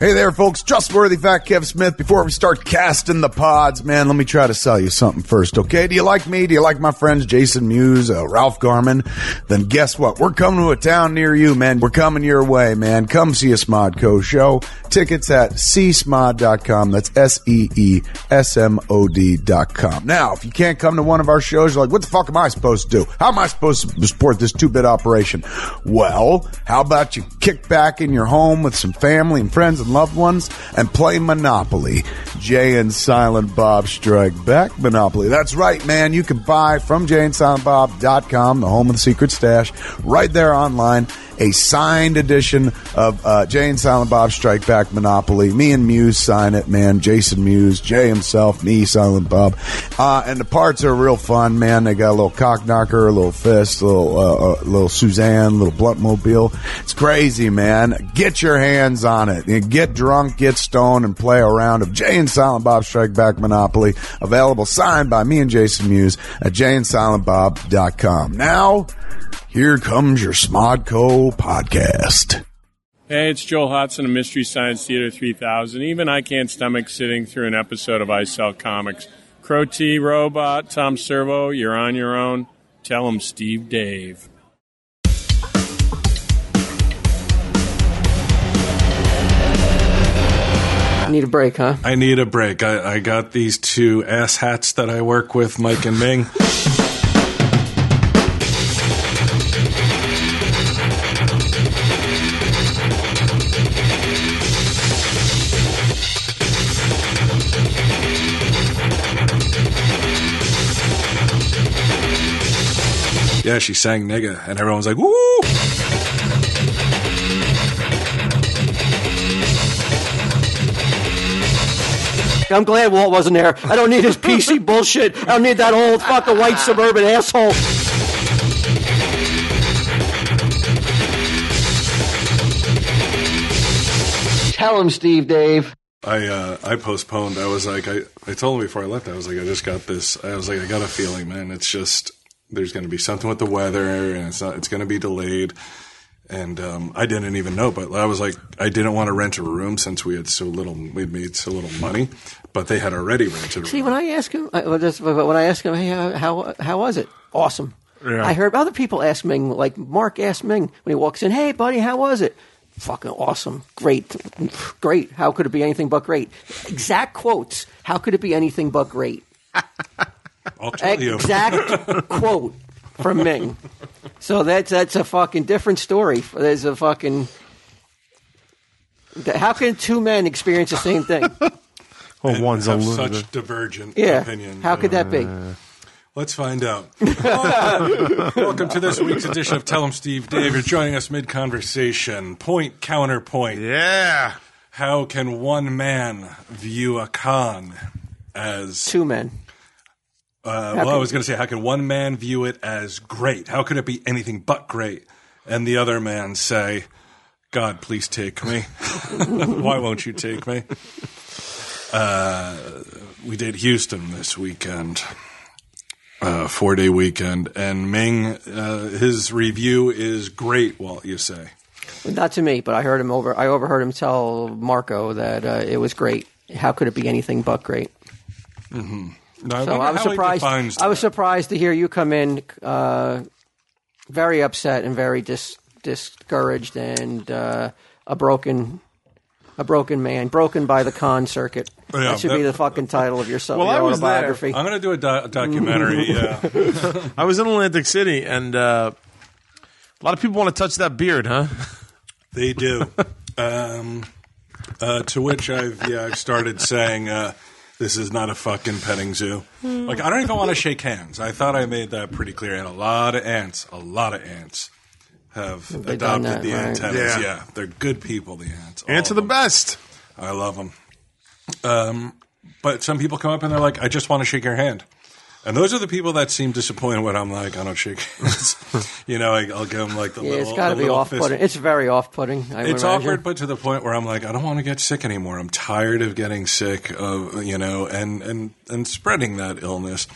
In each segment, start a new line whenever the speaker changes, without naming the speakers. Hey there, folks. Trustworthy Fat Kev Smith. Before we start casting the pods, man, let me try to sell you something first, okay? Do you like me? Do you like my friends Jason Mewes, uh, Ralph Garman? Then guess what? We're coming to a town near you, man. We're coming your way, man. Come see us, Modco Show. Tickets at csmod.com. That's S E E S M O D.com. Now, if you can't come to one of our shows, you're like, what the fuck am I supposed to do? How am I supposed to support this two bit operation? Well, how about you kick back in your home with some family and friends and loved ones and play Monopoly? Jay and Silent Bob Strike Back Monopoly. That's right, man. You can buy from jayandsilentbob.com, the home of the secret stash, right there online. A signed edition of uh, Jay and Silent Bob Strike Back Monopoly. Me and Muse sign it, man. Jason Muse, Jay himself, me, Silent Bob. Uh, and the parts are real fun, man. They got a little cock knocker, a little fist, a little, uh, uh, little Suzanne, a little blunt mobile. It's crazy, man. Get your hands on it. You Get drunk, get stoned, and play a round of Jay and Silent Bob Strike Back Monopoly. Available signed by me and Jason Muse at jayandsilentbob.com. Now, here comes your Smodco podcast.
Hey, it's Joel Hodson of Mystery Science Theater 3000. Even I can't stomach sitting through an episode of I Sell Comics. Crow T, Robot, Tom Servo, you're on your own. Tell 'em Steve Dave.
Need a break, huh?
I need a break. I, I got these two asshats that I work with, Mike and Ming. yeah, she sang nigga, and everyone's like, woo!
I'm glad Walt wasn't there. I don't need his PC bullshit. I don't need that old fucking white suburban asshole. Tell him, Steve Dave.
I uh, I postponed. I was like, I, I told him before I left. I was like, I just got this. I was like, I got a feeling, man. It's just there's going to be something with the weather, and it's not. It's going to be delayed. And um, I didn't even know, but I was like, I didn't want to rent a room since we had so little. We'd made so little money, but they had already rented. a
See,
room.
when I ask him, I- well, that's- but when I ask him, hey, how how, how was it? Awesome.
Yeah.
I heard other people ask Ming, like Mark asked Ming when he walks in, "Hey, buddy, how was it?" Fucking awesome, great, great. How could it be anything but great? Exact quotes. How could it be anything but great?
I'll tell you.
Exact quote from Ming. So that's that's a fucking different story. There's a fucking. How can two men experience the same thing?
Well, Oh, one's a
have
little.
such divergent
Yeah.
opinions. uh,
How could that be?
Let's find out. Welcome to this week's edition of Tell 'em Steve Dave. You're joining us mid conversation. Point, counterpoint.
Yeah.
How can one man view a con as.
Two men.
Uh, well, I was going to say, how can one man view it as great? How could it be anything but great? And the other man say, God, please take me. Why won't you take me? Uh, we did Houston this weekend, uh, four day weekend, and Ming, uh, his review is great, Walt, you say.
Not to me, but I heard him over. I overheard him tell Marco that uh, it was great. How could it be anything but great?
No, I
So
wonder
I was
how he
surprised.
defines
I was
that.
surprised to hear you come in, uh, very upset and very dis- discouraged and uh, a broken, a broken man, broken by the con circuit.
Yeah,
that should be
that-
the fucking title of your, so-
Well,
your
I was there.
autobiography.
I'm going to do a do- documentary. yeah.
I was in Atlantic City, and uh, a lot of people want to touch that beard, huh?
They do. um, uh, to which I've yeah I've started saying uh, this is not a fucking petting zoo.
Hmm.
Like I don't even want to shake hands. I thought I made that pretty clear. And a lot of ants, a lot of ants have
they done
adopted
that,
the
right?
antennas.
Yeah.
Yeah. they're good people. The ants. all
Answer
of
the
them.
best.
I love them. Um, but some people come up and they're like, I just want to shake your hand. And those are the people that seem disappointed when I'm like, I don't shake hands. you know, I, I'll give them like the
yeah,
little.
it's got to
the
be
little
off
fist
putting. It's very off putting.
it's awkward, but to the point where I'm like, I don't want to get sick anymore. I'm tired of getting sick, of you know, and and and spreading that illness.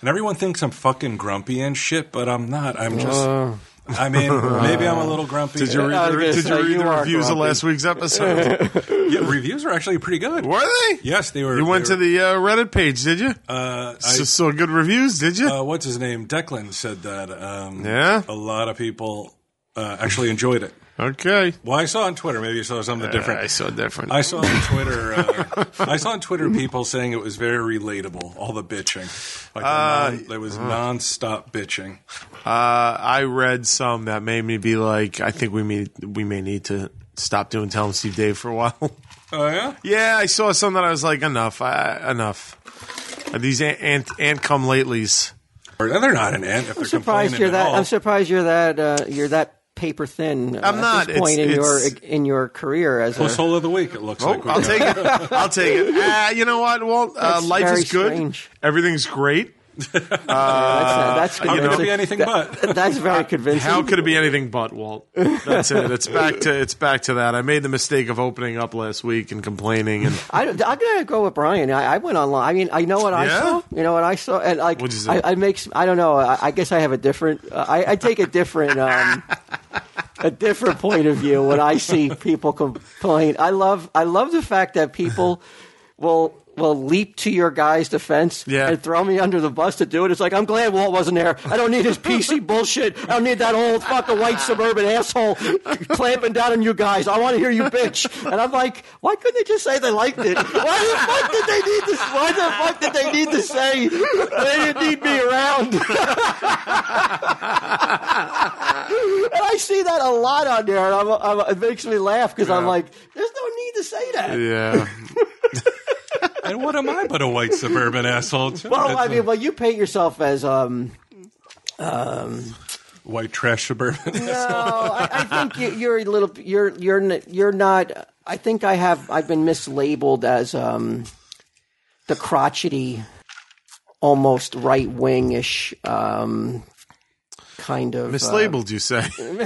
And everyone thinks I'm fucking grumpy and shit, but I'm not. I'm just. I mean, maybe I'm a little grumpy.
Uh.
Uh,
Did you read,
I
the,
was gonna
did you
say,
read
you
the
are
reviews of
grumpy.
last week's episode?
Yeah, reviews are actually pretty good.
Were they?
Yes, they were.
You went
they
to the uh, Reddit page, did you?
were- Uh, I-
so, so good reviews, did you?
uh, what's his name? Declan said that. Um,
Yeah?
a lot of people uh, actually enjoyed it.
okay.
Well, I saw on Twitter. Maybe you saw something different.
Uh, I saw different.
I saw on Twitter. Uh, I saw on Twitter people saying it was very relatable. All the bitching, like non, it was
uh-huh.
nonstop bitching.
Uh, I read some that made me be like, I think we may we may need to stop doing Tell 'em Steve Dave for a while.
Oh yeah,
yeah, I saw some that I was like, enough, I, enough. These ant, ant, ant come latelys.
or they're not an ant if they're
I'm surprised
complaining
you're
at
that.
all.
I'm surprised you're that. Uh, you're that paper thin. uh,
I'm not.
At this point
It's-
in
it's-
your in your career as
Well,
a
soul of the week. It looks like. we
Oh, I'll
got.
take it. I'll take it. Ah, you know what, Walt? Uh,
That's
life
very
is good.
strange.
Everyth's great.
that's, that's
uh, How could it
convincing.
be anything but?
That's very convincing.
How could it be anything but Walt? That's it. It's back to it's back to that. I made the mistake of opening up last week and complaining. And
I, am gonna go with Brian. I, I went online. I mean, I know what I
Yeah?
saw. You know what I saw, and like
What'd you see?
I, I makes I don't know. I, I guess I have a different. Uh, I, I take a different um, a different point of view when I see people complain. I love I love the fact that people will will leap to your guy's defense
Yeah.
and throw me under the bus to do it. It's like I'm glad Walt wasn't there. I don't need his PC bullshit. I don't need that old fucking white suburban asshole clamping down on you guys. I want to hear you bitch. And I'm like, why couldn't they just say they liked it? Why the fuck did they need this? Why the fuck did they need to say they didn't need me around? And I see that a lot on there, and I'm, I'm, it makes me laugh because I'm like, there's no need to say that.
yeah,
And what am I but a white suburban asshole? Too?
Well,
That's
I
a
mean, well, you paint yourself as um.
white trash suburban.
No, I, I think you, you're a little. You're you're n- you're not. I think I have. I've been mislabeled as um, the crotchety, almost right wingish um, kind of uh,
mislabeled. You say
and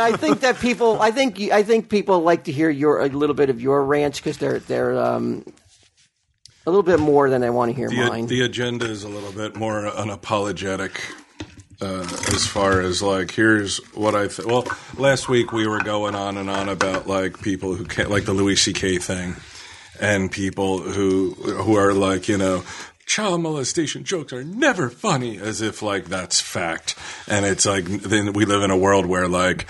I think that people, I think, I think people like to hear your a little bit of your rants because they're they're um, a little bit more than I want to hear
the, uh,
mine.
the agenda is a little bit more unapologetic uh, as far as like here's what i th- well last week we were going on and on about like people who can't like the louis ck thing and people who who are like you know child molestation jokes are never funny as if like that's fact and it's like then we live in a world where like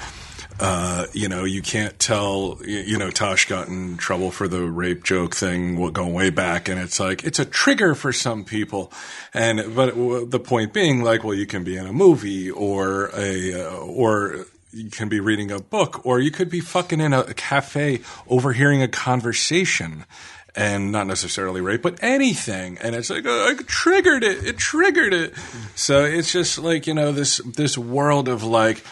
uh, you know, you can't tell. You, you know, Tosh got in trouble for the rape joke thing wa- going way back, and it's like it's a trigger for some people. And but w- the point being, like, well, you can be in a movie or a uh, or you can be reading a book, or you could be fucking in a cafe overhearing a conversation. And not necessarily rape, but anything, and it's like uh, I triggered it. It triggered it. So it's just like you know this this world of like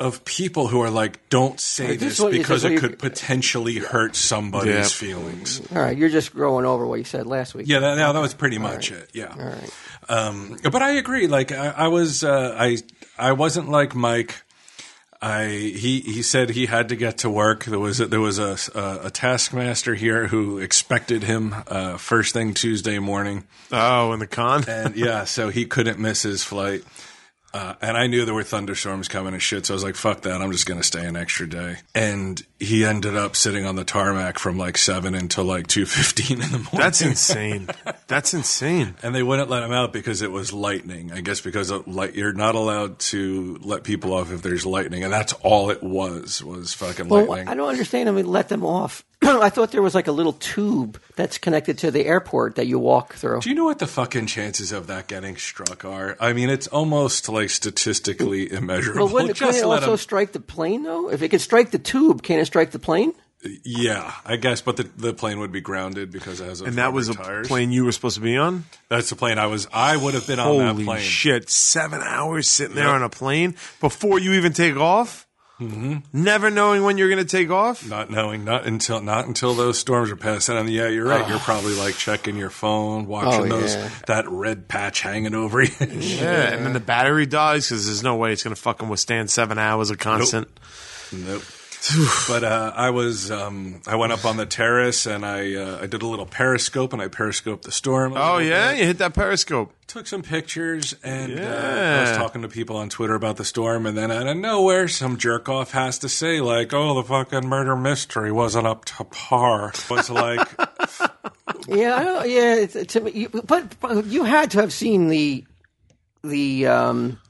of people who are like, don't say
this
this
what you-
because
this what
it
you-
could potentially hurt somebody's
Yeah.
feelings.
All right, you're just growing over what you said last week.
Yeah, that, no, that was pretty much it. Yeah. Um, but I agree. Like I, I was, uh, I, I wasn't like Mike. I he he said he had to get to work. There was a, there was a, a, a taskmaster here who expected him uh, first thing Tuesday morning.
oh, in the con.
and yeah, so he couldn't miss his flight. Uh, and I knew there were thunderstorms coming and shit, so I was like, "Fuck that! I'm just gonna stay an extra day." And he ended up sitting on the tarmac from like seven until like two fifteen in the morning.
That's insane. That's insane.
and they wouldn't let him out because it was lightning. I guess because of light, you're not allowed to let people off if there's lightning, and that's all it was was fucking
Well,
lightning.
I don't understand. I mean, let them off. I thought there was like a little tube that's connected to the airport that you walk through.
Do you know what the fucking chances of that getting struck are? I mean, it's almost like statistically immeasurable.
But wouldn't
Just
couldn't it
let
also
him-
strike the plane though? If it could strike the tube, can it strike the plane?
Yeah, I guess, but the, the plane would be grounded because it has a
And that was a
tires.
plane you were supposed to be on.
That's the plane I was. I would have been on that
Holy
plane.
shit! Seven hours sitting there on a plane before you even take off.
Mm-hmm.
Never knowing when you're going to take off.
Not knowing, not until not until those storms are passed. And yeah, you're right. You're probably like checking your phone, watching
Oh,
those
yeah.
that red patch hanging over you.
Yeah, and then the battery dies because there's no way it's going to fucking withstand seven hours of constant.
nope. but uh, I was um, I went up on the terrace and I uh, I did a little periscope and I periscoped the storm. a
Oh
little
yeah,
bit.
you hit that periscope.
took some pictures and uh, I
Yeah.
was talking to people on Twitter about the storm and then out of nowhere some jerk off has to say like, "Oh, the fucking murder mystery wasn't up to par." Was like,
Yeah, I don't, yeah. It's, to me, you, but, but you had to have seen the the um,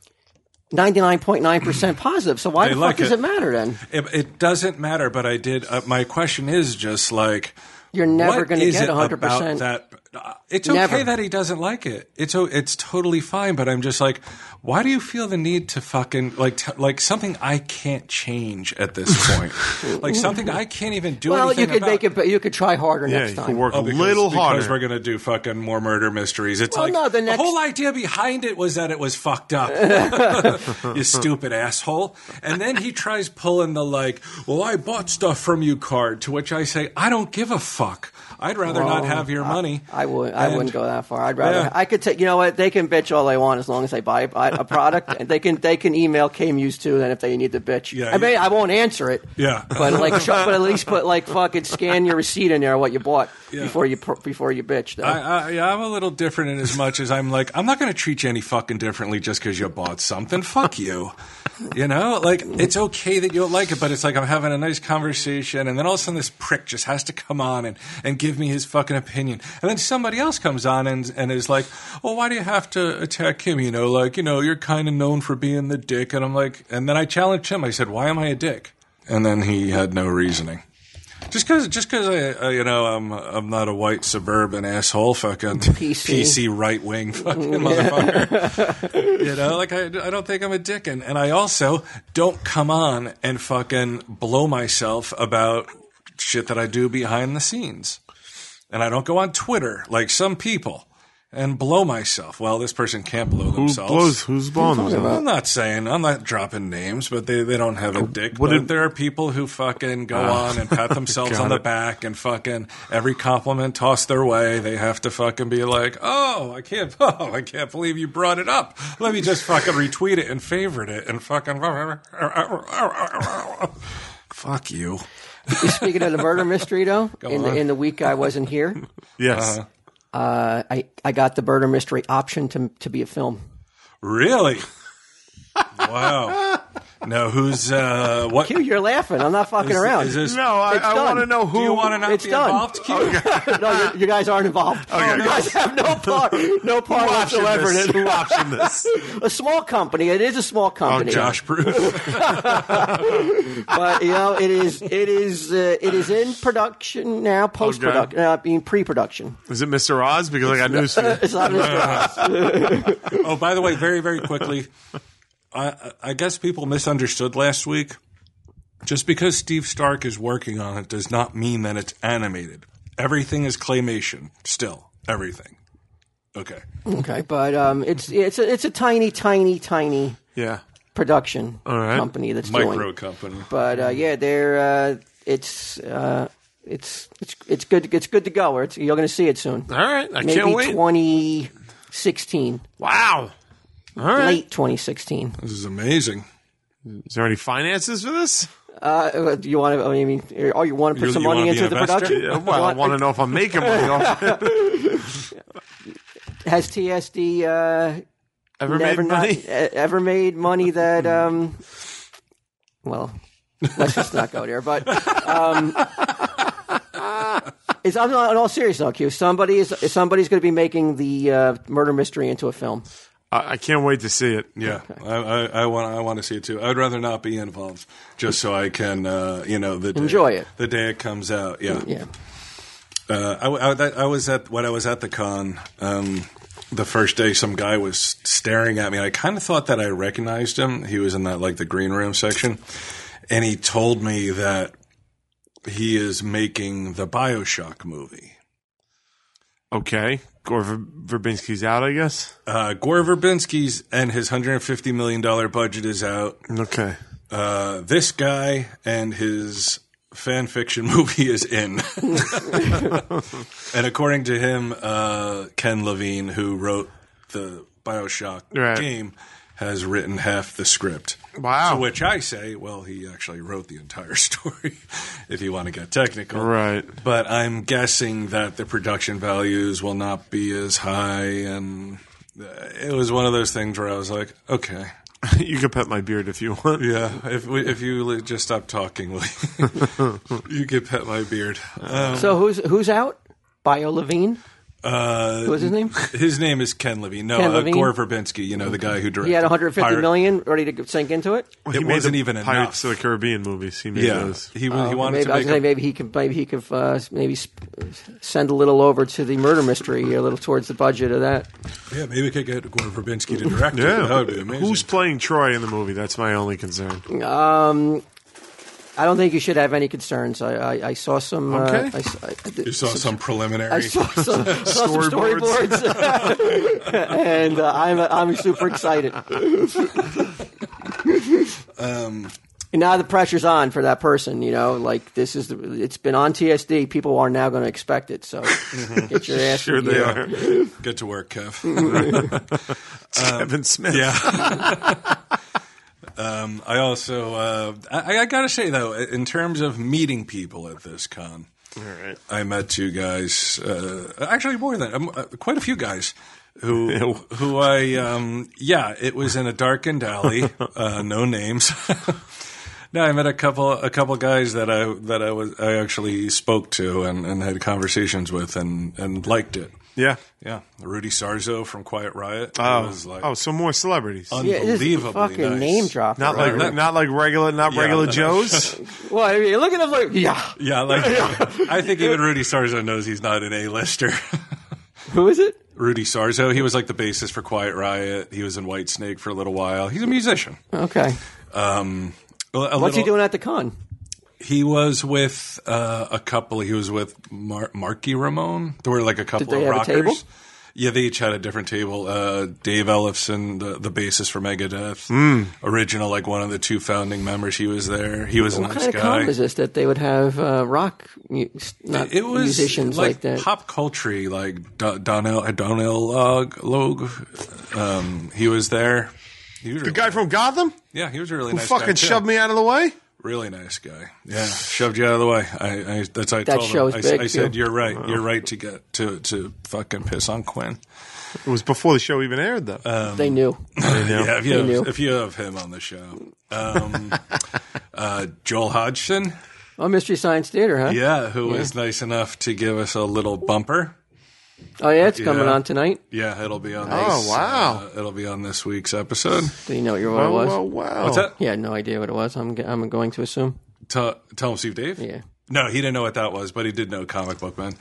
ninety nine point nine percent positive. So why
They
the
like
fuck does
it.
it matter then?
it, it doesn't matter, but I did uh, my question is just like
You're never
what
going to
is
get
it about
100%.
That uh, it's
Never.
okay that he doesn't like it. It's o- it's totally fine. But I'm just like, why do you feel the need to fucking like t- like something I can't change at this point? like something I can't even do.
Well, you
anything
could
about.
make it, but you could try harder
Yeah,
next
you
time.
can work
Oh,
a
because-
little
because we're
harder.
gonna do fucking more murder mysteries. It's
Well,
like
no, the
the,
next-
whole idea behind it was that it was fucked up. you stupid asshole. And then he tries pulling the like, well, I bought stuff from you card. To which I say, I don't give a fuck. I'd rather not have your money.
Oh, I would. I
And-
wouldn't go that far. I'd rather.
Yeah.
I could take. You know what? They can bitch all they want as long as they buy a, a product, and they can they can email KMUs too. Then if they need to bitch,
Yeah,
I mean,
you-
I won't answer it.
Yeah.
but like, sh- but at least put like fucking scan your receipt in there what you bought before you pr- before you bitch. Though.
I, I, yeah, I'm a little different in as much as I'm like, I'm not going to treat you any fucking differently just because you bought something. Fuck you. You know, like, it's okay that you don't like it, but it's like I'm having a nice conversation, and then all of a sudden this prick just has to come on and, and give me his fucking opinion. And then somebody else comes on and, and is like, well, why do you have to attack him? You know, like, you know, you're kind of known for being the dick. And I'm like, and then I challenged him. I said, why am I a dick? And then he had no reasoning. Just because, just because I, I, you know, I'm, I'm not a white suburban asshole, fucking
PC.
PC, right wing, fucking motherfucker. you know, like I, I don't think I'm a dick, and, and I also don't come on and fucking blow myself about shit that I do behind the scenes, and I don't go on Twitter like some people and blow myself. Well, this person can't blow
Who
themselves.
blows? Who's blowing those?
I'm not saying I'm not dropping names, but they, they don't have a dick.
What
but
did- Ah.
there are people who fucking go on and pat themselves
got
on the
it.
back and fucking every compliment tossed their way, they have to fucking be like, oh, I can't, oh, I can't believe you brought it up. Let me just fucking retweet it and favorite it and fucking. Fuck you.
Speaking of the murder mystery, though, in the,
on.
in the week I wasn't here,
Yes.
Uh-huh.
uh, I I got the murder mystery option to to be a film.
Really? wow. Now who's uh what?
Q, you're laughing. I'm not fucking around.
Is Oh, this,
No, I,
It's
I
done.
want to know who.
do you want to not
It's
be
done.
involved? Q?
no, you, you guys aren't involved. you guys have no part, no part
option
whatsoever in
this?
it.
Who optioned this?
A small company. It is a small company.
Josh Bruce.
but you know, it is it is uh, it is in production now, post production, uh, being pre-production.
Is it Mr. Oz? Because I got news for you.
It's not Mr. Oz.
Oh, by the way, very, very quickly, I, I guess people misunderstood last week. Just because Steve Stark is working on it does not mean that it's animated. Everything is claymation, still. Everything. Okay.
Okay, but um, it's it's a, it's a tiny, tiny, tiny
Yeah.
production
right.
company that's
Micro
doing.
company.
But uh, yeah, they're uh, it's. Uh, it's it's it's good it's good to go. It's, you're going to see it soon.
All right. I
Maybe
can't wait.
2016,
wow. All right.
late 2016.
This is amazing.
Is there any finances for this?
Uh, do you want to? I mean, oh, you want to put
You-
some
you
money
wanna be
into
an
the
investor?
production?
Yeah, well, I want to know if I'm making money off it.
Has TSD uh,
Ever
never
made
not,
money?
e- ever made money that um well let's just not go there but um it's, I'm not in all serious though Q somebody is somebody's going to be making the uh, murder mystery into a film
I, I can't wait to see it.
Yeah, I, I, I want I want to see it too. I'd rather not be involved, just so I can, uh, you know, the day,
Enjoy it.
the day it comes out. Yeah,
yeah
Uh, I, I- that- I was at when I was at the con um, the first day. Some guy was staring at me. I kind of thought that I recognized him. He was in that like the green room section, and he told me that he is making the Bioshock movie.
Okay. Gore Ver- Verbinski's out, I guess.
Uh, Gore Verbinski's and his 150 million dollar budget is out.
Okay.
Uh, this guy and his fan fiction movie is in. and according to him, uh, Ken Levine, who wrote the Bioshock
Right.
game, has written half the script.
Wow.
To which I say, well, he actually wrote the entire story, if you want to get technical.
Right.
But I'm guessing that the production values will not be as high. And uh, it was one of those things where I was like, okay.
you can pet my beard if you want.
Yeah, if we, if you li- just stop talking, will you, you could pet my beard. Um,
So who's who's out? Bio Levine.
uh,
What's his name?
His name is Ken Levine. No,
Ken
uh,
Levine?
Gore Verbinski, you know, the guy who directed.
He had 150
Pirate-
million ready to g- sink into it.
It
made
wasn't
the
even enough.
Pirates of the Caribbean movies. He made
yeah,
those.
he, wa- he wanted
Uh, Maybe, I
to
was gonna say
make.
maybe he could maybe he could uh, maybe sp- send a little over to the murder mystery, a little towards the budget of that.
A, yeah, maybe we could get Gore Verbinski to direct it.
Yeah.
That would be amazing. Um,
Who's playing Troy in the movie? That's my only concern.
I don't think you should have any concerns. I, I, I saw some.
Okay.
Uh, I, s- I did-
you saw some preliminary.
I saw some, saw some
Storyboards.
storyboards, and uh, I'm I'm super excited.
Um,
and now the pressure's on for that person. You know, like this is the, it's been on TSD. People are now going to expect it. So
Mm-hmm.
get your ass.
Sure they
yeah.
are.
Get to work, Kev.
Kevin Smith.
Yeah. um, I also, uh, I, I got to say though, in terms of meeting people at this con,
All right.
I met two guys, uh, actually more than um, uh, quite a few guys who who I um, yeah, it was in a darkened alley, uh, no names. no, I met a couple a couple guys that I that I was I actually spoke to and, and had conversations with and, and liked it.
Yeah.
Yeah, Rudy Sarzo from Quiet Riot.
Oh,
It was like
oh, so more celebrities.
Yeah, this is
unbelievably
fucking
nice.
name drop.
not like not like regular, not
Yeah.
regular Joes.
Well, I mean, look at him like yeah.
Yeah, like I think even Rudy Sarzo knows he's not an A-lister.
Who is it?
Rudy Sarzo. He was like the bassist for Quiet Riot. He was in White Snake for a little while. He's a musician.
Okay.
Um, a- a
What's he
little-
doing at the con?
He was with uh, a couple. He was with Mar- Marky Ramone. There were like a couple
they
of
have a
rockers.
table?
Yeah, they each had a different table. Uh, Dave Ellefson, the, the bassist for Megadeth,
Hmm.
original like one of the two founding members. He was there. He was a
What
nice
kind of
guy.
con is this that they would have uh, rock mu- not
it was
musicians like, that?
pop culture, like Do- Donnell uh, Donnell Log, Logue. Um, he was there. He was
The guy from Gotham
yeah, he was a really
who
nice. guy,
fucking
too.
shoved me out of the way.
Really nice guy. Yeah, shoved you out of the way. I, I that's I
That
told
show's
him. I s-
big,
I, said
too.
you're right. You're right to get to to fucking piss on Quinn.
It was before the show even aired, though.
they knew.
Yeah, if you,
He knew.
have, if you have him on the show, um, uh, Joel Hodgson.
Oh, Mystery Science Theater, huh?
Yeah, who was nice enough to give us a little bumper.
Oh yeah, it's coming
Yeah.
on tonight.
Yeah, it'll be on.
Oh,
this,
wow.
uh, it'll be on this week's episode.
Did he know what your
wow,
what it was?
wow, Oh, wow.
What's that?
He had no idea what it was. I'm g- I'm going to assume.
Tell, tell him Steve Dave.
Yeah.
No, he didn't know what that was, but he did know comic book man.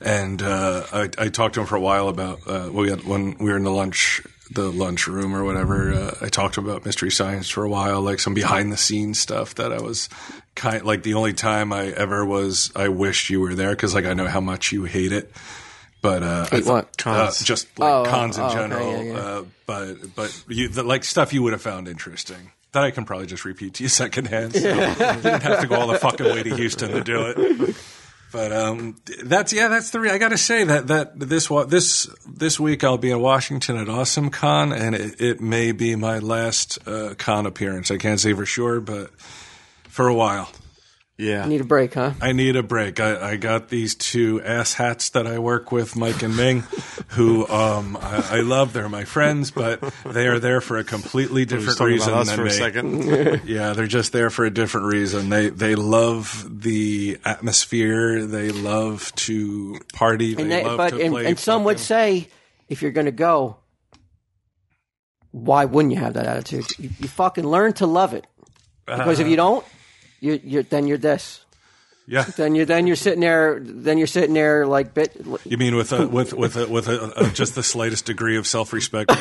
And uh, I, I talked to him for a while about uh, we had, when we were in the lunch the lunch room or whatever. Uh, I talked to him about mystery science for a while, like some behind the scenes stuff that I was kind like the only time I ever was. I wished you were there because like I know how much you hate it. But uh, I
Hate what?
Cons.
Uh, just like
Oh,
cons in
oh, okay,
general.
yeah, yeah.
Uh, but but you, the, like stuff you would have found interesting. That I can probably just repeat to you secondhand. So you didn't have to go all the fucking way to Houston to do it. But um, that's yeah, that's the. Re- I got to say that that this wa- this this week I'll be in Washington at Awesome Con, and it, it may be my last uh, con appearance. I can't say for sure, but for a while.
Yeah.
Need a break, huh?
I need a break. I, I got these two ass hats that I work with, Mike and Ming, who um, I, I love. They're my friends, but they are there for a completely
We're just
different
talking
reason
about us
than
for a
me.
second.
Yeah, they're just there for a different reason. They they love the atmosphere. They love to party. They
And that,
love
but
to
and,
play.
and some would say, if you're going to go, why wouldn't you have that attitude? You, you fucking learn to love it because if you don't, you you're, then you're this.
Uh-huh. yeah.
Then you're then you're sitting there. Then you're sitting there like bit.
You mean with a, with with a, with a, a, just the slightest degree of self respect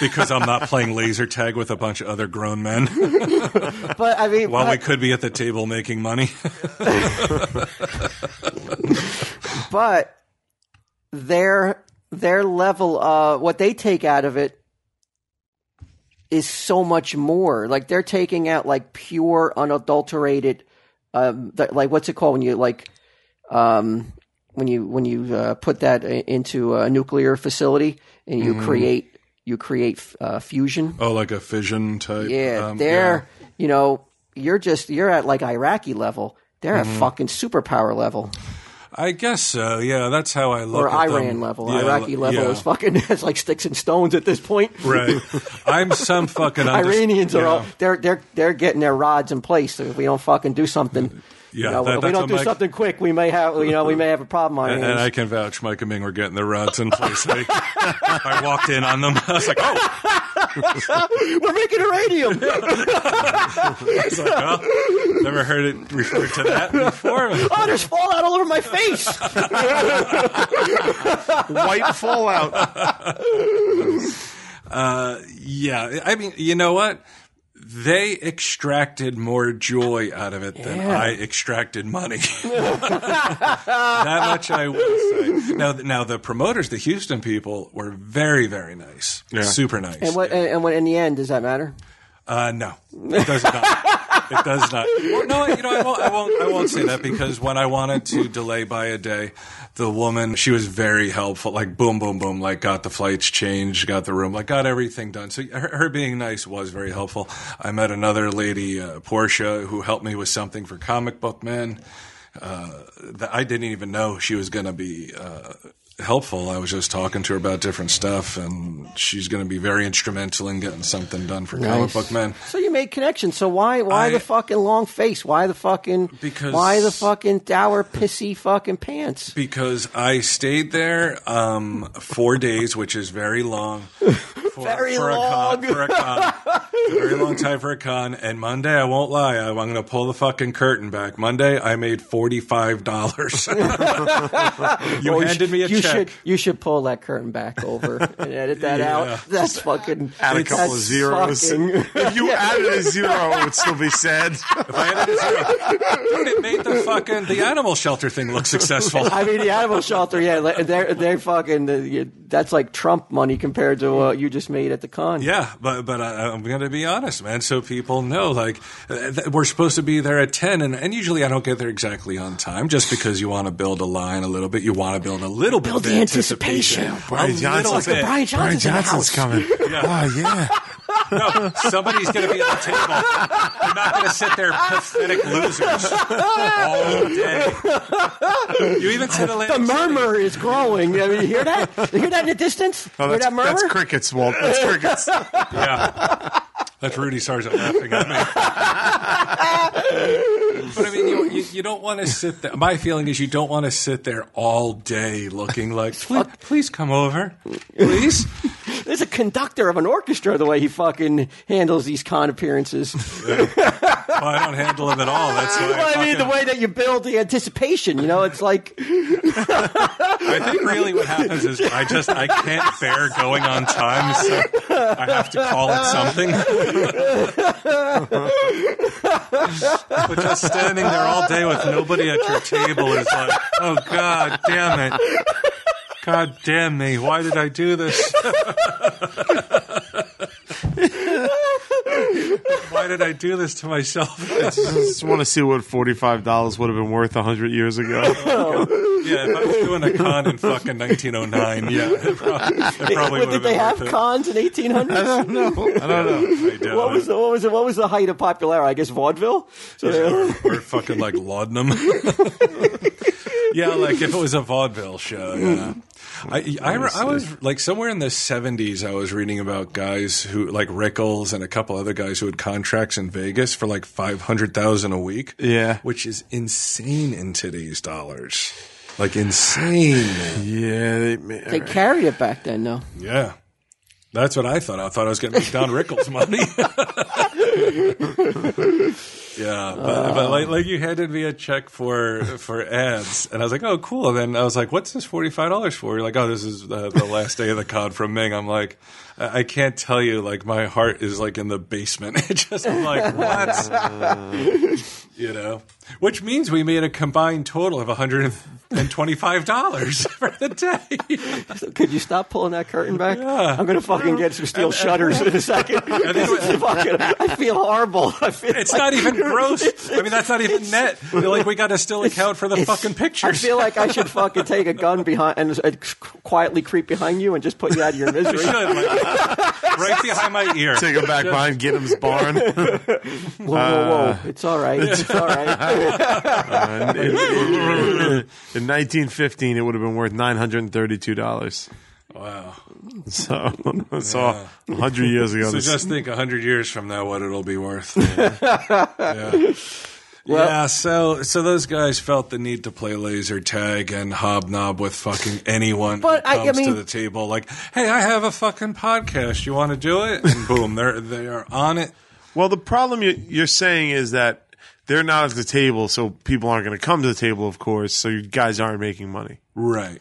because I'm not playing laser tag with a bunch of other grown men
But I mean,
while we
but,
could be at the table making money.
but their their level uh what they take out of it is so much more like they're taking out like pure unadulterated um th- like what's it called when you like um when you when you uh, put that i- into a nuclear facility and you create you create uh, fusion.
Oh, like a fission type.
Yeah,
um,
they're you know you're just you're at like Iraqi level. They're at fucking superpower level
I guess so. Yeah, that's how I look
or
at them.
Iran level.
Yeah,
Iraqi level
yeah.
is fucking it's like sticks and stones at this point.
Right. I'm some fucking under-
Iranians are
yeah.
all they're they're they're getting their rods in place. So if we don't fucking do something, you
Yeah,
know,
that-
if we
that's
don't
what
do
Mike-
something quick, we may have you know we may have a problem on our
And, and
hands.
I can vouch, Mike and Ming were getting their rods in place. I, I walked in on them. I was like, oh,
We're making uranium.
I was like, well, never heard it referred to that before.
oh, there's fallout all over my face.
White fallout.
Yeah, I mean, you know what? They extracted more joy out of it than
Yeah.
I extracted money. that much I will say. Now, now the promoters, the Houston people, were very, very nice. Super nice.
and what and, and what in the end does that matter?
Uh, no, it does not. it does not. Well, no, you know, I won't, I won't. I won't say that because when I wanted to delay by a day, the woman she was very helpful. Like boom, boom, boom. Like got the flights changed, got the room, like got everything done. So her, her being nice was very helpful. I met another lady, uh, Portia, who helped me with something for comic book men. Uh, that I didn't even know she was going to be uh, helpful. I was just talking to her about different stuff, and she's going to be very instrumental in getting something done for comic book men.
So you made connections. So why why
I-
the fucking long face? Why the fucking
Because-
why the fucking dour pissy fucking pants?
Because I stayed there um, four days, which is very long. For,
Very
for A
long.
con, for a con. very long time for a con. And Monday, I won't lie, I'm going to pull the fucking curtain back. Monday, I made $45. you
Oh,
handed
sh-
me a
you
check.
Should, you should pull that curtain back over and edit that
Yeah.
out. That's fucking.
Add a
that's
couple of zeros.
fucking-
If you added a zero, it would still be sad.
If I had it, it's zero. Dude, it made the fucking the animal shelter thing look successful.
I mean, the animal shelter. Yeah, like, they're they're fucking. uh, you- That's like Trump money compared to what you just made at the con.
Yeah, but but I, I'm going to be honest, man. So people know, like, uh, th- we're supposed to be there at ten, and, and usually I don't get there exactly on time, just because you want to build a line a little bit, you want to build a little bit
Build
of
the anticipation.
anticipation.
Brian
a
Johnson's
little bit.
Brian
Brian Johnson's, in the
Johnson's
house.
coming. Oh yeah.
No, somebody's going to be at the table. They're not going to sit there pathetic losers all day. You even said a
The murmur is growing. I mean, you hear that? You hear that in the distance?
Oh,
hear
that's,
that murmur?
that's crickets, Walt. That's crickets.
Yeah. That's Rudy Sargent laughing at me. but I mean, you, you, you don't want to sit there. My feeling is you don't want to sit there all day looking like, please, please come over. Please.
There's a conductor of an orchestra the way he fucking handles these con appearances.
Well, I don't handle him at all. That's why
well, I mean, the
fucking-
way that you build the anticipation, you know, it's like
I think really what happens is I just I can't bear going on time, so I have to call it something. but just standing there all day with nobody at your table is like, oh god damn it. God damn me, why did I do this? why did I do this to myself?
just want to see what forty-five dollars would have been worth hundred years ago.
yeah, if I was doing a con in fucking 1909, yeah, it probably, it probably
What,
would
did
have
they
been
have
worth it.
cons in 1800s?
no, I don't know.
I doubt
What
it.
was the, what was the, what was the height of popularity? I guess vaudeville. So they-
or, or fucking like laudanum. yeah, like if it was a vaudeville show. Yeah. I, I, re- I was like somewhere in the 70s, I was reading about guys who, like Rickles and a couple other guys who had contracts in Vegas for like 500000 a week.
Yeah.
Which is insane in today's dollars. Like insane.
Yeah, they,
they carried it back then, though.
yeah. That's what I thought. I thought I was going to make Don Rickles money. yeah, but, but like, like you handed me a check for for ads, and I was like, oh, cool. And then I was like, what's this forty five dollars for? You're like, oh, this is the, the last day of the con from Ming. I'm like, I, I can't tell you. Like my heart is like in the basement. It just I'm like what, you know. Which means we made a combined total of one hundred than twenty five dollars for the day.
Could you stop pulling that curtain back? I'm going to fucking get some steel shutters in a second. This is fucking- I feel horrible. I feel
It's
like-
not even gross. I mean, that's not even net. They're like, we got to still account for the
It's-
fucking pictures.
I feel like I should fucking take a gun behind and uh, quietly creep behind you and just put you out of your misery.
Should, like, right behind my ear.
Take him back behind Gibbons' barn. Uh,
Whoa,
Uh,
whoa, whoa! It's all right. It's all right.
in- in 1915, it would have been worth $932.
Wow.
So, so 100 years ago.
So
this-
just think, hundred years from now, what it'll be worth. Yeah. Yeah. yeah, so so those guys felt the need to play laser tag and hobnob with fucking anyone
But I-
who
I
comes to
mean-
the table. Like, hey, I have a fucking podcast. You want to do it? And boom, they're they are on it.
Well, the problem you- you're saying is that they're not at the table, so people aren't going to come to the table, of course. So you guys aren't making money.
Right.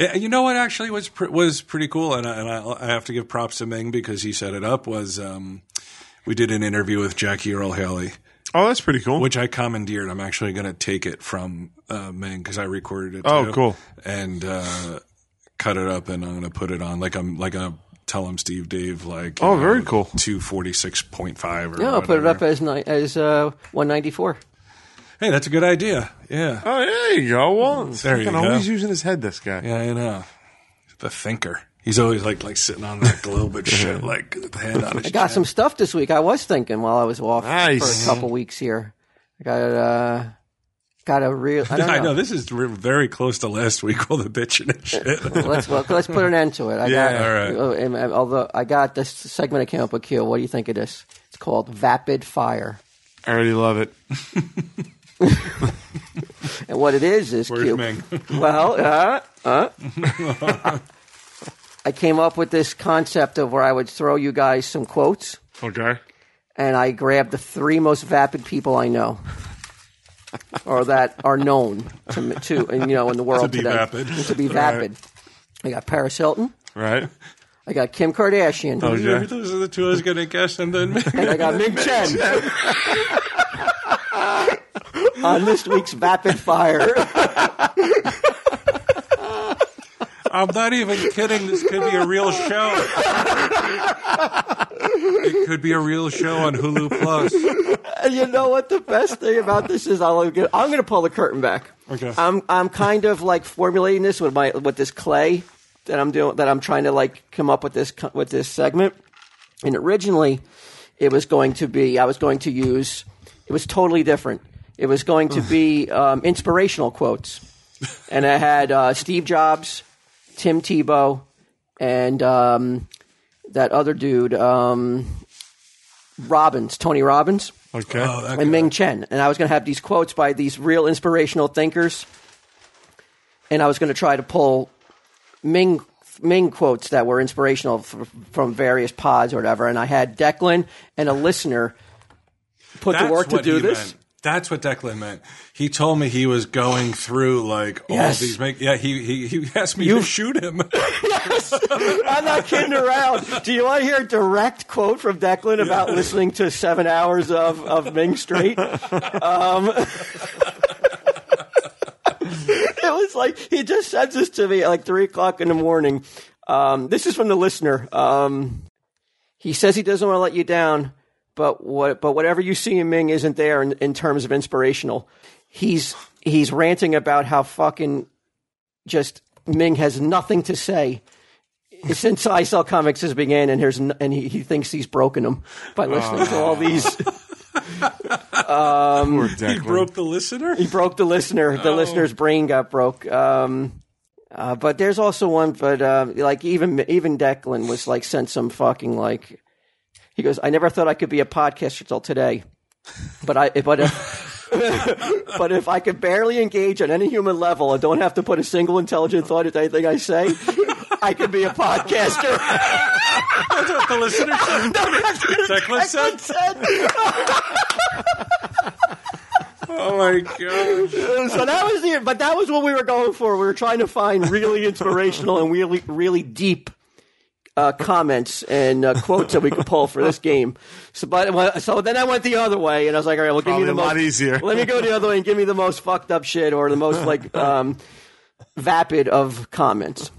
Eh, You know what actually was pr- was pretty cool, and I, and I, I have to give props to Ming because he set it up. Was um, we did an interview with Jackie Earl Haley,
Oh, that's pretty cool.
which I commandeered. I'm actually going to take it from uh, Ming because I recorded it.
Oh,
too,
cool.
And uh, cut it up, and I'm going to put it on like I'm like a tell him Steve Dave like
Oh, very cool.
two forty six point five.
No, I'll put it up as ni- as uh, 194.
Hey, that's a good idea. Yeah,
oh, there you go. Well,
There you
fucking always
go.
using his head, this guy.
Yeah, I know. The thinker. He's always like like sitting on that globe and shit, like with the hand on his
I got
chest.
some stuff this week. I was thinking while I was off
Nice.
for a couple weeks here. I got uh, got a real. I, don't know.
I know this is re- very close to last week. All the bitching and shit.
Let's well, let's put an end to it. I
Yeah,
got, all right. Although I got this segment that came up with Q. What do you think of this? It's called Vapid Fire,
I already love it.
and what it is is
Where's
Q.
Ming?
Well, uh, uh. I came up with this concept of where I would throw you guys some quotes,
Okay.
and I grabbed the three most vapid people I know, or that are known to, me- to and, you know in the world
be
today
vapid.
to be vapid. I got Paris Hilton.
Right.
I got Kim Kardashian.
Oh,
Okay.
Those are the two I was gonna guess, and then
And I got Ming Chen. On this week's Vapid Fire.
I'm not even kidding. This could be a real show. it could be a real show on Hulu Plus.
And you know what the best thing about this is? I'll get, I'm going to pull the curtain back.
Okay.
I'm I'm kind of like formulating this with my with this clay that I'm doing that I'm trying to like come up with this co- with this segment. And originally, it was going to be I was going to use it was totally different. It was going to be um, inspirational quotes, and I had uh, Steve Jobs, Tim Tebow, and um, that other dude, um, Robbins, Tony Robbins
Okay.
Oh, that
and Ming Chen. And I was going to have these quotes by these real inspirational thinkers. And I was going to try to pull Ming Ming quotes that were inspirational f- from various pods or whatever. And I had Declan and a listener put
That's
to work to
what he
do this.
Meant. That's what Declan meant. He told me he was going through like all
Yes.
these. Make, yeah, he, he he asked me to shoot him.
I'm not kidding around. Do you want to hear a direct quote from Declan about listening to seven hours of, of Ming Street? Um, it was like he just sends this to me at like three o'clock in the morning. Um, this is from the listener. Um, he says he doesn't want to let you down, but what but whatever you see in Ming isn't there in, in terms of inspirational. He's he's ranting about how fucking just Ming has nothing to say since I sell comics has began, and here's n- and he, he thinks he's broken them by listening to all these.
Poor
he
Declan.
broke the listener.
he broke the listener. The listener's brain got broke. Um, uh, but there's also one, but uh, like even even Declan was like sent some fucking like. He goes, I never thought I could be a podcaster till today, but I but if but if I could barely engage on any human level and don't have to put a single intelligent thought into anything I say, I could be a podcaster.
That's what the listener said. Declan said. Oh my god!
so that was the, but that was what we were going for. We were trying to find really inspirational and really, really deep uh, comments and uh, quotes that we could pull for this game. So, but so then I went the other way, and I was like, all right, well, give
Probably
me the
a
most,
lot easier.
Let me go the other way and give me the most fucked up shit or the most like um, vapid of comments.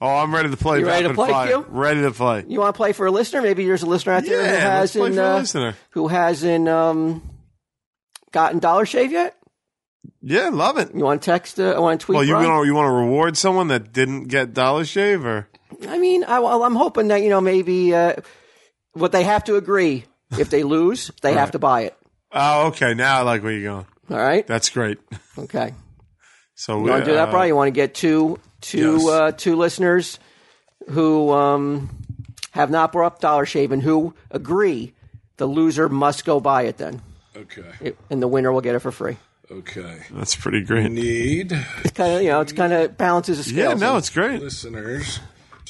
Oh, I'm ready to play.
You ready to
Rapid
play,
fire.
Q?
Ready to play.
You want to play for a listener? Maybe there's a listener out there who
Yeah, let's play
hasn't
for a
uh,
listener.
who hasn't um, gotten Dollar Shave yet.
Yeah, love it.
You want to text? Uh, I want to tweet.
Well, you
Brian?
want to you want to reward someone that didn't get Dollar Shave or
I mean, I, well, I'm hoping that you know maybe uh, what they have to agree. If they lose, they have to buy it.
Oh, okay. Now I like where you're going.
All right.
That's great.
Okay.
So uh,
You want to do that, Brian? You want to get two, two,
Yes.
uh, two listeners who um, have not brought up Dollar Shave and who agree the loser must go buy it then,
Okay.
It- and the winner will get it for free.
Okay.
That's pretty great.
Need
It's kind of you know, it's kind of balances the
Yeah,
scales.
no, it's great.
listeners.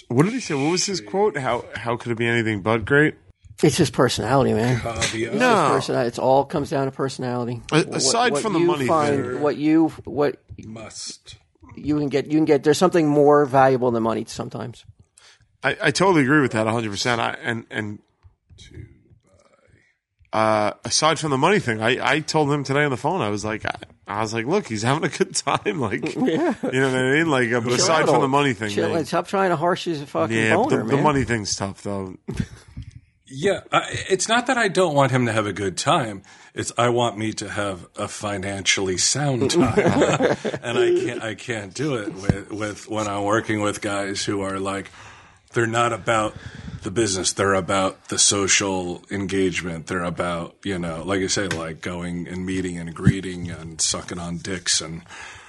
What did he say? What was his quote? How how could it be anything but great?
it's his personality, man.
Caveat.
No,
Personality. It's all comes down to personality.
Oh. A- aside from the
you
money
find,
thing.
what you what
Must.
you can get you can get there's something more valuable than money sometimes.
I, I totally agree with that 100. percent I and and uh, aside from the money thing, I I told him today on the phone. I was like. I, I was like, look, he's having a good time. Like, you know what I mean? Like, uh, but aside from the money thing,
Chill,
man.
out. stop trying to harsh his fucking
yeah, but
boner,
the,
man.
the money thing's tough, though.
Yeah, I, it's not that I don't want him to have a good time. It's I want me to have a financially sound time, and I can't. I can't do it with, with when I'm working with guys who are like, they're not about the business. They're about the social engagement. They're about you know, like I say, like going and meeting and greeting and sucking on dicks and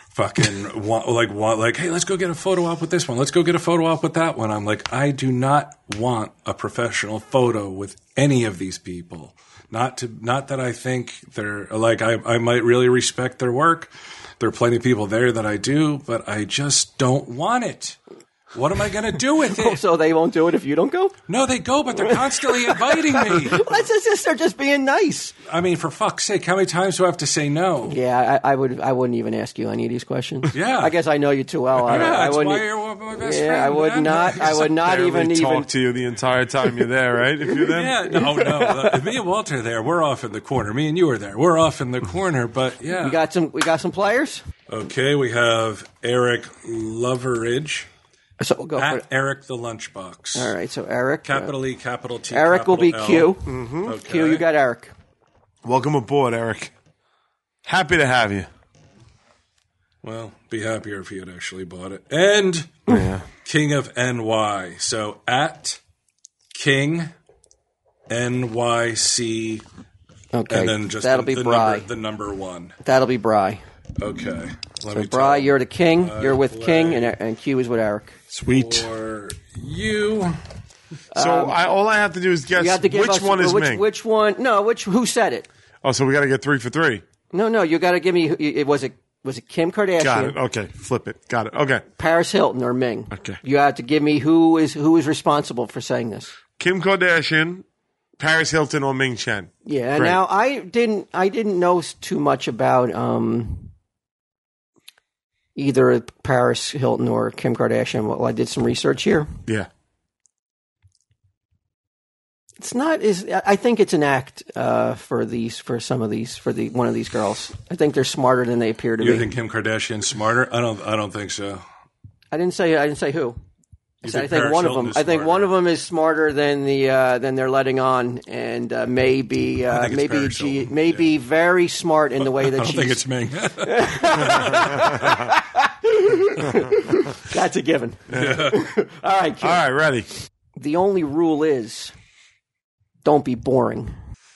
fucking want, like want, like hey let's go get a photo op with this one let's go get a photo op with that one i'm like i do not want a professional photo with any of these people not to not that i think they're like i, I might really respect their work there are plenty of people there that i do but i just don't want it what am i going to do with it
so they won't do it if you don't go.
no they go but they're constantly inviting me
That's just, just- they're just being nice.
i mean for fuck's sake how many times do i have to say no
Yeah, I, I would. I wouldn't even ask you any of these questions.
Yeah.
I guess I know you too well. I,
yeah,
I
that's
wouldn't. e-
why you're one of my best
yeah, I
friends,
would
man.
not. I would not
Barely
even
talk
even.
to you the entire time you're there, right? If you're there,
Yeah, no, no. Look, Me and Walter are there. We're off in the corner. Me and you are there. We're off in the corner. But yeah.
We got some. We got some players.
okay, we have Eric Loveridge
So we'll go for
at
it.
Eric the Lunchbox.
All right. So Eric. uh,
Capital E, capital T.
Eric will be
capital
Q. Mm-hmm.
L. Okay.
Q. You got Eric.
Welcome aboard, Eric. Happy to have you.
Well, be happier if you had actually bought it. And King of NY. So at King NYC,
Okay.
and then just
that'll
the,
be
the
Bry.
number, the number one.
that'll be Bry.
Okay. Let me tell Uh,
Bry, you're the king. You're with King, and, and Q is with Eric.
Sweet.
for you.
So I, all I have to do is guess
Um, You have to give
which
us,
one is
which,
Ming.
Which one? No, which who said it?
oh, so we got to get three for three.
No, no, you got to give me. who- It was it was it Kim Kardashian,
Got it. Okay, flip it. Got it. Okay.
Paris Hilton, or Ming?
Okay.
you have to give me who is who is responsible for saying this.
Kim Kardashian, Paris Hilton, or Ming Chen.
Yeah.
Great.
Now I didn't I didn't know s- too much about um either Paris Hilton or Kim Kardashian. Well, I did some research here.
Yeah.
It's not is I think it's an act uh, for these for some of these for the one of these girls. I think they're smarter than they appear to
You
be.
think Kim Kardashian's smarter? I don't. I don't think so.
I didn't say I didn't say who. I, said, I
think
think
Paris
one of
Hilton
them.
is
I think
smarter.
one of them is smarter than the uh, than they're letting on, and uh, maybe uh,
think it's
maybe
Paris
she,
Hilton,
maybe very smart in the way
I
that
don't think
she's.
it's Ming.
That's a given. All right, kid.
All right, ready.
the only rule is don't be boring.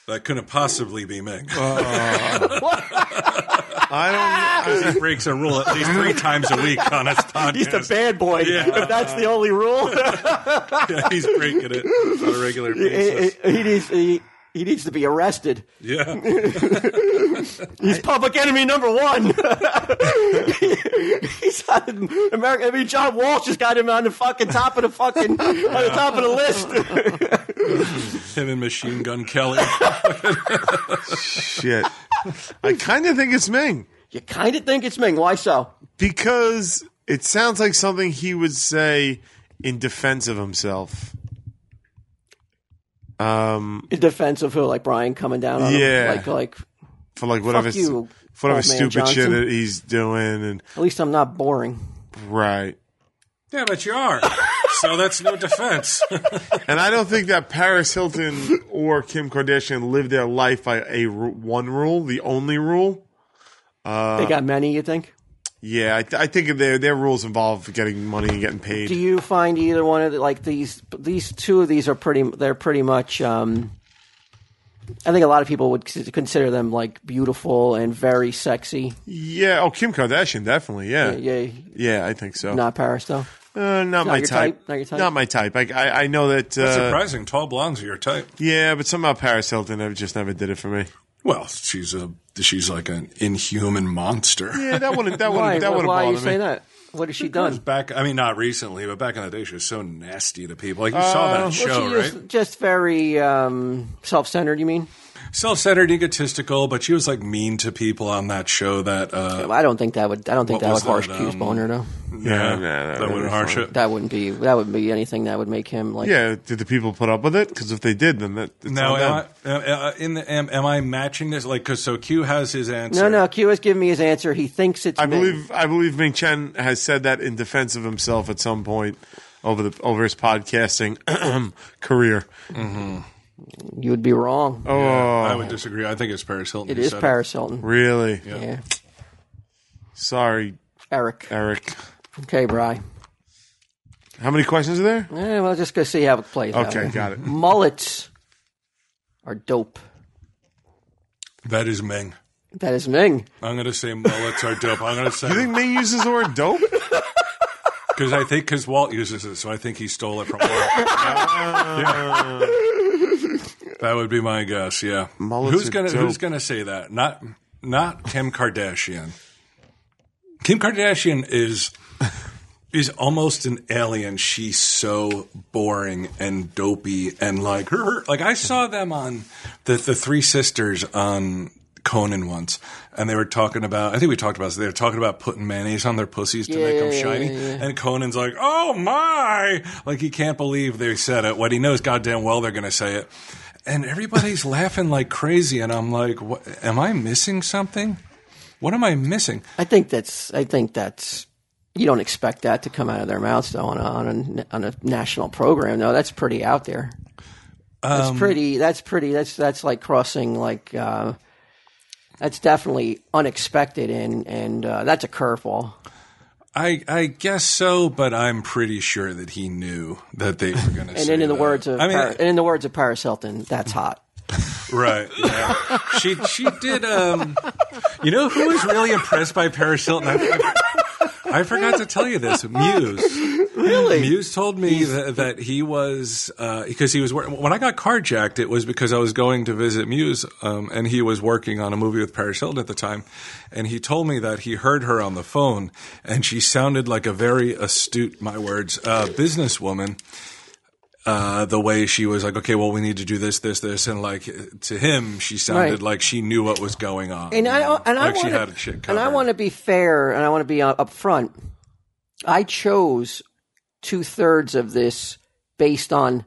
that couldn't possibly be Ming.
I don't.
he breaks a rule at least three times a week on his podcast.
He's the bad boy. If that's the only rule,
Yeah, he's breaking it on a regular basis.
he, he needs he, he needs to be arrested.
Yeah,
He's public enemy number one. He's on America. I mean, John Walsh just got him on the fucking top of the fucking on the top of the list.
him and Machine Gun Kelly.
Shit. I kind of think it's Ming
you kind of think it's Ming. Why so?
because it sounds like something he would say in defense of himself.
In defense of who, like Brian coming down on
Yeah.
him, like like
for like whatever
Fuck you,
for whatever
old man
stupid shit
Johnson.
that he's doing and
at least I'm not boring.
right.
Yeah, but you are. so that's no defense.
And I don't think that Paris Hilton or Kim Kardashian live their life by a ru- one rule, the only rule.
they got many, you think?
Yeah, I, th- I think their their rules involve getting money and getting
Do
paid.
you find either one of the, like these these two of these are pretty they're pretty much um I think a lot of people would c- consider them like beautiful and very sexy.
Yeah. Oh, Kim Kardashian, definitely. Yeah. Yeah,
Yeah,
I think so.
not Paris though.
uh, not, my
your
type.
type? Not your type?
Not my type. I I, I know that. Uh,
Surprising. Tall blondes are your type.
yeah, but somehow Paris Hilton never, just never did it for me.
Well, she's a she's like an inhuman monster.
Yeah, that wouldn't that
Why?
wouldn't that
Why,
wouldn't
why
bother
you
me.
say that? What has she done?
Back, I mean, not recently, but back in the day, she was so nasty to people. Like you saw that show,
she
right?
was just very um, self-centered. You mean?
Self-centered, egotistical, but she was like mean to people on that show. That uh,
I don't think that would. I don't think
What
that would
was
harsh
that,
Q's
um,
boner. No,
nah,
Yeah, nah, nah,
that would
that's
harsh
fine.
it.
that wouldn't be. That would be anything that would make him like.
Yeah, did the people put up with it? Because if they did, then that it's
Now,
all them.
am I, uh, uh, in the, am, am I matching this? Like, cause so Q has his answer.
No, no. Q has given me his answer. He thinks it's.
I
me.
believe I believe Ming Chen has said that in defense of himself at some point over the over his podcasting career.
you would be wrong.
Oh,
I would disagree. I think it's Paris Hilton.
it
who
is
said
Paris Hilton.
really?
Yeah.
Sorry,
Eric.
Eric.
Okay, Bry.
How many questions are there?
Eh, well, just go see how it plays. out.
Okay, got it.
Mullets are dope.
That is Ming.
That is Ming.
I'm gonna say mullets are dope. I'm gonna
You
say
think Ming uses the word dope?
because I think because Walt uses it, so I think he stole it from Walt.
Ah.
Yeah. That would be my guess. Yeah,
Mullets
who's
are
gonna
dope.
who's gonna say that? Not not Kim Kardashian. Kim Kardashian is is almost an alien. She's so boring and dopey and like her, her- like I saw them on the the three sisters on Conan once and they were talking about I think we talked about this, they were talking about putting mayonnaise on their pussies to make them
yeah,
shiny. And Conan's like, Oh my like he can't believe they said it. What he knows goddamn well they're gonna say it. And everybody's laughing like crazy and I'm like, what, am I missing something? What am I missing?
I think that's. I think that's. You don't expect that to come out of their mouths though on a on a, on a national program. No, that's pretty out there.
Um,
That's pretty. That's pretty. That's that's like crossing like. Uh, that's definitely unexpected and and uh, that's a curveball.
I, I guess so, but I'm pretty sure that he knew that they were going to.
And then in the words of
I mean,
Par- and in the words of Paris Hilton, that's hot.
right? Yeah. she she did. Um, you know who was really impressed by Paris Hilton? I, I- I forgot to tell you this. Muse. Really? Muse told me that, that he was because he was wor- when I got carjacked. It was because I was going to visit Muse, um, and he was working on a movie with Paris Hilton at the time. And he told me that he heard her on the phone, and she sounded like a very astute, my words, uh, businesswoman uh, the way she was like, okay, well, we need to do this, this, this, and like uh, to him, she sounded
Right.
like she knew what was going on.
And
you
I
know?
and I
like she had
want
it shit
and I
covered.
want to be fair and I want to be up front. I chose two thirds of this based on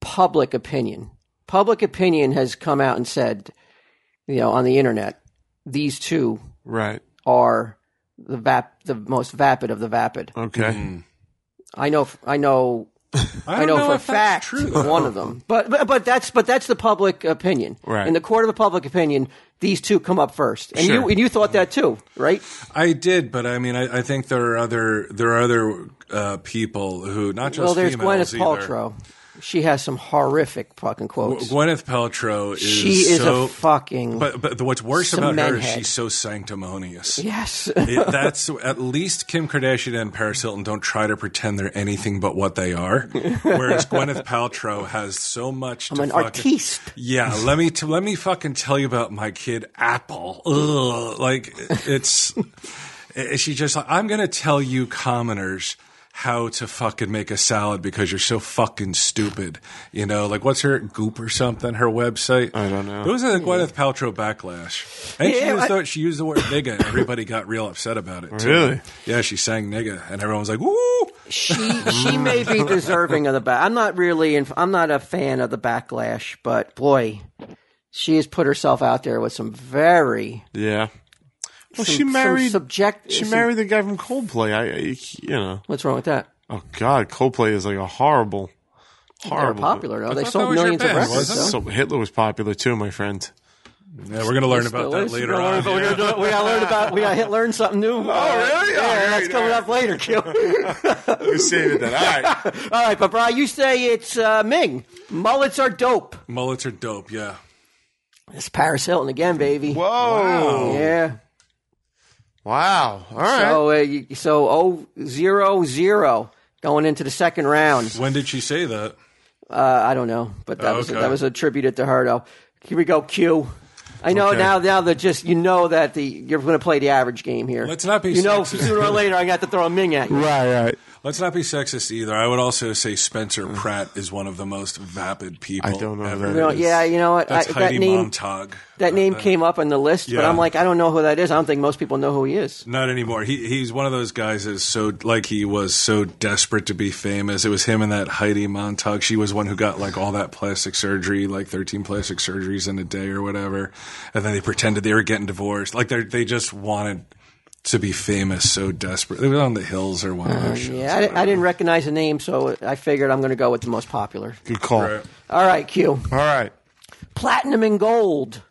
public opinion. Public opinion has come out and said, you know, on the internet, these two
Right.
are the vap the most vapid of the vapid.
Okay.
I know I know
I,
I
don't
know, for a
if that's
fact
True.
one of them. But, but but that's but that's the public opinion.
Right.
In the court of the public opinion, these two come up first, and you
Sure.
and you thought that too, right?
I did, but I mean, I, I think there are other there are other uh, people who not just
well, there's
females
Gwyneth
either.
Paltrow. She has some horrific fucking quotes.
Gwyneth Paltrow is
she is
so.
a fucking
but but what's worse about her
cement
is
head.
she's so sanctimonious.
yes.
It- that's at least Kim Kardashian and Paris Hilton don't try to pretend they're anything but what they are. Whereas Gwyneth Paltrow has so much.
I'm
to
an
fucking-
artiste.
Yeah, let me t- let me fucking tell you about my kid Apple. Ugh, like it's i- she just like I'm gonna tell you commoners how to fucking make a salad because you're so fucking stupid. You know, like what's her Goop or something? Her website.
I don't know.
There was a Gwyneth Paltrow backlash, and she
Yeah,
used,
I-
the, she used the word nigga, and everybody got real upset about it. Too.
Really?
Yeah, she sang nigga, and everyone was like, "Woo!"
she she may
Mm.
be deserving of the back. I'm not really. In, I'm not a fan of the backlash, but boy, she has put herself out there with some very.
Yeah. Well,
some-
she
some
married.
subject.
she
some-
married the guy from Coldplay. I, I, you know.
What's wrong with that?
Oh God, Coldplay is like a horrible,
They're
horrible.
popular though. They
thought
sold
that was your
millions of
band,
records.
wasn't it?
though.
So Hitler was popular too, my friend.
Yeah, we're gonna learn about
Still
that
is.
later
We're gonna
on.
learn- we're gonna do it. We gotta learn about. We gotta hit, learn something new. Oh,
really?
Yeah,
All right,
that's coming up later, Q.
We saved that. All right.
All right, but Brian, you say it's uh, Ming. Mullets are dope.
Mullets are dope. Yeah.
It's Paris Hilton again, baby.
Whoa.
Yeah.
Wow. All right.
So uh, you- so oh zero zero going into the second round.
When did she say that?
Uh, I don't know, but that
Oh,
was
okay.
that was attributed to her. Though here we go, Q. I know
Okay.
now. Now that just you know that the you're going to play the average game here.
Let's not be
You know,
sexist.
sooner or later I got to throw a Ming at you.
Right. Right.
Let's not be sexist either. I would also say Spencer Pratt is one of the most vapid people.
Mm. I don't know who
ever.
that
You know, yeah, you know what? I,
That's
that
Heidi
name
Montag.
that name came up on the list, but
Yeah.
I'm like, I don't know who that is. I don't think most people know who he is.
Not anymore. He he's one of those guys that's so like he was so desperate to be famous. It was him and that Heidi Montag. She was one who got like all that plastic surgery, like thirteen plastic surgeries in a day or whatever, and then they pretended they were getting divorced. Like they they just wanted to be famous so desperate. They were on the hills or one of those shows.
Uh, Yeah, I, I didn't recognize the name, so I figured I'm going to go with the most popular.
Good call.
Right.
All right, Q.
All right.
Platinum and gold.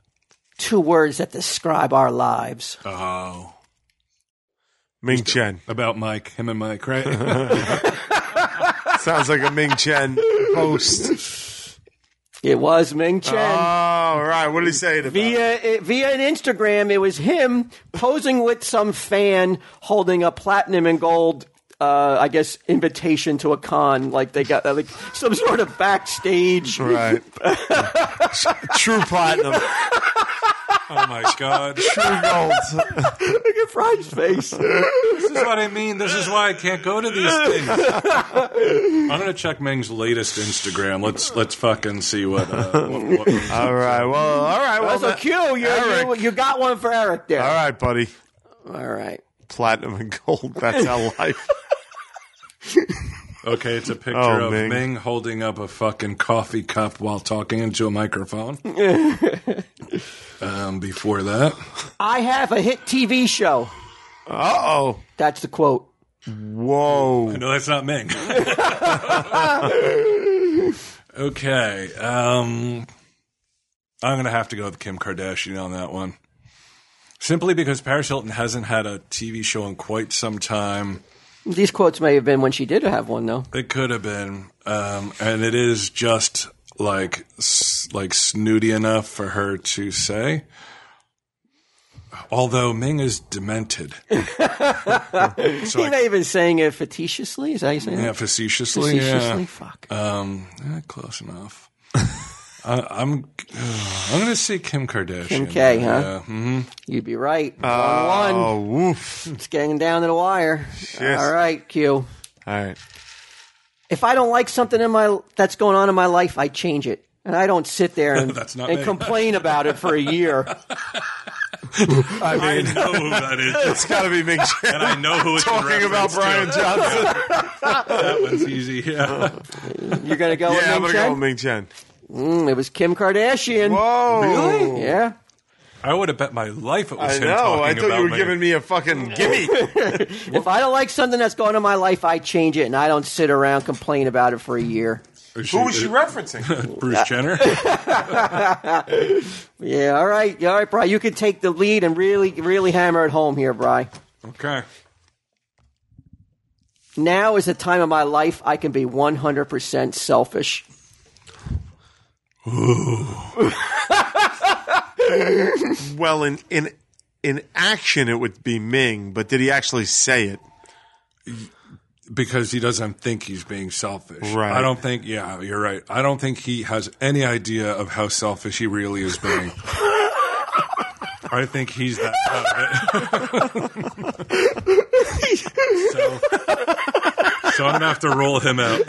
Two words that describe our lives.
Oh,
Ming Chen.
about Mike, him and Mike, right?
Sounds like a Ming Chen post.
It was Ming Chen.
All Oh, right. What did he say? About? it?
Via it, via an Instagram, it was him posing with some fan holding a platinum and gold, uh, I guess, invitation to a con. Like they got uh, like some sort of backstage.
Right. True platinum.
oh my god.
True gold.
Look at Fry's face.
This is what I mean. This is why I can't go to these things. I'm gonna check Ming's latest Instagram. Let's let's fucking see what. Uh, what, what
All right. Well. All right. Well.
That's a
that-
Q. You, you
Eric. Uh,
you got one for Eric there.
All right, buddy.
All right.
Platinum and gold. That's our life.
okay, it's a picture
Oh,
of Ming.
Ming.
holding up a fucking coffee cup while talking into a microphone. um, before that,
I have a hit TV show.
Uh oh.
That's the quote.
Whoa.
no, that's not Ming. okay, um, I'm gonna have to go with Kim Kardashian on that one. Simply because Paris Hilton hasn't had a TV show in quite some time.
These quotes may have been when she did have one, though.
It could have been, um, and it is just like s- like snooty enough for her to say. Although Ming is demented, so
He
I-
may have been saying it facetiously. Is that how you say
yeah,
that?
facetiously,
Facetiously?
yeah,
Fuck.
um, eh, close enough. I, I'm uh, I'm gonna see Kim Kardashian.
Kim K, huh?
Yeah. hmm
You'd be right. One, one.
Oh, woof.
It's getting down to the wire.
Shit.
All right, Q.
All right.
If I don't like something in my that's going on in my life, I change it. And I don't sit there and,
That's not
and
me.
complain about it for a year.
I
I
mean,
know who that is,
it's got to be Ming Chen.
and I know who it's in
Talking
reference
about Brian
to.
Johnson.
That one's easy. Yeah.
You're going to go
Yeah, I'm gonna go
with Ming Chen?
with Ming Chen.
Mm, it was Kim Kardashian.
Whoa. Really?
Yeah.
I would have bet my life it was
I
him talking
know. I
about
thought you were
me.
giving me a fucking gimme.
If I don't like something that's going on in my life, I change it and I don't sit around complain about it for a year.
Who was she Uh, referencing?
uh, Bruce Jenner.
Yeah, all right, all right, Bry. You can take the lead and really, really hammer it home here, Bry.
okay.
Now is the time of my life I can be 100% selfish.
well, in in in action, it would be Ming, but did he actually say it?
Because he doesn't think he's being selfish.
Right.
I don't think, yeah, you're right. I don't think he has any idea of how selfish he really is being. I think he's that out of it. so, so so I'm gonna have to roll him out.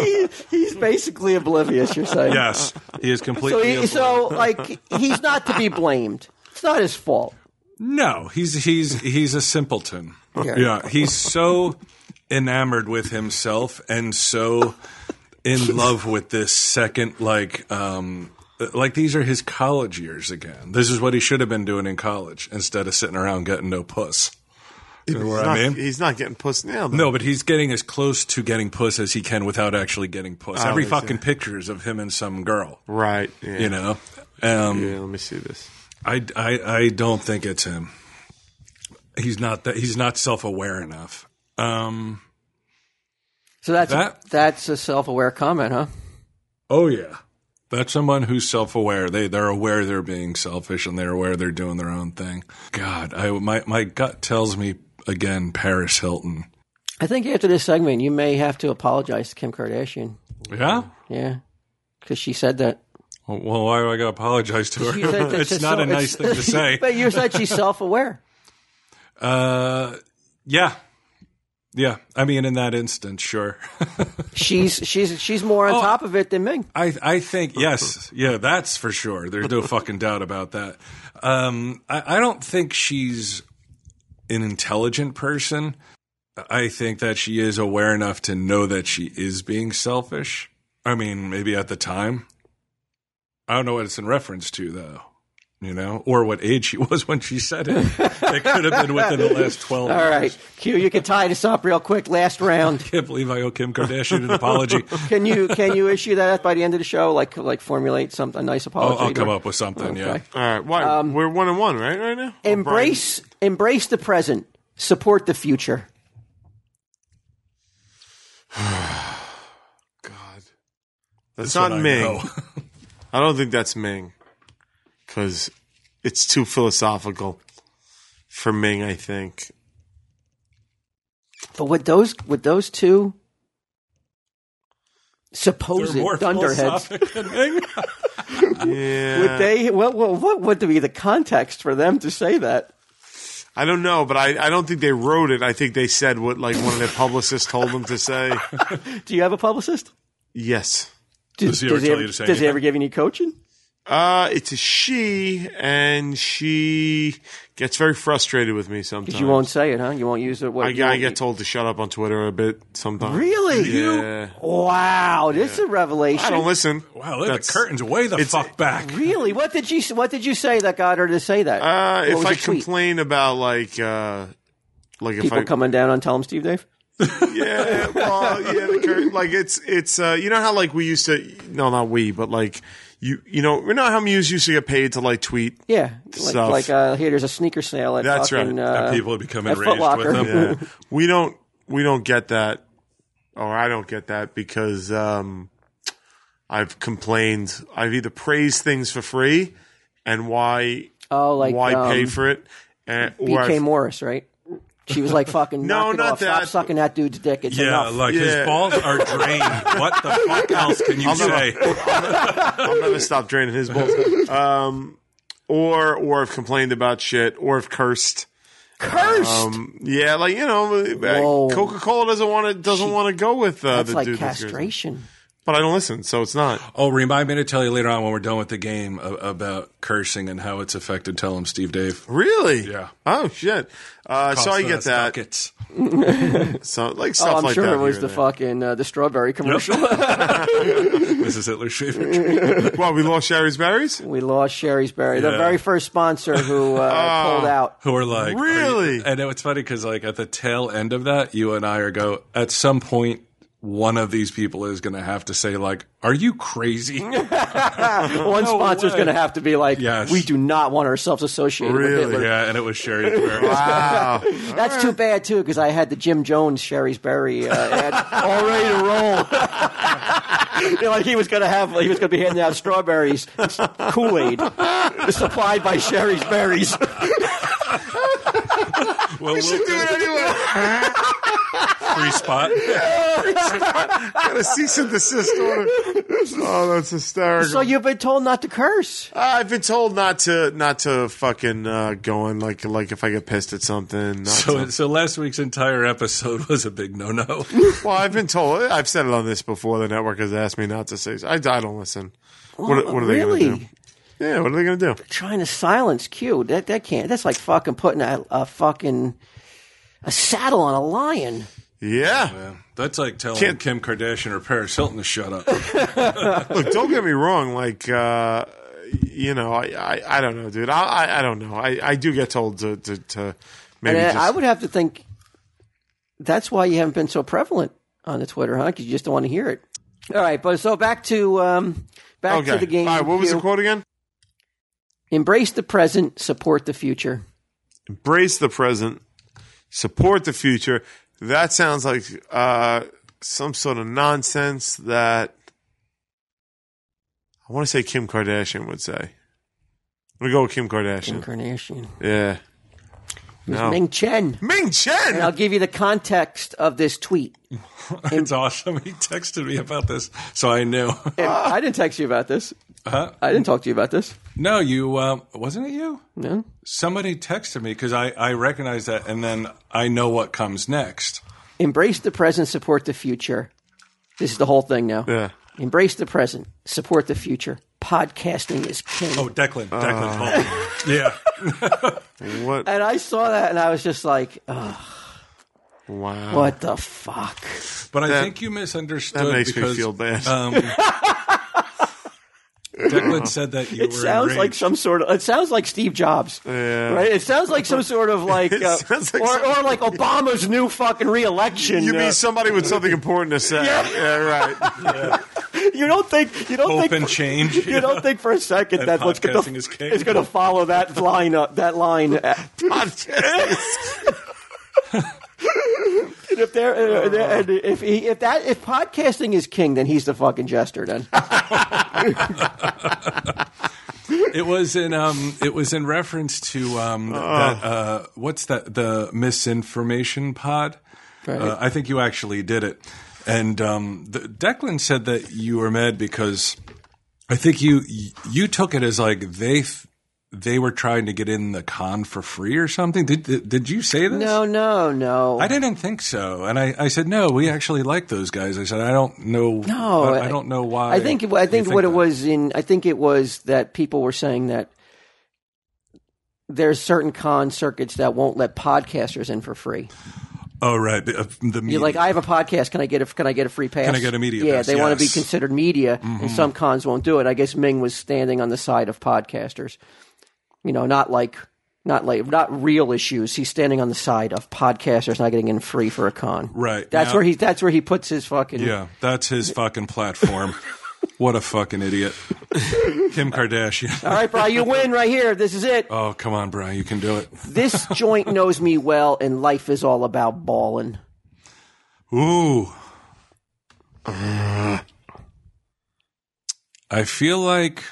He- he's basically oblivious. You're saying,
Yes, he is
So,
completely.
he, so like, he's not to be blamed. It's not his fault.
No, he's he's he's a simpleton.
Yeah.
Yeah, he's so enamored with himself and so in love with this second like um like these are his college years again. This is what he should have been doing in college instead of sitting around getting no puss. You know what
not,
I mean?
he's not getting puss now. Though.
No, but he's getting as close to getting puss as he can without actually getting puss.
Oh,
Every
I see.
fucking picture is of him and some girl,
right. Yeah.
you know. Um,
Yeah, let me see this.
I, I, I don't think it's him. He's not that. He's not self aware enough. Um.
So that's
That-
that's a self-aware comment, huh?
Oh yeah, that's someone who's self aware. They they're aware they're being selfish and they're aware they're doing their own thing. God, I my my gut tells me again Paris Hilton.
I think after this segment, you may have to apologize to Kim Kardashian.
Yeah.
Yeah, because she said that.
Well, why do I gotta apologize to
You said
her?
that
it's
she's
not
so-
a nice thing to say.
but you said she's self-aware.
Uh, yeah, yeah. I mean, in that instance, sure.
She's she's she's more
Oh.
on top of it than Ming.
I I think yes, yeah, that's for sure. There's no fucking doubt about that. Um, I, I don't think she's an intelligent person. I think that she is aware enough to know that she is being selfish. I mean, maybe at the time. I don't know what it's in reference to though. You know, or what age she was when she said it. It could have been within the last twelve.
All right, Q, you can tie this up real quick. Last round.
I can't believe I owe Kim Kardashian an apology.
Can you can you issue that by the end of the show? Like like formulate some a nice
I'll,
apology.
I'll come up with something. Yeah.
Okay.
All right. Why? We're one and one, right? Right now. Oh, Or
Um, Embrace embrace the present. Support the future.
Brian? God. That's
That's
not
what I
Ming.
know.
I don't think that's Ming because it's too philosophical for Ming. I think.
But with those with those two supposed thunderheads,
philosophic than Ming.
Yeah.
would they? What, what what would be the context for them to say that?
I don't know, but I, I don't think they wrote it. I think they said what like one of their publicists told them to say.
Do you have a publicist?
Yes.
Does he ever tell
ever,
you to say
does he
anything?
ever give you any coaching?
Uh, it's a she, and she gets very frustrated with me sometimes.
Because you won't say it, huh? You won't use it. What,
I,
you
I
won't-
get told to shut up on Twitter a bit sometimes.
really.
Yeah.
Wow, this is a revelation.
I don't listen.
Wow, look,
That's-
the curtain's way the
it's-
fuck back.
Really? What did you What did you say that got her to say that?
Uh,
What
if
was
I
your tweet?
complain about like uh, like if
people
I
coming down on tell him Steve Dave.
yeah, well, yeah, the curtain. Like it's it's uh, you know how like we used to no not we but like you you know you know how Muse used to get paid to like tweet
Yeah, like,
Stuff.
like uh, here, there's a sneaker sale at
That's
fucking,
right.
Uh,
And people have become
at Foot
enraged
Locker.
with them.
yeah. we don't we don't get that or I don't get that because um I've complained I've either praised things for free and why
Oh, like
why
um,
pay for it and or
BK
I've-
Morris, right? She was like, "Fucking
No,
knock it
not
off. Stop
that.
sucking that dude's dick. It's
Yeah,
enough."
like
Yeah.
his balls are drained. what the fuck else can you say?
I'll never stop draining his balls um or or I've complained about shit or I've cursed
Cursed.
um yeah like you know
Whoa.
Coca Cola doesn't want to doesn't want to go with uh,
That's
the
like
dude that's cursing.
castration.
but I don't listen so it's not
Oh, remind me to tell you later on when we're done with the game a- about cursing and how it's affected. Tell him, Steve Dave.
Really?
Yeah.
Oh shit. Uh, so I get
Costs us
that.
buckets.
So like
Oh,
stuff
I'm
like
sure
that.
it was
here
the
and
fucking uh, the strawberry commercial.
Mrs. Hitler's favorite drink.
there. Well, we lost Sherry's berries.
we lost Sherry's Berry, the
Yeah.
very first sponsor who uh,
Ah.
pulled out.
Who are like are you-
Really?
and it's funny because like at the tail end of that, you and I are go at some point. One of these people is going to have to say, "Like, are you crazy?"
One sponsor's
way.
going to have to be like,
Yes.
"We do not want ourselves associated
Really?
with Hitler."
yeah, and it was Sherry. Ferris.
Wow.
That's too bad too, because I had the Jim Jones Sherry's Berry uh, ad all ready to roll. You know, like he was gonna have, he was gonna be handing out strawberries, Kool Aid, supplied by Sherry's Berries.
Well, we'll-
anyway.
Free spot.
Got a cease and desist order. Oh, that's hysterical.
So you've been told not to curse.
I've been told not to not to fucking uh, go on like like if I get pissed at something. Not
So,
to,
so last week's entire episode was a big no-no.
well, I've been told. I've said it on this before. The network has asked me not to say. I, I don't listen. what, what are they
really?
going to do? Yeah, what are they going to do?
Trying to silence Q. That that can't. That's like fucking putting a, a fucking a saddle on a lion.
Yeah.
Yeah. That's like telling
Can't-
Kim Kardashian or Paris Hilton to shut up.
Look, don't get me wrong. Like, uh, you know, I, I, I don't know, dude. I, I, I don't know. I, I do get told to to, to
And
maybe
I-
just.
I would have to think that's why you haven't been so prevalent on the Twitter, huh? Because you just don't want to hear it. All right, but so back to um, back
okay.
to the game.
All right. What was
Q.
the quote again?
Embrace the present, support the future.
embrace the present, support the future. That sounds like uh, some sort of nonsense that I want to say Kim Kardashian would say. I'm gonna go with Kim Kardashian.
Incarnation.
Yeah. No.
Ming Chen.
Ming
And I'll
Chen.
give you the context of this tweet.
it's awesome. He texted me about this, so I knew.
And I didn't text you about this.
Uh-huh.
I didn't talk to you about this.
No, you um, wasn't it you?
No.
Somebody texted me because I I recognized that, and then I know what comes next.
Embrace the present, support the future. This is the whole thing now.
Yeah.
Embrace the present, support the future. Podcasting is king.
Oh, Declan,
Uh.
Declan told me. Yeah,
What?
And I saw that and I was just like, oh,
Wow.
what the fuck?
but I think you misunderstood.
That makes
because,
me feel bad.
Um, Declan said that you
It
were
sounds like
enraged.
some sort of. It sounds like Steve Jobs,
Yeah.
right? It sounds like some sort of like,
It
uh,
sounds like
or,
some-
or like Obama's new fucking reelection.
you
uh,
mean somebody with something important to say? Yeah, right.
you don't think you don't
hope
think
and change.
you don't think for a second
And
that what's
podcasting is king.
going to follow that line up that line. uh,
Podcast.
and if they're, uh, uh, they're- and if he, if that if podcasting is king, then he's the fucking jester. Then
It was in um, it was in reference to um,
Oh.
that, uh, what's that the misinformation pod.
Right.
Uh, I think you actually did it, and um, the, Declan said that you were mad because I think you you took it as like they f- they were trying to get in the con for free or something. Did did, did you say this?
no, no, no.
I didn't think so, and I, I said no. We actually like those guys. I said I don't know.
No,
I, I don't know why.
I think I
you
think what it
that.
was in I think it was that people were saying that there's certain con circuits that won't let podcasters in for free.
Oh right, the, uh, the
You're like,
media.
I have a podcast. Can I get a Can I get a free pass?
Can I get a media
Yeah,
pass?
they want to be
Yes. Mm-hmm.
considered media, and some cons won't do it. I guess Ming was standing on the side of podcasters. You know, not like. Not like not real issues. He's standing on the side of podcasters not getting in free for a con.
Right.
That's
Now-
where he. That's where he puts his fucking.
Yeah, that's his fucking platform. what a fucking idiot. Kim Kardashian.
All right, Brian, you win right here. This is it.
Oh, come on, Brian. You can do it.
this joint knows me well, and life is all about balling.
Ooh. Uh, I feel like.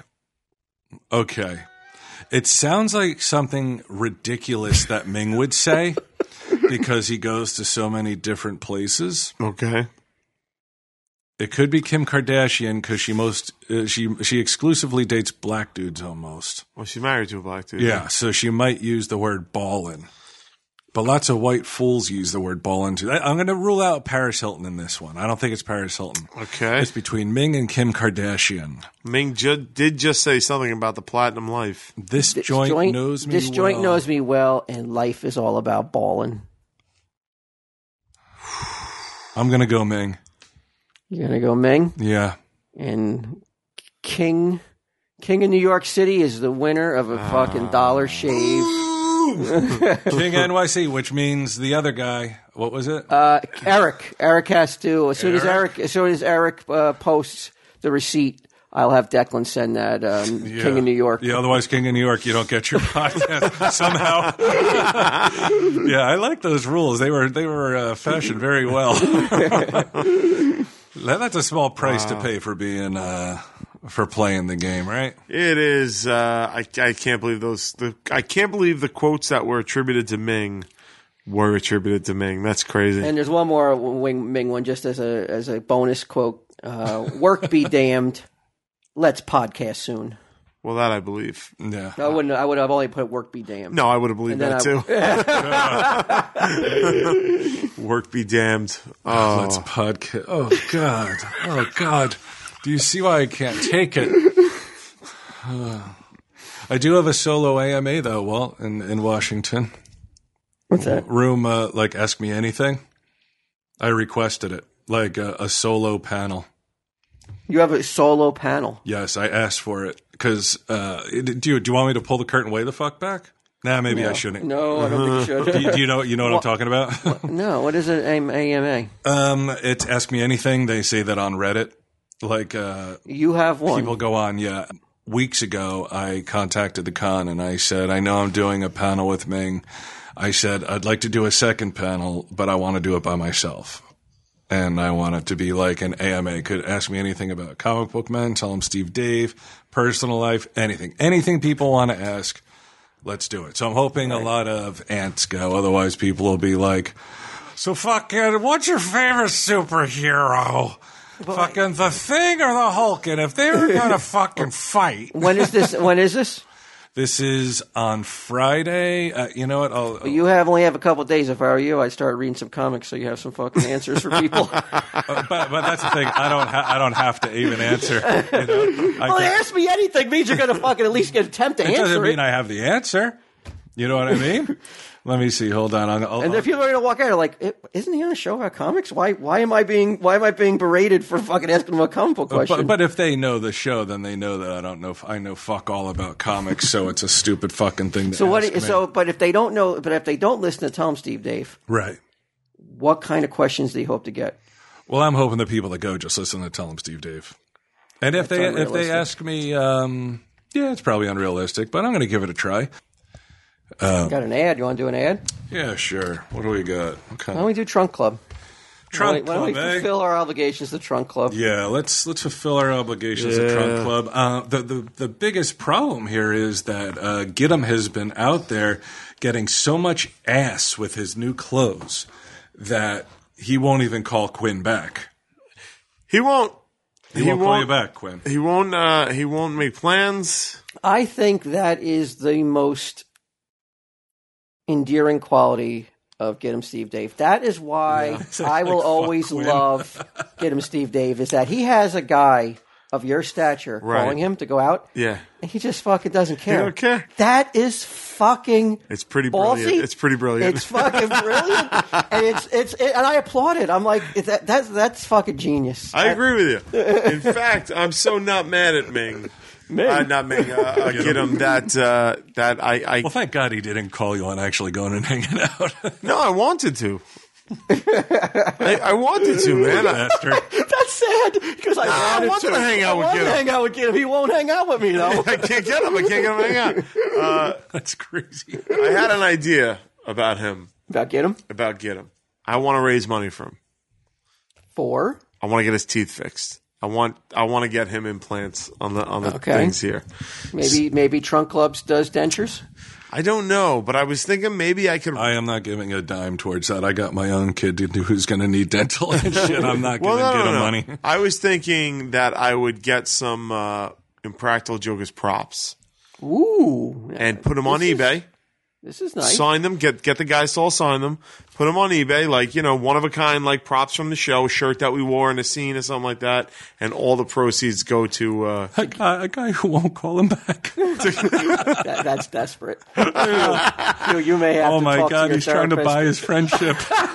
Okay. It sounds like something ridiculous that Ming would say because he goes to so many different places.
okay.
It could be Kim Kardashian because she most uh, she she exclusively dates black dudes almost.
Well, she's married to a black dude.
Yeah, so she might use the word ballin. But lots of white fools use the word ballin too. I, I'm going to rule out Paris Hilton in this one. I don't think it's Paris Hilton.
Okay.
It's between Ming and Kim Kardashian.
Ming ju- did just say something about the platinum life.
This,
This
joint, knows me.
This joint
well.
knows me well, and life is all about balling.
I'm going to go Ming.
You're gonna go Ming
Yeah.
and King. King of New York City is the winner of a fucking
Ah.
dollar shave.
King NYC, which means the other guy. What was it?
Uh, Eric, Eric has to. As soon as Eric, as soon as Eric uh, posts the receipt, I'll have Declan send that um, King of New York.
Yeah, otherwise King of New York, you don't get your podcast somehow. yeah, I like those rules. They were they were uh, fashioned very well. That- That's a small price to pay for being uh, for playing the game, right?
It is. Uh, I I can't believe those. The, I can't believe the quotes that were attributed to Ming were attributed to Ming. That's crazy.
And there's one more Wing Ming one just as a as a bonus quote. Uh, work be damned. Let's podcast soon.
well, that I believe.
Yeah.
I wouldn't. I would have only put work be damned.
No, I would have believed
And
that
then
too. Work be damned. Oh,
Let's podcast. Oh God. Oh God. Do you see why I can't take it? I do have a solo AMA though, Walt, in, in Washington.
What's that?
Room uh, like ask me anything. I requested it, like uh, a, a solo panel.
You have a solo panel.
Yes, I asked for it because uh, do you do you want me to pull the curtain way the fuck back? Nah, maybe I shouldn't.
No, I don't think
Do
you
you, do you know you know what I'm talking about?
should. no, what is an AMA?
um, it's ask me anything. They say that on Reddit. Like uh,
You have one.
People go on, yeah. Weeks ago, I contacted the con and I said, I know I'm doing a panel with Ming. I said, I'd like to do a second panel, but I want to do it by myself. And I want it to be like an AMA. Could ask me anything about comic book men, tell them Steve Dave, personal life, anything. Anything people want to ask, let's do it. So I'm hoping a lot of ants go. Otherwise, people will be like, so fucking, what's your favorite superhero? fucking the Thing or the Hulk? And if they were gonna fucking fight,
when is this? When is this?
this is on Friday. Uh, you know what? I'll,
You have only have a couple days. If I were you, I'd start reading some comics so you have some fucking answers for people.
uh, but, but that's the thing. I don't. Ha- I don't have to even answer. You know? I
well,
can-
ask me anything means you're going to fucking at least get attempt to
it doesn't
answer it.
mean I have the answer. You know what I mean? Let me see. Hold on. I'll, I'll,
and then people are going to walk out like, "Eh, isn't he on a show about comics? Why? Why am I being? Why am I being berated for fucking asking him a comic book question?
Uh, But, but if they know the show, then they know that I don't know. If, I know fuck all about comics, so it's a stupid fucking thing. To
so what?
ask me.
So but if they don't know, but if they don't listen to Tom, Steve, Dave,
right?
what kind of questions do you hope to get?
Well, I'm hoping the people that go just listen to tell them Steve Dave. And if they if they
unrealistic.
ask me, um, yeah, it's probably unrealistic, but I'm going to give it a try. Oh.
got an ad? You want to do an ad?
Yeah, sure. What do we got? Okay.
Why don't we do Trunk Club?
Trunk
why, don't we- why don't
Club,
we
eh?
fulfill our obligations to Trunk Club?
Yeah, let's let's fulfill our obligations at Trunk Club. Uh, the, the the biggest problem here is that uh, Gidim has been out there getting so much ass with his new clothes that he won't even call Quinn back.
he won't.
He, won't, call you back, Quinn.
He won't. Uh, he won't make plans.
I think that is the most endearing quality of Get Him Steve Dave. That is why I will always love Get Him Steve Dave is that he has a guy of your stature
Right.
calling him to go out.
Yeah,
And he just fucking doesn't care.
don't care.
That is fucking
it's pretty
ballsy.
brilliant. It's pretty brilliant.
It's fucking brilliant, and it's it's it, and I applaud it. I'm like is that that's that's fucking genius.
I agree with you. In fact, I'm so not mad at Ming. Ming, uh, not Ming. Uh, uh, get him that. Uh, that I. I
Well, thank God he didn't call you on actually going and hanging out.
no, I wanted to. I, I wanted to, man. I,
Bastard.
That's sad because I, wanted
wanted to hang out
I
with
wanted to
Gidim.
hang out with Gidim. He won't hang out with me though.
I can't get him. I can't get him. to Hang out.
That's crazy.
I had an idea about him.
About Gidim
About get him. I want to raise money for him.
four.
I want to get his teeth fixed. I want I want to get him implants on the on the
Okay.
things here.
Maybe maybe Trunk Clubs does dentures.
I don't know, but I was thinking maybe I could.
I am not giving a dime towards that. I got my own kid to do who's going to need dental and shit. I'm not going to
no,
get
no,
him
no.
money.
I was thinking that I would get some uh, impractical jokers props
Ooh,
and put them on
This is-
eBay.
this is nice.
Sign them. Get get the guys to all sign them. Put them on eBay, like you know, one of a kind, like props from the show, a shirt that we wore in a scene or something like that, and all the proceeds go to. Uh,
A guy, a guy who won't call him back.
That- that's desperate. you, you may have.
oh
to
my
talk to
God,
your
he's trying to
therapist.
buy his friendship.
How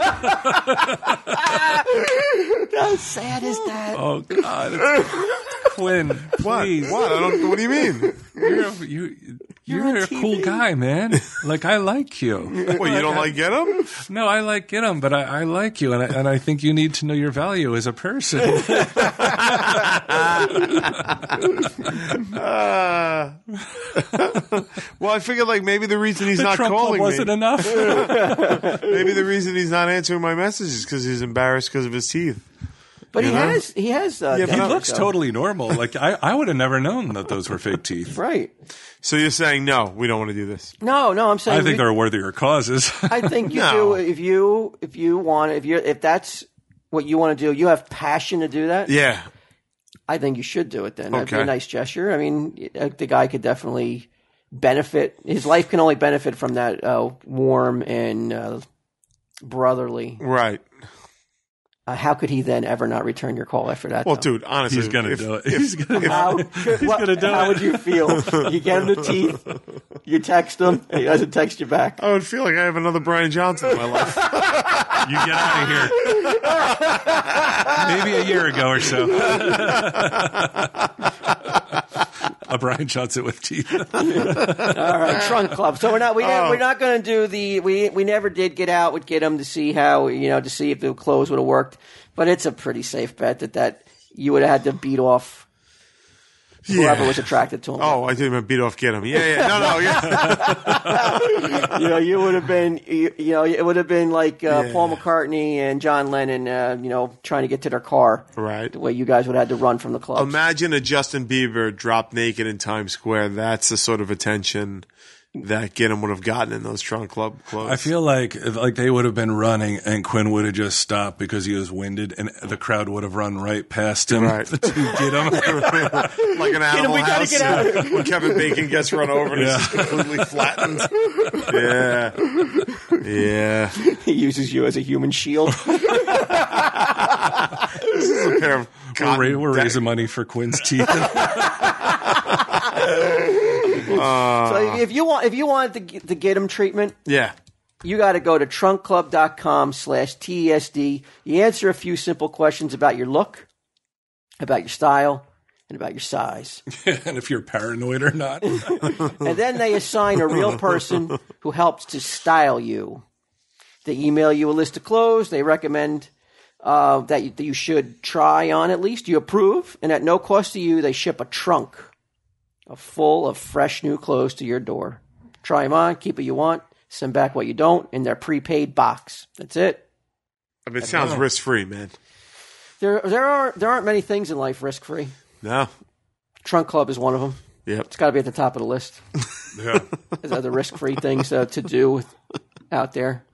sad is that?
Oh God, It's- Quinn, please.
what? I don't. What do you mean?
You're a, you, you're
on
a cool
TV.
guy, man. Like I like you.
Well, you don't like get them?
No, I like get him, but I, I like you, and I, and I think you need to know your value as a person.
Uh, well, I figured like maybe the reason he's not
Trump
calling
wasn't
me,
enough.
maybe the reason he's not answering my messages because he's embarrassed because of his teeth.
But he
know?
has he has uh,
He
dental,
looks
so-
totally normal. Like I, I would have never known that those were fake teeth.
right.
So you're saying no, we don't want to do this.
No, no, I'm saying
I think
you-
there are worthier causes.
I think you
No.
do if you if you want if you if that's what you want to do, you have passion to do that.
Yeah.
I think you should do it then. That'd be
Okay.
a nice gesture. I mean, uh, the guy could definitely benefit. His life can only benefit from that uh, warm and uh, brotherly.
Right.
Uh, how could he then ever not return your call after that?
Well,
though?
dude, honestly,
He's gonna
if-
do it.
if-
He's gonna.
How, could, what,
gonna do
how
it.
would you feel? You get him the teeth, you text him, and he doesn't text you back.
I would feel like I have another Brian Johnson in my life.
You get out of here. Maybe a year ago or so. a Brian Johnson with teeth.
All
Uh,
right, Trunk Club. So we're not we
oh.
we're not going to do the we we never did get out with get him to see how you know to see if the clothes would have worked, but it's a pretty safe bet that that you would have had to beat off whoever was attracted to him.
Oh, I didn't even beat off get him. Yeah, yeah. No, no, yeah.
you know, you would have been you, you know it would have been like uh,
Yeah.
Paul McCartney and John Lennon, uh, you know, trying to get to their car.
Right.
The way you guys would have had to run from the club.
Imagine a Justin Bieber dropped naked in Times Square. That's the sort of attention that get him would have gotten in those trunk club clothes.
I feel like like they would have been running, and Quinn would have just stopped because he was winded, and the crowd would have run right past him
Right.
to get him.
like an animal
we gotta
house
get out of
uh, when Kevin Bacon gets run over and it's just completely flattened. Yeah, yeah.
he uses you as a human shield.
A pair of
We're, ra-
cotton
we're
deck-
raising money for Quinn's teeth.
so if you want if you want to get, to get him treatment,
Uh, Yeah,
you got to go to trunkclub.com slash TESD. You answer a few simple questions about your look, about your style, and about your size.
and if you're paranoid or not,
And then they assign a real person who helps to style you. They email you a list of clothes they recommend uh, that, you, that you should try on at least. You approve, and at no cost to you, they ship a trunk a full of fresh new clothes to your door. Try them on, keep what you want, send back what you don't in their prepaid box. That's it.
I mean, it sounds risk free, man.
There, there are there aren't many things in life risk free.
No,
Trunk Club is one of them.
yep.
It's got to be at the top of the list.
yeah,
There's other risk free things uh, to do with, out there.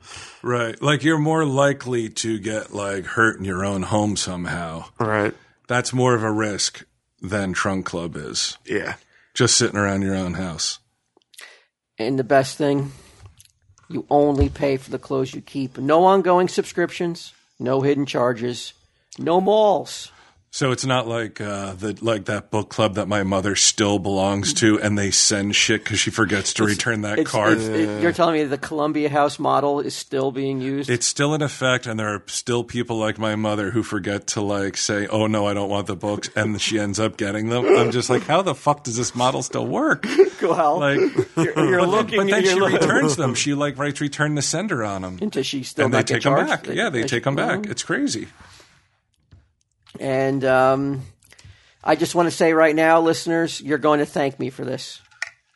right. Like you're more likely to get like hurt in your own home somehow.
All right.
That's more of a risk than trunk club is.
Yeah.
Just sitting around your own house.
And the best thing, you only pay for the clothes you keep. No ongoing subscriptions, no hidden charges, no malls.
So it's not like uh, the like that book club that my mother still belongs to, and they send shit because she forgets to return that
It's-
card.
it's-
It's,
it- you're telling me the Columbia House model is still being used?
still in effect, and there are still people like my mother who forget to like say, "Oh no, I don't want the books," and she ends up getting them. I'm just like, how the fuck does this model still work?
well,
Like,
you're, you're looking.
but then
you're
she
looking-
returns them. She like writes return to sender on them,
Does she still
and they
not get
take them
charged?
back. yeah, they take them back.
Oh.
It's crazy.
And um, I just want to say right now, listeners, you're going to thank me for this.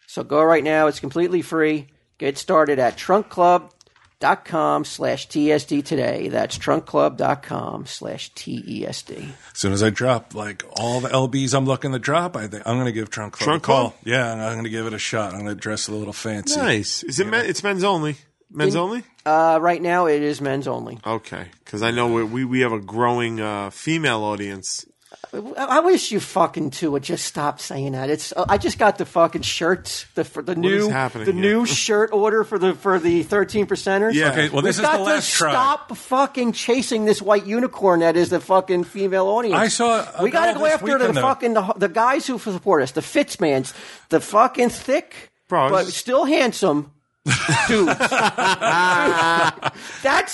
So go right now. It's completely free. Get started at trunkclub.com slash TSD today. That's trunkclub.com slash E TESD.
As soon as I drop like all the LBs I'm looking to drop, I think I'm going to give Trunk Club
Trunk
a call.
Club?
Yeah, and I'm going to give it a shot. I'm going to dress a little fancy.
Nice. Is it? Men, it's men's only. Men's only.
Uh, right now, it is men's only.
Okay, because I know we, we we have a growing uh, female audience.
I I wish you fucking two would just stop saying that. It's uh, I just got the fucking shirts, the for the
is
new
happening
the
here?
new shirt order for the for the thirteen percenters.
Yeah.
Okay, well, this
We've
is
got
the last
to
try.
stop fucking chasing this white unicorn that is the fucking female audience.
I saw a
we gotta
guy
go
this
after
weekend,
the
though.
fucking the, the guys who support us, the Fitzmans, the fucking thick
Bro, I was
but
just-
still handsome. Dudes, that's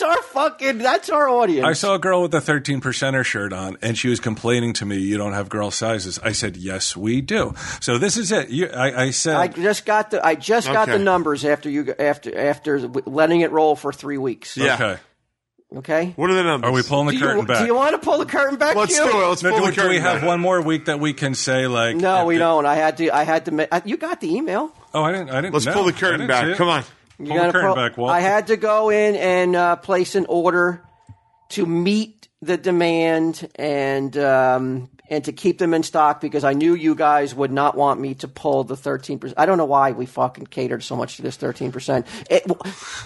our fucking. That's our audience.
I saw a girl with a 13 percenter shirt on, and she was complaining to me, "You don't have girl sizes." I said, "Yes, we do." So this is it. You, I, I said,
I just got the I just got
Okay.
the numbers after you after after letting it roll for three weeks.
Yeah.
"Okay,
Okay.
What are the numbers?
are we pulling the
Do
curtain
you,
back?"
do you want to pull the curtain back?
Let's
Hugh?
do it. Let's
No,
pull
do,
the
do
curtain
we have
back.
one more week that we can say like?
No, we
if-
don't. I had to. I had to. ma- I, you got the email.
Oh, I didn't. I didn't.
Let's
know.
pull the
I
curtain
didn't see
back.
it.
Come on.
You
pull
gotta
the curtain
pro-
back. Walt.
I had to go in and uh, place an order to meet the demand and um, and to keep them in stock because I knew you guys would not want me to pull the thirteen percent. I don't know why we fucking catered so much to this thirteen percent.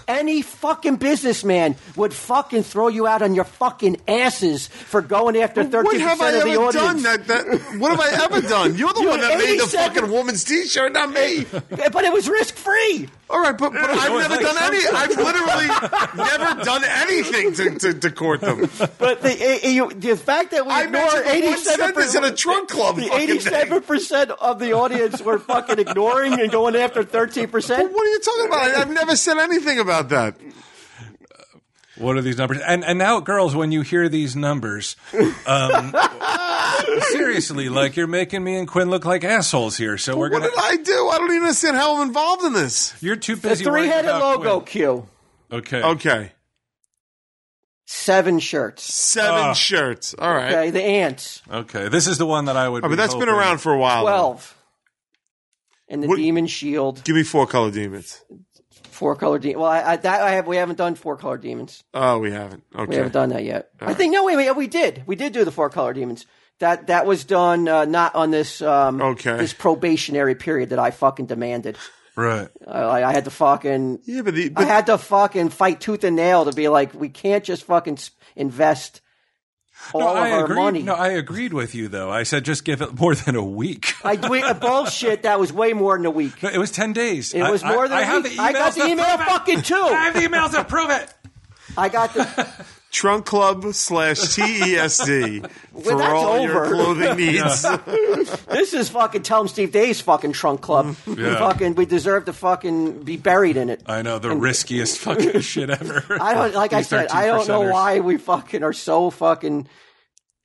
Any fucking businessman would fucking throw you out on your fucking asses for going after
What
thirteen
have I
percent of the
ever done? That,
audience.
that, what have I ever done? You're the
You
one that made the
87
fucking woman's T-shirt, not me.
But it was risk free.
All right, but, but I've never done any. I've literally never done anything to, to, to court them.
But the, eh, eh, you- the fact that we
I
ignore
mentioned
eighty
one
seven
sentence
percent
in a trunk club.
The
fucking thing.
eighty-seven percent of the audience were fucking ignoring and going after thirteen percent.
What are you talking about? I've never said anything about that.
What are these numbers? And and now, girls, when you hear these numbers, um, seriously, like you're making me and Quinn look like assholes here. So we're
What
gonna.
did I do? I don't even understand how I'm involved in this.
You're too
The
busy. worrying
three-headed
about
logo Oh.
Quinn.
Q.
Okay.
Okay,
Seven shirts.
seven
Uh,
shirts. All right,
Okay, the ants.
Okay. This is the one that I would.
All right,
be
but that's been
hoping-
around for a while.
Twelve. And the
What-
demon shield,
Give me four color demons.
four color demon. Well, I, I, that I have. We haven't done four color demons.
Oh, we haven't. Okay,
We haven't done that yet. I think no. Wait, wait. We did. We did do the four color demons. That that was done uh, not on this um,
Okay.
this probationary period that I fucking demanded.
Right.
I, I had to fucking
Yeah, but, the,
I
but
had to fucking fight tooth and nail to be like, we can't just fucking s- invest all
No,
of
I
our
agreed.
money.
No, I agreed with you though. I said just give it more than a week.
I did a bullshit that was way more than a week.
No, it was ten days.
It
I-
was more than
I,
a
I have
week.
the
I got
emails
the
to
email
prove it.
fucking too.
I have the emails to prove it.
I got the
Trunk Club slash TESD for
that's
all your
over.
clothing needs.
this is fucking tell 'em Steve Day's fucking trunk club.
Mm-hmm.
Fucking we deserve to fucking be buried in it.
I know the riskiest fucking shit ever.
I don't like I
These
said, I don't know
13%ers.
why we fucking are so fucking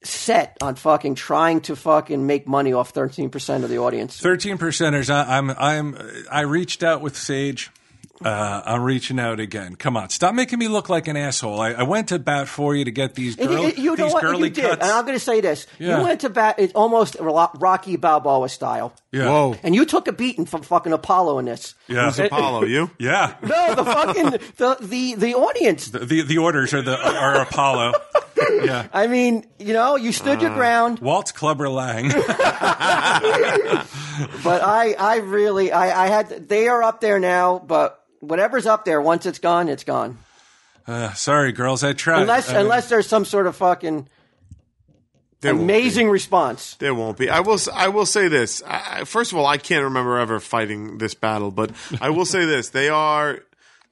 set on fucking trying to fucking make money off thirteen percent of the audience.
Thirteen percenters. I, I'm. I'm. I reached out with Sage. Uh, I'm reaching out again. Come on, stop making me look like an asshole. I, I went to bat for you to get these
It-
girl,
it- you know
these
what?
girly
You did.
cuts.
And I'm going to say this.
Yeah.
You went to bat it's almost Ro- Rocky Balboa style.
yeah.
Whoa,
And you took a beating from fucking Apollo in this.
Yeah.
it's Apollo, you?
yeah.
No, the fucking the, the the audience.
The, the the orders are the are Apollo. yeah.
I mean, you know, you stood
Uh.
your ground,
Waltz Clubber Lang.
but I I really I I had they are up there now, but whatever's up there once it's gone, it's gone.
Uh, sorry, girls. I tried.
Unless
I mean,
unless there's some sort of fucking
There won't be.
amazing response.
There won't be. I will. s- I will say this. I, I- first of all, I can't remember ever fighting this battle, but I will say this: they are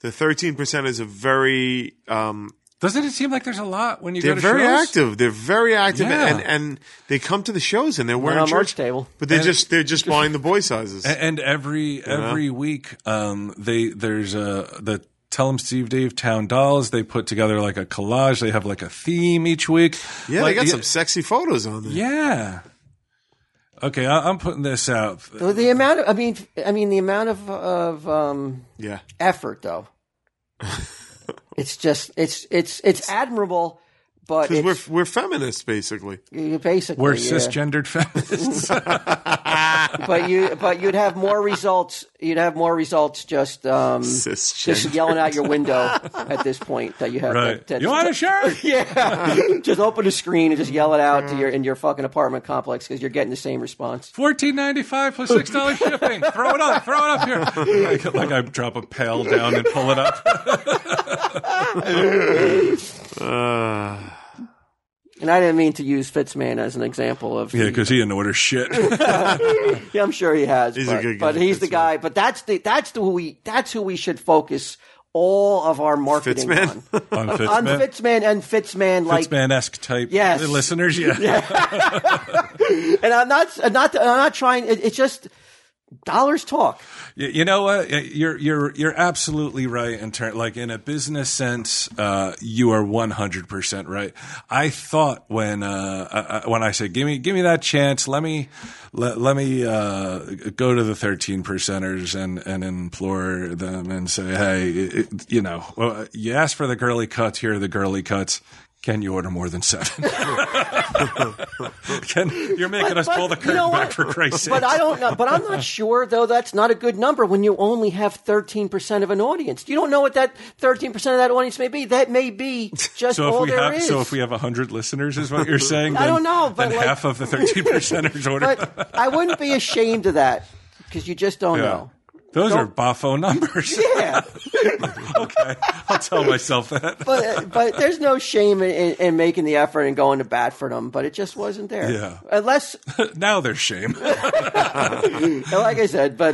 the thirteen percent is a very. Um,
doesn't it seem like there's a lot when you
they're
go to
very
shows?
active. They're very active,
Yeah.
and, and they come to the shows and they're wearing
on merch
church
table.
But they're just they're just buying the boy sizes.
A- And every every week, um, they there's a the Tell 'em Steve Dave Town Dolls. They put together like a collage. They have like a theme each week.
yeah,
like,
they got some sexy photos on there.
Yeah. Okay, I, I'm putting this out.
The, the amount of I mean I mean the amount of of um
Yeah.
effort though. it's just it's it's it's admirable, but
Because
it's,
we're we're feminists basically.
you basically
We're
yeah.
cisgendered feminists.
But you but you'd have more results. You'd have more results just um, just
Cisgender.
yelling out your window at this point that you have.
right.
That, that-
You want a shirt?
Yeah. just open the screen and just yell it out to your in your fucking apartment complex because you're getting the same response.
Fourteen ninety five plus six dollars shipping. Throw it up. Throw it up here. Like, like I drop a pail down and pull it up.
Uh,
And I didn't mean to use Fitzman as an example of.
Yeah, because he didn't order shit.
Yeah, I'm sure he has.
He's a
but,
good
but
guy,
he's the
Fitzman.
guy. But that's the that's the who we that's who we should focus all of our marketing
Fitzman?
on.
On
on
Fitzman.
Fitzman and Fitzman like
Fitzman esque type
Yes.
listeners. Yeah.
and I'm not I'm not I'm not trying it, it's just dollars talk.
Y- You know what? Y- You're you're you're absolutely right in turn. Like in a business sense, uh, you are one hundred percent right. I thought when uh, I- I- when I said, "Give me give me that chance," let me let, let me uh, go to the thirteen percenters and and implore them and say, "Hey, it, it- you know, well, you asked for the girly cuts. Here are the girly cuts." Can you order more than seven? Can, you're making us pull the
you
curtain
know
back
what?
for Christ's sake.
But I don't know. But I'm not sure though. That's not a good number when you only have 13 percent of an audience. You don't know what that 13 percent of that audience may be. That may be just
so
all
if we
there
have
is.
so if we have hundred listeners, is what you're saying?
I
then-
don't know, but
then
like-
half of the thirteen percenters order.
but I wouldn't be ashamed of that because you just don't
Yeah.
know.
Those are boffo numbers.
Yeah,
okay, I'll tell myself that.
but but there's no shame in, in, in making the effort and going to bat for them. But it just wasn't there.
Yeah.
Unless,
now there's shame.
like I said, but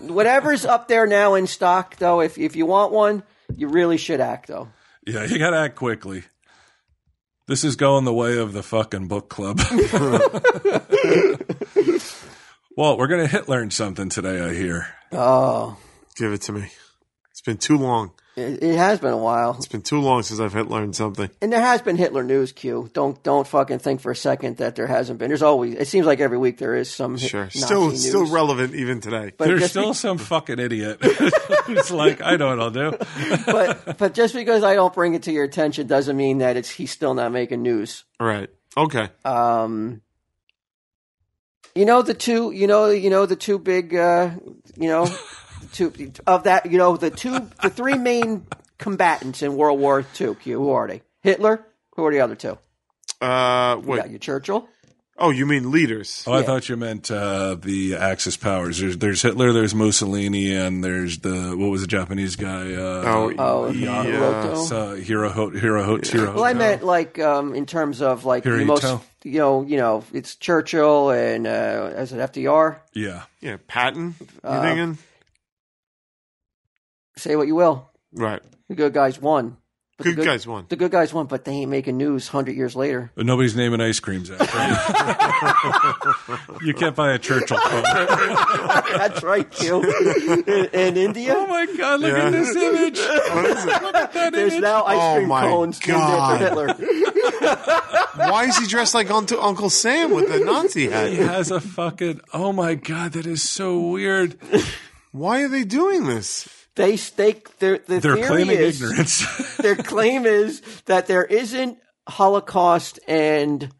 whatever's up there now in stock, though, if if you want one, you really should act though.
Yeah, you gotta act quickly. This is going the way of the fucking book club. well, we're gonna hit learn something today, I hear.
Oh,
Give it to me. It's been too long.
it, it has been a while.
It's been too long since I've hit learned something.
And there has been Hitler news, Q. Don't don't fucking think for a second that there hasn't been. There's always. It seems like every week there is some. Hit-
Sure.
Nazi
Still
news.
still relevant even today.
But
There's
just
still some fucking idiot who's like, I know what I'll do.
but but just because I don't bring it to your attention doesn't mean that it's he's still not making news.
All right. Okay.
Um, you know the two, you know, you know the two big, uh, you know, the two of that, you know, the two, the three main combatants in World War II. Q, who are they? Hitler. Who are the other two?
Uh
You
wait.
got your Churchill.
Oh, you mean leaders.
Oh, I thought you meant uh, the Axis powers. There's, there's Hitler, there's Mussolini, and there's the what was the Japanese guy? Uh,
Oh,
Oh,
yeah.
Hiroto.
uh, Hiroho- Hiroho- Hiroho-
Well, I meant like um, in terms of like the
Hirohito.
most, you know, you know, it's Churchill and uh, as an FDR.
yeah.
Yeah, Patton. You
Uh,
thinking?
Say what you will,
Right.
the good guys won. But
Good
the
guys won.
The good guys won, but they ain't making news hundred years later.
But nobody's naming ice creams after you. you can't buy a Churchill quote.
That's right, Q. In, in
Oh
India,
my god, look
Yeah.
at this image.
What is it?
there's now ice
Oh
cream
my
cones
God.
named after Hitler.
Why is he dressed like Uncle, Uncle Sam with the Nazi
He
hat?
has a fucking oh my god, that is so weird.
Why are they doing this?
They stake their the
They're
theory
claiming
is
ignorance.
their claim is that there isn't Holocaust and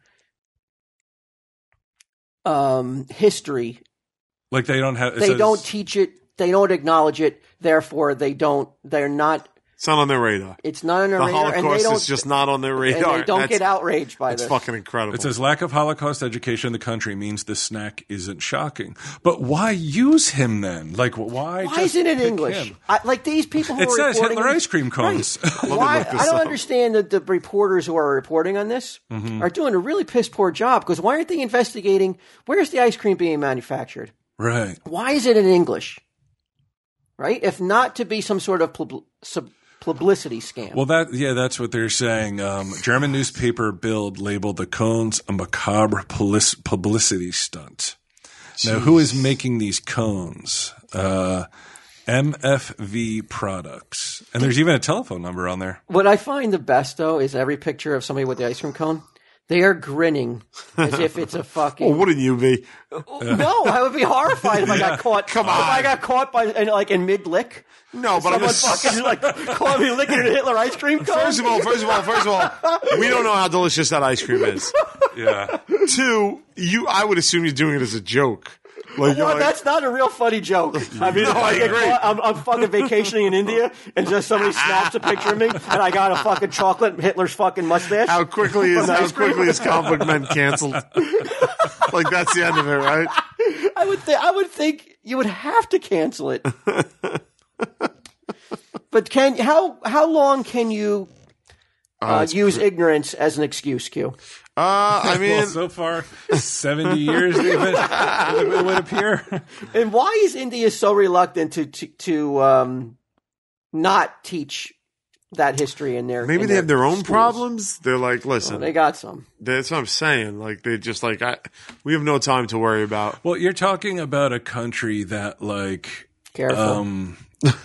um, history.
like they don't have it
They
says-
don't teach it. They don't acknowledge it. Therefore, they don't. They're not.
It's not on their radar.
It's not on their
The
radar, and they
Holocaust
don't.
is just not on their
and
radar.
they don't
That's-
get outraged by
It's
this.
fucking incredible.
It says lack of Holocaust education in the country means the snack isn't shocking. But why use him then? Like why?
Why
just
isn't it
pick
English?
him?
I, like these people who
It
are
says
reporting
Hitler
this-
ice cream cones.
me
Why,
look this
I don't
up.
understand that the reporters who are reporting on this
Mm-hmm.
are doing a really piss poor job because why aren't they investigating where's the ice cream being manufactured?
right.
Why is it in English? Right? If not to be some sort of pub- sub- publicity scam.
Well, that yeah, that's what they're saying. Um, German newspaper Bild labeled the cones a macabre publis- publicity stunt. Now, who is making these cones? Uh, MFV Products, and there's even a telephone number on there.
what I find the best though is every picture of somebody with the ice cream cone. They are grinning as if it's a
well,
"Oh,
fucking
wouldn't you be?
no. I would be horrified if I got caught. Come on, if I got caught by in, like in mid lick.
No, but I'm
Someone
just.
fucking like caught me licking a Hitler ice cream cone.
First of all, first of all, first of all, we don't know how delicious that ice cream is.
Yeah,
Two, you, I would assume you're doing it as a joke. Like, you're
Well,
like-
that's not a real funny joke. I mean, if
No, I
I get
agree.
caught- I'm, I'm fucking vacationing in India, and just somebody snaps a picture of me, and I got a fucking chocolate Hitler's fucking mustache.
how quickly is
From
how
ice cream.
quickly is comic book men canceled? like that's the end of it, right?
I would, th- I would think you would have to cancel it. but can how how long can you
Oh,
uh, use ignorance as an excuse, Q?
Uh, I mean,
well, so far seventy years they've been- it would appear.
And why is India so reluctant to to, to um, not teach that history in their?
maybe
in
they have their own
schools?
problems. They're like, listen,
They got some.
that's what I'm saying. Like they're just like, I, we have no time to worry about.
Well, you're talking about a country that like
Careful.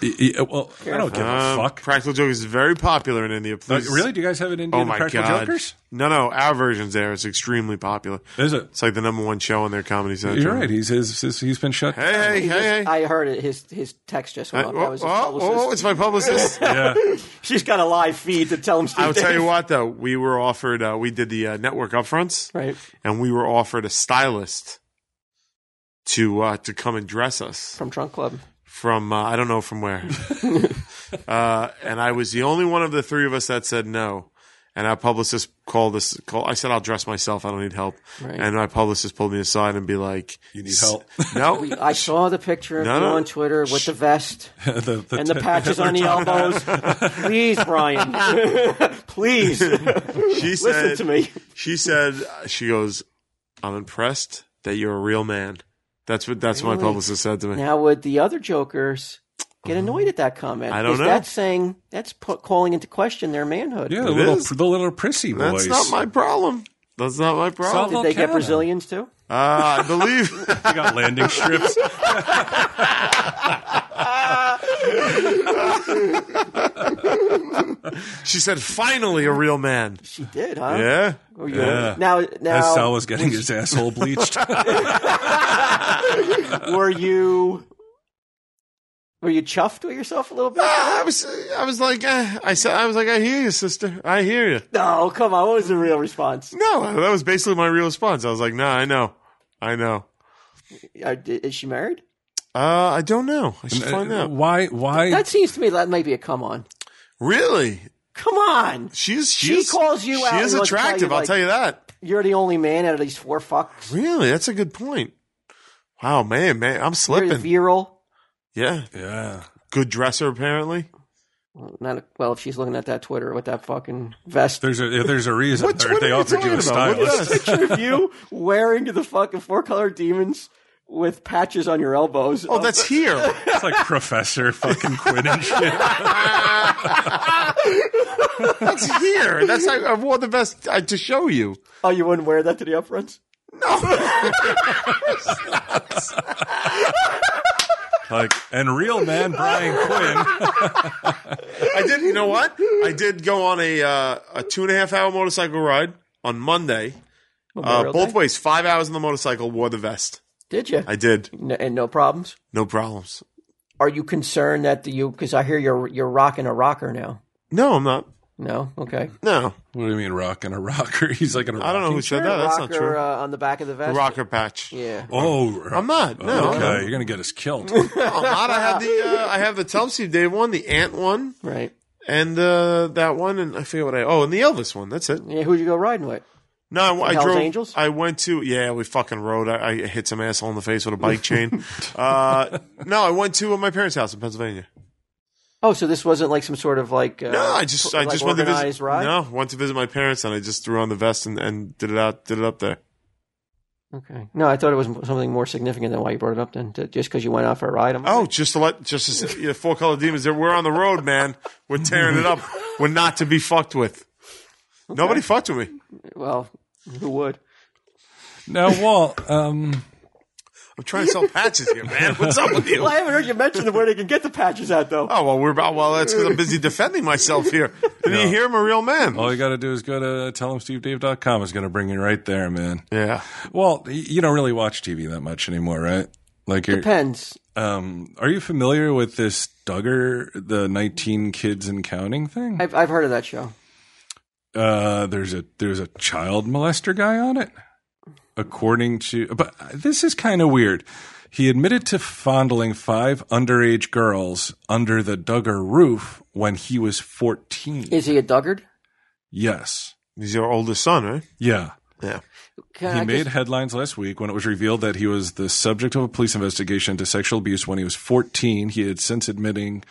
Y- y- well, I don't give a
Um,
fuck.
Practical Joke is very popular in India.
Uh,
Please.
really? Do you guys have an Indian
Oh my
Practical
god!
Jokers?
No, no, our version's there. It's extremely popular.
Is it?
It's like the number one show on their Comedy Central.
You're right. He's his, his, he's been shut.
Hey, hey,
He
hey,
just-
hey!
I heard it. His his text just went
oh,
up. That was his
oh,
publicist.
oh, it's my publicist.
Yeah.
She's got a live feed to tell him.
I'll tell you what, though, we were offered. Uh, we did the uh, network upfronts,
Right.
and we were offered a stylist to uh, to come and dress us
From Trunk Club.
from uh, I don't know from where. uh, and I was the only one of the three of us that said no. And our publicist called us. Call, I said, "I'll dress myself. I don't need help."
Right.
And my publicist pulled me aside and be like,
You need help.
"No,
I saw the picture of
No,
you
no.
on Twitter with the vest
The- the
and the
t-
patches on the elbows. Please, Brian. Please
she said,
listen to me.
She said, uh, she goes, I'm impressed that you're a real man. That's what that's what my
Really?
publicist said to me.
Now, would the other jokers get annoyed at that comment?
I don't
Because
know.
That's saying that's put, calling into question their manhood.
Yeah, the
It
little,
is.
the little prissy boys.
that's not my problem. That's not my problem.
Solve
Did they get
Volcano.
Brazilians too?
Uh, I believe
They got landing strips.
she said, finally a real man.
She did, huh?
Yeah.
Oh, yeah. Now,
As Sal
now,
was getting his asshole bleached.
were you were you chuffed with yourself a little bit?
I was I was like eh, I said I was like I hear you sister I hear you
No, come on. What was the real response?
no that was basically my real response I was like nah I know I know
Uh, d- Is she married?
uh I don't know I should find out
Why? Why?
That seems to me that might be a come on.
really
Come on.
she's
She
she's,
calls you
she
out
is
and wants to tell you,
attractive I'll
like-
tell you that
You're the only man out of these four fucks.
Really? That's a good point. Wow, man, man, I'm
You're
slipping.
virile.
Yeah.
yeah.
Good dresser, apparently. Oh,
Well, Not a, well, if she's looking at that Twitter with that fucking vest.
There's a there's a reason
What-
they-
what
they
are you
offered you a
talking about? What is
stylist.
this?
picture of you wearing the fucking four color demons with patches on your elbows.
Oh, that's here.
It's like Professor fucking Quinn and shit.
That's here. That's I, I wore the best I, to show you.
oh, you wouldn't wear that to the upfronts?
Like and real man Brian Quinn.
I did. You know what? I did go on a uh, a two and a half hour motorcycle ride on Monday. Uh,
Memorial
both
Day?
ways, five hours on the motorcycle. Wore the vest.
Did you?
I did.
N- and no problems.
No problems.
Are you concerned that the, you? Because I hear you're you're rocking a rocker now.
No, I'm not.
No, okay.
No,
What do you mean rocking a rocker? He's like a
I don't know who said that. That's not
rocker
true.
Uh, on the back of the vest.
Rocker patch.
Yeah.
Oh,
I'm not. No,
Okay,
no.
you're gonna get us killed.
I'm not. I have the uh, I have the Telsey Day one, the Ant one.
Right.
and uh, that one, and I forget what I. Oh, and the Elvis one. That's it.
Yeah. Who'd you go riding with?
No, I, I
Hell's
drove.
Angels?
I went to. Yeah, we fucking rode. I, I hit some asshole in the face with a bike chain. uh, no, I went to uh, my parents' house in Pennsylvania.
Oh, so this wasn't like some sort of like. Uh,
No, I just, I
like
just went to
organized
visit.
Ride?
No, went to visit my parents, and I just threw on the vest and, and did it out, did it up there.
Okay. No, I thought it was something more significant than why you brought it up. Then, Th- just because you went out for a ride. I'm
Oh, just to let, just to, say- yeah, four color demons. They're- We're on the road, man. We're tearing it up. We're not to be fucked with. Nobody fucked with me.
like, well, who would?
now, Walt. Um,
I'm trying to sell patches here, man. What's up with you?
Well, I haven't heard you mention the where they can get the patches at though.
Oh well, we're about well. That's because I'm busy defending myself here. Did you hear? I'm a real man.
all you got to do is go to tellemstevedave.com. It's gonna bring you right there, man.
yeah.
Walt, y- you don't really watch TV that much anymore, right? Like you're,
Depends.
um, are you familiar with this Duggar, the 19 kids and counting thing?
I've I've heard of that show.
Uh, there's a there's a child molester guy on it, according to. But this is kind of weird. He admitted to fondling five underage girls under the Duggar roof when he was 14.
Is he a duggard?
yes.
He's your oldest son, eh? right?
Yeah.
Yeah.
Can
He
I
made
Uh, just-
headlines last week when it was revealed that he was the subject of a police investigation into sexual abuse when he was 14. He had since admitting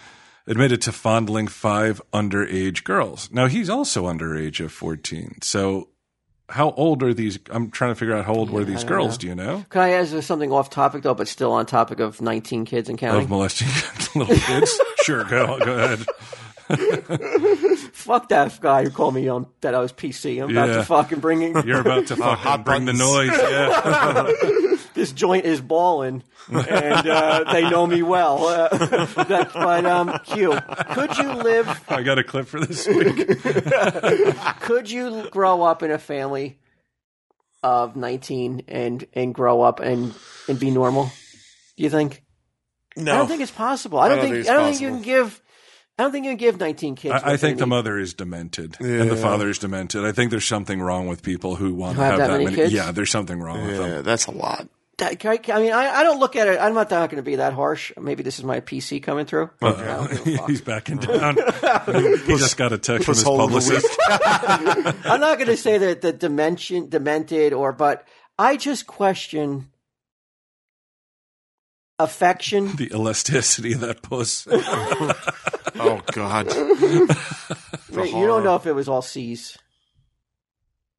admitted to fondling five underage girls. Now he's also underage of 14. So how old are these? I'm trying to figure out how old were these girls. Do you know?
Can I ask something off topic though, but still on topic of 19 kids and counting?
Of molesting little kids? sure, go go ahead.
Fuck that guy who called me on that I was PC. I'm about
Yeah.
to fucking bring him.
You're about to fucking bring the noise. Yeah.
this joint is balling, and uh, they know me well. Uh, that, but um, Q, could you live?
I got a clip for this week.
Could you grow up in a family of nineteen and and grow up and and be normal? Do you think?
No,
I don't think it's possible. I don't, think,
it's
I don't think you can
possible.
give. I don't think you can give nineteen kids.
I, I
what they
think the
need.
mother is demented and the father is demented. I think there's something wrong with people who want to
Have
have
that
that,
many
many.
kids?
Yeah, there's something wrong with them.
yeah, that's a lot.
That- can I, can- I mean, I, I don't look at it. I'm not, not going to be that harsh. Maybe this is my PC coming through. I don't give a fuck.
Uh, He's backing down. he just got a text from his
hole in the
publicist.
I'm not going to say that the dimension demented or, but I just question affection.
The elasticity of that puss. Uh,
Oh God,
Wait, you don't know if it was all C's,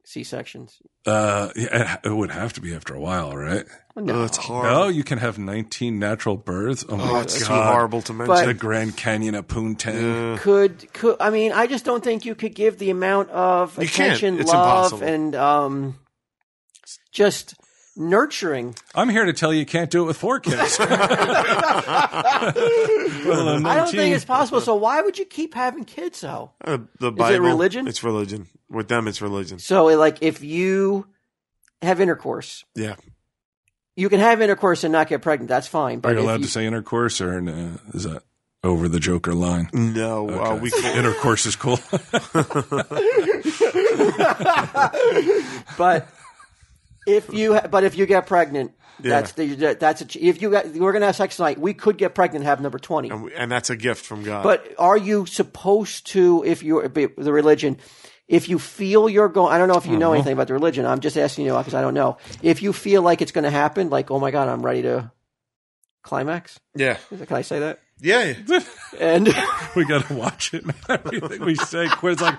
C sections.
Uh, yeah, it would have to be after a while, right?
oh, that's horrible.
No, you can have 19 natural births. Oh
oh,
my
it's too
god.
horrible to mention.
The Grand Canyon of Poontang.
Could could I mean? I just don't think you could give the amount of
You can't.
attention,
It's
love,
impossible.
and um, just nurturing.
I'm here to tell you you can't do it with four kids. uh, Well, uh,
I don't
19.
think it's possible. So why would you keep having kids though?
Uh, the Bible.
religion?
It's religion. With them, it's religion.
So like, if you have intercourse,
Yeah.
you can have intercourse and not get pregnant. That's fine. But
Are you
if
allowed
you-
to say intercourse or uh, is that over the Joker line?
No, uh, we can't.
intercourse is cool.
but if you ha- but if you get pregnant, that's the that's a, ch- if you got we're gonna have sex tonight. We could get pregnant and have number twenty.
And, we- and that's a gift from God.
But are you supposed to, if you the religion, if you feel you're going, I don't know if you know anything about the religion. I'm just asking you because I don't know. If you feel like it's going to happen, like oh my god, I'm ready to climax.
yeah,
Is it- Can I say that?
yeah.
And
we got to watch it. Everything we say, Quinn's like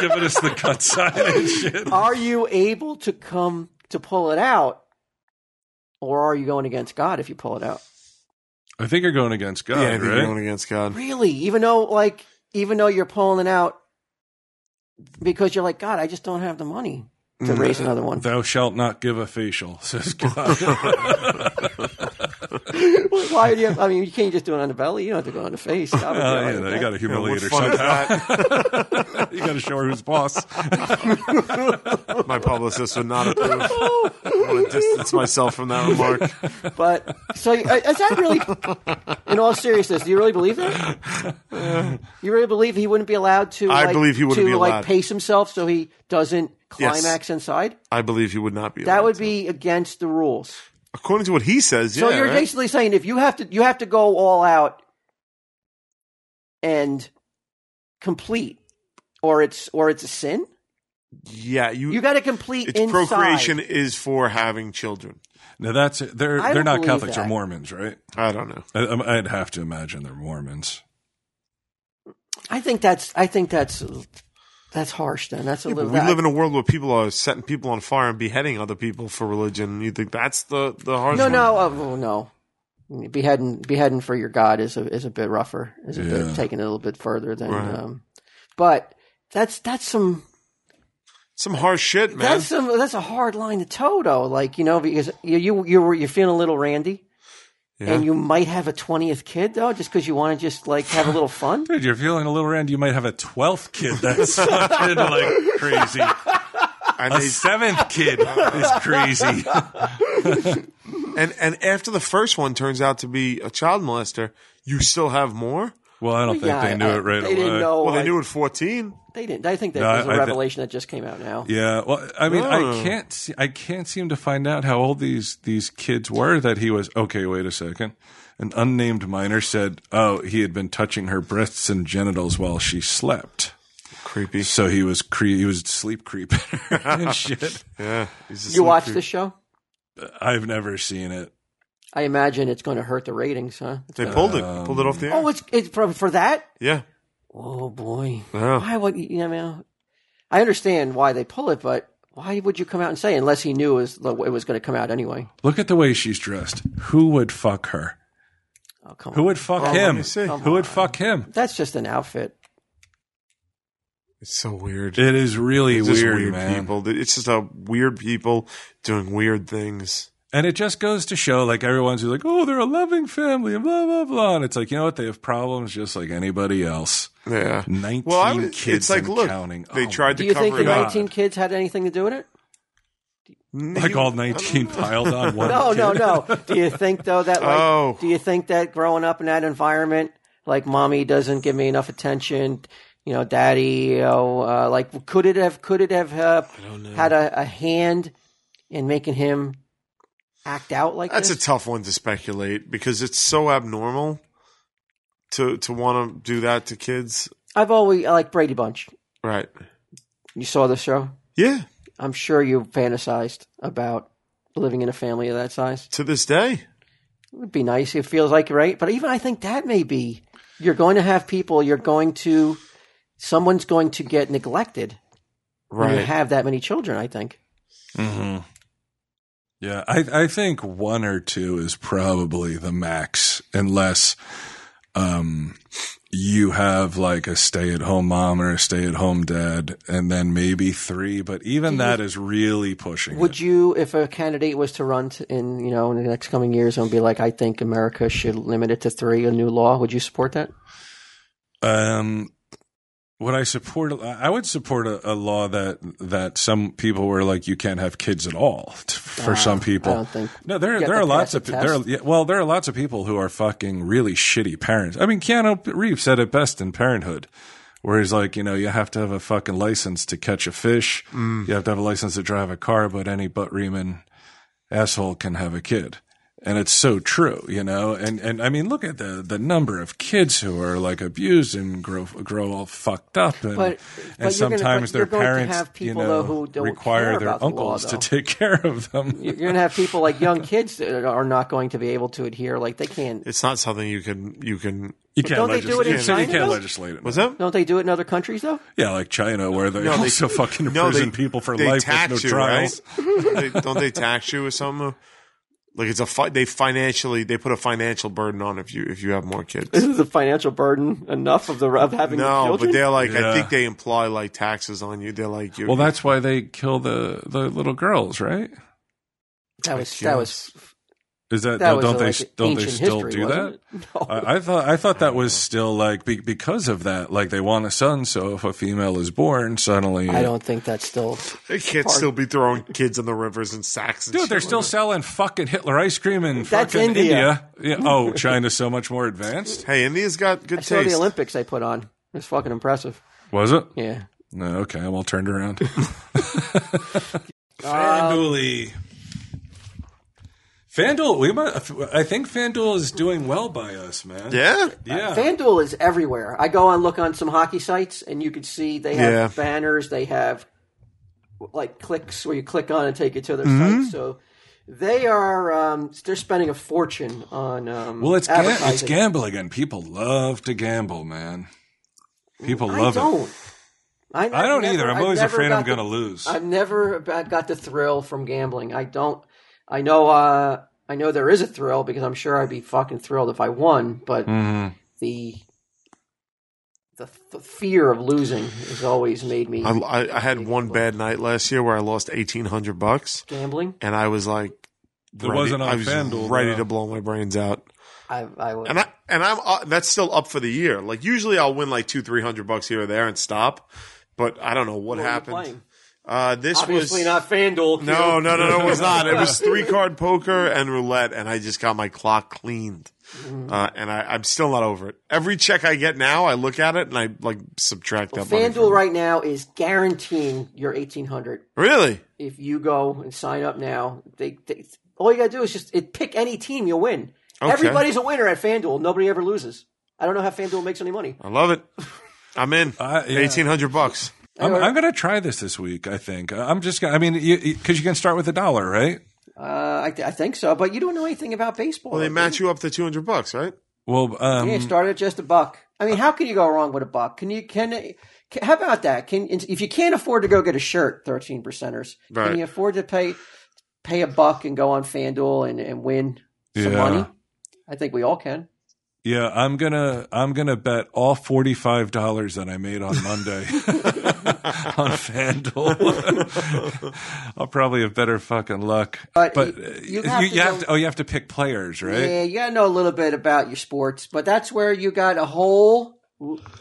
giving us the cut sign and shit.
are you able to come to pull it out, or are you going against God if you pull it out?
I think you're going against God,
yeah, I think
right?
you're going against God.
Really, even though like even though you're pulling it out because you're like God, I just don't have the money to raise another one.
Thou shalt not give a facial, says God.
Why do you? Have, I mean, you can't just do it on the belly. You don't have to go on the face. Stop it.
Oh, yeah, you got to humiliate her
what's fun is
somehow. you got to show her who's boss.
My publicist would not approve.
Oh,
I want to distance myself from that remark.
But so uh, is that really? In all seriousness, do you really believe that? You really believe he wouldn't be allowed to?
I
like,
believe he wouldn't
to,
be
like
allowed.
pace himself so he doesn't
Yes.
climax inside.
I believe he would not be.
That
allowed
would
to.
be against the rules.
according to what he says.
So
yeah,
you're
right?
basically saying if you have to, you have to go all out and complete, or it's or it's a sin.
yeah, you.
You got to complete
it's
inside.
procreation is for having children.
Now that's they're
I don't
they're not
believe
Catholics
that.
or Mormons, right?
I don't know.
I, I'm- I'd have to imagine they're Mormons.
I think that's I think that's that's harsh. Then that's a
We
little.
live in a world where people are setting people on fire and beheading other people for religion. You think that's the the hard?
no,
one?
no, uh, oh, no. Beheading beheading for your god is a is a bit rougher. Is a
Yeah.
bit taken a little bit further than.
Right.
Um, but that's that's some
Some harsh shit, man.
that's some that's a hard line to toe though. Like you know because you you you were you're feeling a little randy. And you might have a twentieth kid though, just because you want to just like have a little fun.
Dude, you're feeling a little rand. You might have a twelfth kid. That's fucking like crazy.
and,
A
they,
seventh kid is crazy.
and and after the first one turns out to be a child molester, you still have more.
Well, I don't think
Yeah,
they knew
uh,
it right
they
away.
Didn't know,
Well, they
like-
knew at fourteen.
They didn't. I think that
No,
was a
I- I thi-
revelation that just came out now.
Yeah, well, I mean, I
Oh.
can't, se- I can't seem to find out how old these these kids were. That he was okay. Wait a second. An unnamed minor said, "Oh, he had been touching her breasts and genitals while she slept,
Creepy.
so he was cre- he was sleep creeping her and shit."
Yeah. he's a
You watch
sleep
this show?
I've never seen it.
I imagine it's going to hurt the ratings, huh?
creep. They pulled it.
Um,
pulled it off the air.
Oh, it's it's for, for that.
yeah.
Oh boy,
Yeah.
why would you you know? I understand why they pull it, but why would you come out and say unless he knew it was, it was going to come out anyway?
Look at the way she's dressed. Who would fuck her?
Oh come
Who
on,
would fuck
Oh, let
him?
me see.
Who would fuck him?
that's just an outfit.
It's so weird.
It is really
It's just
weird,
weird
man.
people. It's just a weird people doing weird things.
And it just goes to show, like everyone's like, oh, they're a loving family and blah blah blah. And it's like, you know what? They have problems just like anybody else.
Yeah.
Nineteen
Well, I was-
kids
it's like,
and
look,
counting.
they
Oh,
tried
Do
to
you think
cover
the
it up.
19 kids had anything to do with it?
like all nineteen piled on one.
No,
kid.
no, no. Do you think though that like
Oh.
do you think that growing up in that environment, like mommy doesn't give me enough attention, you know, daddy, you know, uh, like could it have could it have uh, had a, a hand in making him act out like
That's a
this?
tough one to speculate because it's so abnormal to to want to do that to kids.
I've always I like Brady Bunch.
Right.
You saw the show.
Yeah.
I'm sure you fantasized about living in a family of that size.
To this day.
It would be nice. It feels like right, but even I think that may be you're going to have people. You're going to someone's going to get neglected when you
Right.
have that many children. I think.
Yeah, I I think one or two is probably the max, unless um you have like a stay at home mom or a stay at home dad, and then maybe three. But even that is really pushing.
Would
it.
you, if a candidate was to run t- in you know in the next coming years and be like, I think America should limit it to three, a new law? Would you support that?
Um, would I support? I would support a, a law that that some people were like, you can't have kids at all. t- For some people,
Ah, I don't think.
No, there
You have
there
to
are lots
pass a
of there are,
test.
yeah, well there are lots of people who are fucking really shitty parents. I mean, Keanu Reeves said it best in Parenthood, where he's like, you know, you have to have a fucking license to catch a fish, you have to have a license to drive a car, but any butt Riemann asshole can have a kid. And it's so true, you know. And and I mean, look at the the number of kids who are like abused and grow grow all fucked up, and
But-
and
but you're gonna-
sometimes
but
their
you're going to
parents,
have
you
people,
know,
though, who don't
require
care
their
about the law,
uncles
though.
to take care of them.
You're going to have people like young kids that are not going to be able to adhere. Like they can't.
It's not something you can you can
You
But
can't
don't they
legislate.
do it in
you can't- you
China,
can't
though?
legislate it.
What's that?
Don't they do it in other countries though?
Yeah, like China, where they
they-
also fucking
no, they-
imprison people for
they
life
tax
with no
you,
trials.
right? they, don't they tax you or something? Like it's a fi- they financially they put a financial burden on if you if you have more kids.
Is the financial burden enough of the of having
No,
children?
but they're like I
Yeah.
think they imply like taxes on you. They're like you.
Well, that's why they kill the, the little girls, right?
that was that was
Is that,
that was
don't
uh,
they
like,
don't they
ancient
still
history,
do that?
wasn't it? No.
I, I thought I thought that was still like be, because of that, like they want a son, so if a female is born, suddenly
I don't think that's still.
they can't still be throwing kids in the rivers and sacks. And
Dude,
shit
they're
like
still
that.
selling fucking Hitler ice cream in
That's
fucking
India.
India. Yeah. Oh, China's so much more advanced.
Hey, India's got good
I saw the
taste.
Olympics they put on. It was fucking impressive.
Was it?
Yeah.
No, okay, I'm all turned around.
Um,
FanDuel. FanDuel, we might, I think FanDuel is doing well by us, man.
yeah,
Yeah.
FanDuel is everywhere. I go and look on some hockey sites, and you can see they have
Yeah.
banners. They have like clicks where you click on and take you to their
Mm-hmm.
site. So they are um, they're spending a fortune on. Um,
well, it's gam- it's
advertising.
gambling, and people love to gamble, man. People
I
love it.
don't. I,
I don't
never-
either. I'm
I've
always
never
afraid I'm
got the-
going to lose.
I've never about- got the thrill from gambling. I don't. I know. Uh, I know there is a thrill because I'm sure I'd be fucking thrilled if I won. But
Mm-hmm.
the the the fear of losing has always made me
I, I, I had one bad night last year where I lost eighteen hundred bucks,
gambling.
and I was like,
It wasn't on
I was
FanDuel,
ready
though.
to blow my brains out.
I, I would.
and I and I'm uh, that's still up for the year. Like usually I'll win like two three hundred bucks here or there and stop, but I don't know what
What were you
happened.
playing?
Uh, this
Obviously
was
not FanDuel. Q.
no no no no it was not. It was three card poker and roulette, and I just got my clock cleaned, uh, and I, I'm still not over it. Every check I get now, I look at it and I like subtract that. money
FanDuel
from it.
right now is guaranteeing your 1800
really?
if you go and sign up now. They, they all you gotta do is just it, pick any team, you'll win.
Okay.
Everybody's a winner at FanDuel. Nobody ever loses. I don't know how FanDuel makes any money.
I love it. I'm in
Uh, yeah.
eighteen hundred bucks.
I'm, I'm going to try this this week. I think I'm just. Gonna, I mean, because you, 'cause you can start with a dollar, right?
Uh, I, I think so, but you don't know anything about baseball.
Well, they match you up to two hundred bucks, right?
Well, um,
Yeah, start at just a buck. I
Uh,
mean, how can you go wrong with a buck? Can you can, can how about that? Can if you can't afford to go get a shirt, thirteen percenters,
Right.
can you afford to pay pay a buck and go on FanDuel and, and win some
Yeah.
money? I think we all can.
Yeah, I'm gonna I'm gonna bet all forty five dollars that I made on Monday on FanDuel. I'll probably have better fucking luck.
But
but
you-
uh,
you
you, you
have to
have
go-
to, oh you have to pick players, right?
Yeah, you gotta know a little bit about your sports, but that's where you got a whole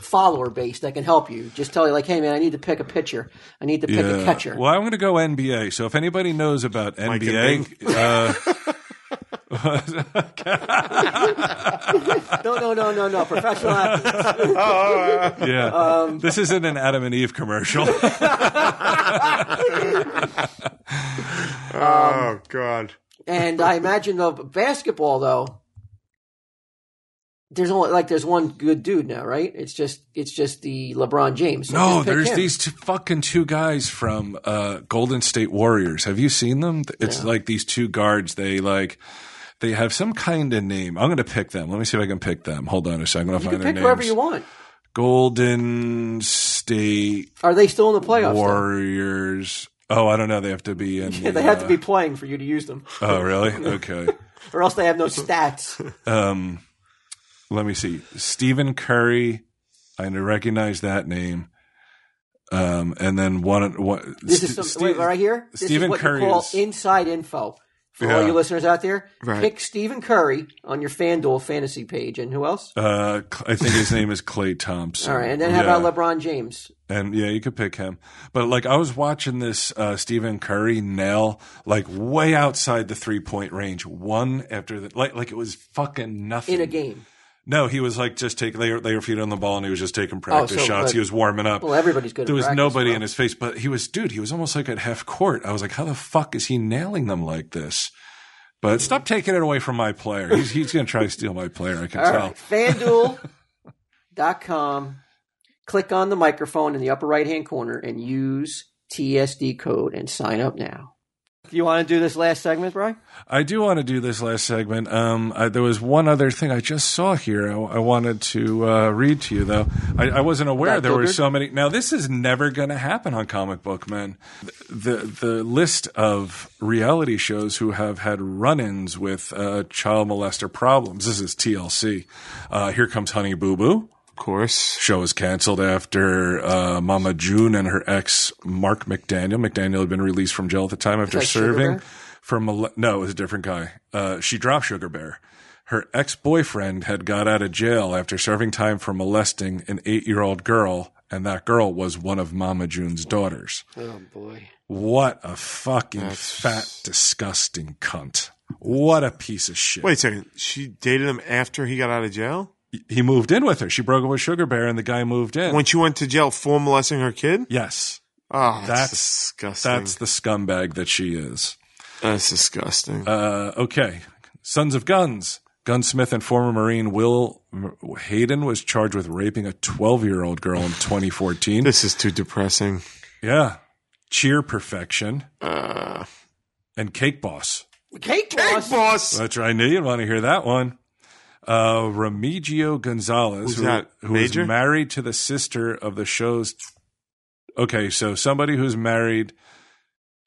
follower base that can help you. Just tell you, like, hey, man, I need to pick a pitcher. I need to pick a
Yeah.
catcher.
Uh, Well, I'm going to go NBA. So if anybody knows about
Mike
NBA, uh,
No, no, no, no, no. Professional athletes.
yeah,
Um,
this isn't an Adam and Eve commercial.
oh God.
And I imagine the basketball, though. There's only like there's one good dude now, right? It's just it's just the LeBron James. So
no,
just pick
there's
him.
these two, fucking two guys from uh, Golden State Warriors. Have you seen them? It's like these two guards. They like. They have some kind of name. I'm going to pick them. Let me see if I can pick them. Hold on a second. I'll
You
find
can
their
pick whoever
names.
you want.
Golden State
Are they still in the playoffs? though?
Warriors. Oh, I don't know. They have to be in.
Yeah,
the,
they have to
uh,
be playing for you to use them,
Oh, really? Okay.
or else they have no stats.
um, let me see. Stephen Curry, I recognize that name. Um, and then one. one
This is some, wait, right here. This
Stephen
is what
Curry
you call
is-
inside info for all
Yeah.
you listeners out there.
Right.
Pick Stephen Curry on your FanDuel fantasy page, and who else?
Uh, Cl- I think his name is Clay Thompson.
All right, and then how about LeBron James?
And yeah, you could pick him. But like, I was watching this uh, Stephen Curry nail like way outside the three point range, one after the like, like it was fucking nothing
In a game,
No, he was like just taking they were, they were feet on the ball and he was just taking practice
Oh, so,
shots.
but-
he was warming up.
well, everybody's good. at
There was
practice,
nobody
bro.
in his face, but he was, dude, he was almost like at half court. I was like, how the fuck is he nailing them like this? But stop taking it away from my player. He's, he's going to try to steal my player. I can
All
tell.
right, FanDuel.com. Click on the microphone in the upper right hand corner and use TSD code and sign up now. Do you want to do this last segment, Brian?
I do want to do this last segment. Um, I, there was one other thing I just saw here. I, I wanted to uh, read to you though. I, I wasn't aware
That
there were
Gilbert?
so many. Now this is never going to happen on Comic Book Man. The the list of reality shows who have had run-ins with uh, child molester problems. This is TLC. Uh, here comes Honey Boo Boo
Of course.
show was canceled after uh, Mama June and her ex Mark McDaniel. McDaniel had been released from jail at the time after
that Sugar
serving
Bear?
for mole- no, it was a different guy. Uh, she dropped Sugar Bear. Her ex boyfriend had got out of jail after serving time for molesting an eight year old girl, and that girl was one of Mama June's daughters.
Oh boy.
What a fucking fat, disgusting cunt. What a piece of shit.
Wait a second. She dated him after he got out of jail.
He moved in with her. She broke up with Sugar Bear, and the guy moved in.
When she went to jail for molesting her kid.
yes.
Oh, that's,
That's-
disgusting.
That's
That's
the scumbag that she is.
disgusting.
Uh, okay. Sons of Guns. Gunsmith and former Marine Will Hayden was charged with raping a 12 year old girl in 2014.
this is too depressing.
yeah. Cheer Perfection.
Uh,
and Cake Boss.
Cake, boss.
Boss.
That's right. I knew you'd want to hear that one. Uh, Remigio Gonzalez,
Who's that?
who is
Major?
married to the sister of the show's. Okay, so somebody who's married,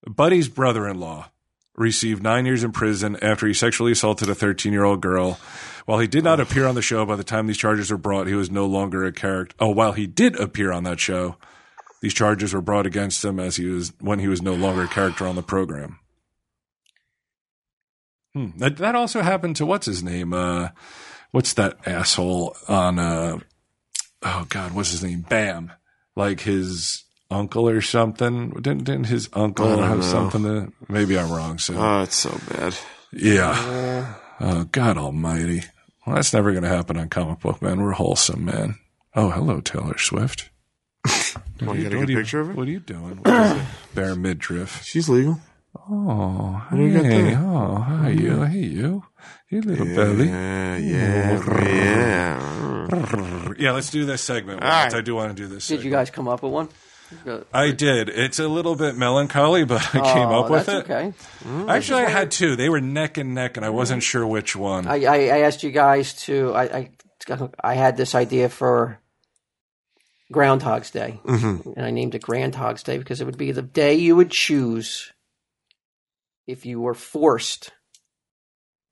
Buddy's brother in law, received nine years in prison after he sexually assaulted a 13 year old girl. While he did not appear on the show by the time these charges were brought, he was no longer a character. Oh, while he did appear on that show, these charges were brought against him as he was when he was no longer a character on the program. Hmm. That that also happened to what's his name? Uh, what's that asshole on? Uh, oh God, what's his name? Bam, like his uncle or something. Didn't didn't his
I
uncle
don't
have
know.
something to? Maybe I'm wrong. So
Oh, it's so bad.
yeah. Oh God Almighty. Well, that's never going to happen on Comic Book Man. We're wholesome, man. Oh, hello, Taylor Swift.
Want to get a
What
good
are you-
picture of her?
What are you doing? What is it? Bare midriff.
She's legal.
Oh,
do you got
hey,
there?
oh, hi you, hey you, you little belly.
Yeah, Uh, yeah, yeah.
Yeah, let's do this segment.
All right.
I do want to do this.
Did you
segment.
guys come up with one?
I did. It's a little bit melancholy, but I came
Oh,
up with it.
that's Okay.
Actually, I had two. They were neck and neck, and I wasn't sure which one.
I, I, I asked you guys to. I, I I had this idea for Groundhog's Day, and I named it Groundhog's Day because it would be the day you would choose if you were forced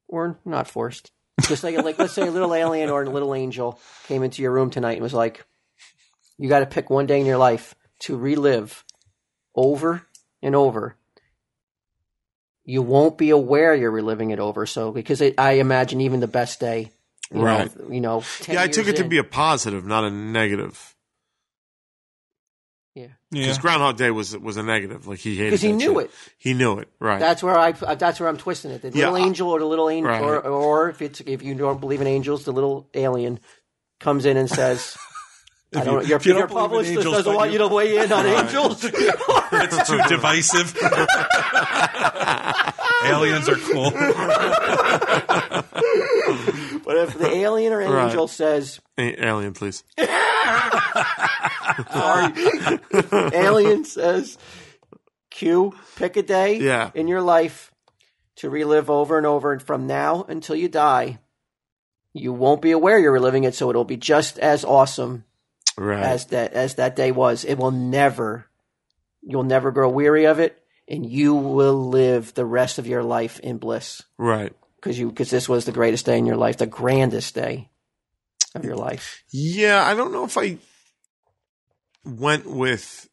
or not forced Just like, like let's say a little alien or a little angel came into your room tonight and was like, "You got to pick one day in your life to relive over and over." You won't be aware you're reliving it over, so because it, I imagine even the best day, you
Right.
Know, you know, 10
Yeah, I took it
years
to
in-
be a positive, not a negative.
yeah.
Because Groundhog Day was was a negative. Like he hated.
'Cause he
that
knew
shit.
it.
He knew it. Right.
That's where I. That's where I'm twisting it. The
Yeah,
little
I-
angel or the little angel,
Right.
or, or if it's if you don't believe in angels, the little alien comes in and says, "I don't.
you-
your
if you don't
your
believe in
publicist
angels,
doesn't
but
want
you-
you to weigh in on angels."
It's too divisive. Aliens are cool.
but if the alien or
Right.
angel says,
A- Alien, please.
"Alien says, Q, pick a day
Yeah.
in your life to relive over and over, and from now until you die." You won't be aware you're reliving it, so it'll be just as awesome
Right.
as that as that day was. It will never you'll never grow weary of it and you will live the rest of your life in bliss
right.
cuz you cuz this was the greatest day in your life, the grandest day of your life.
Yeah, I don't know if I went with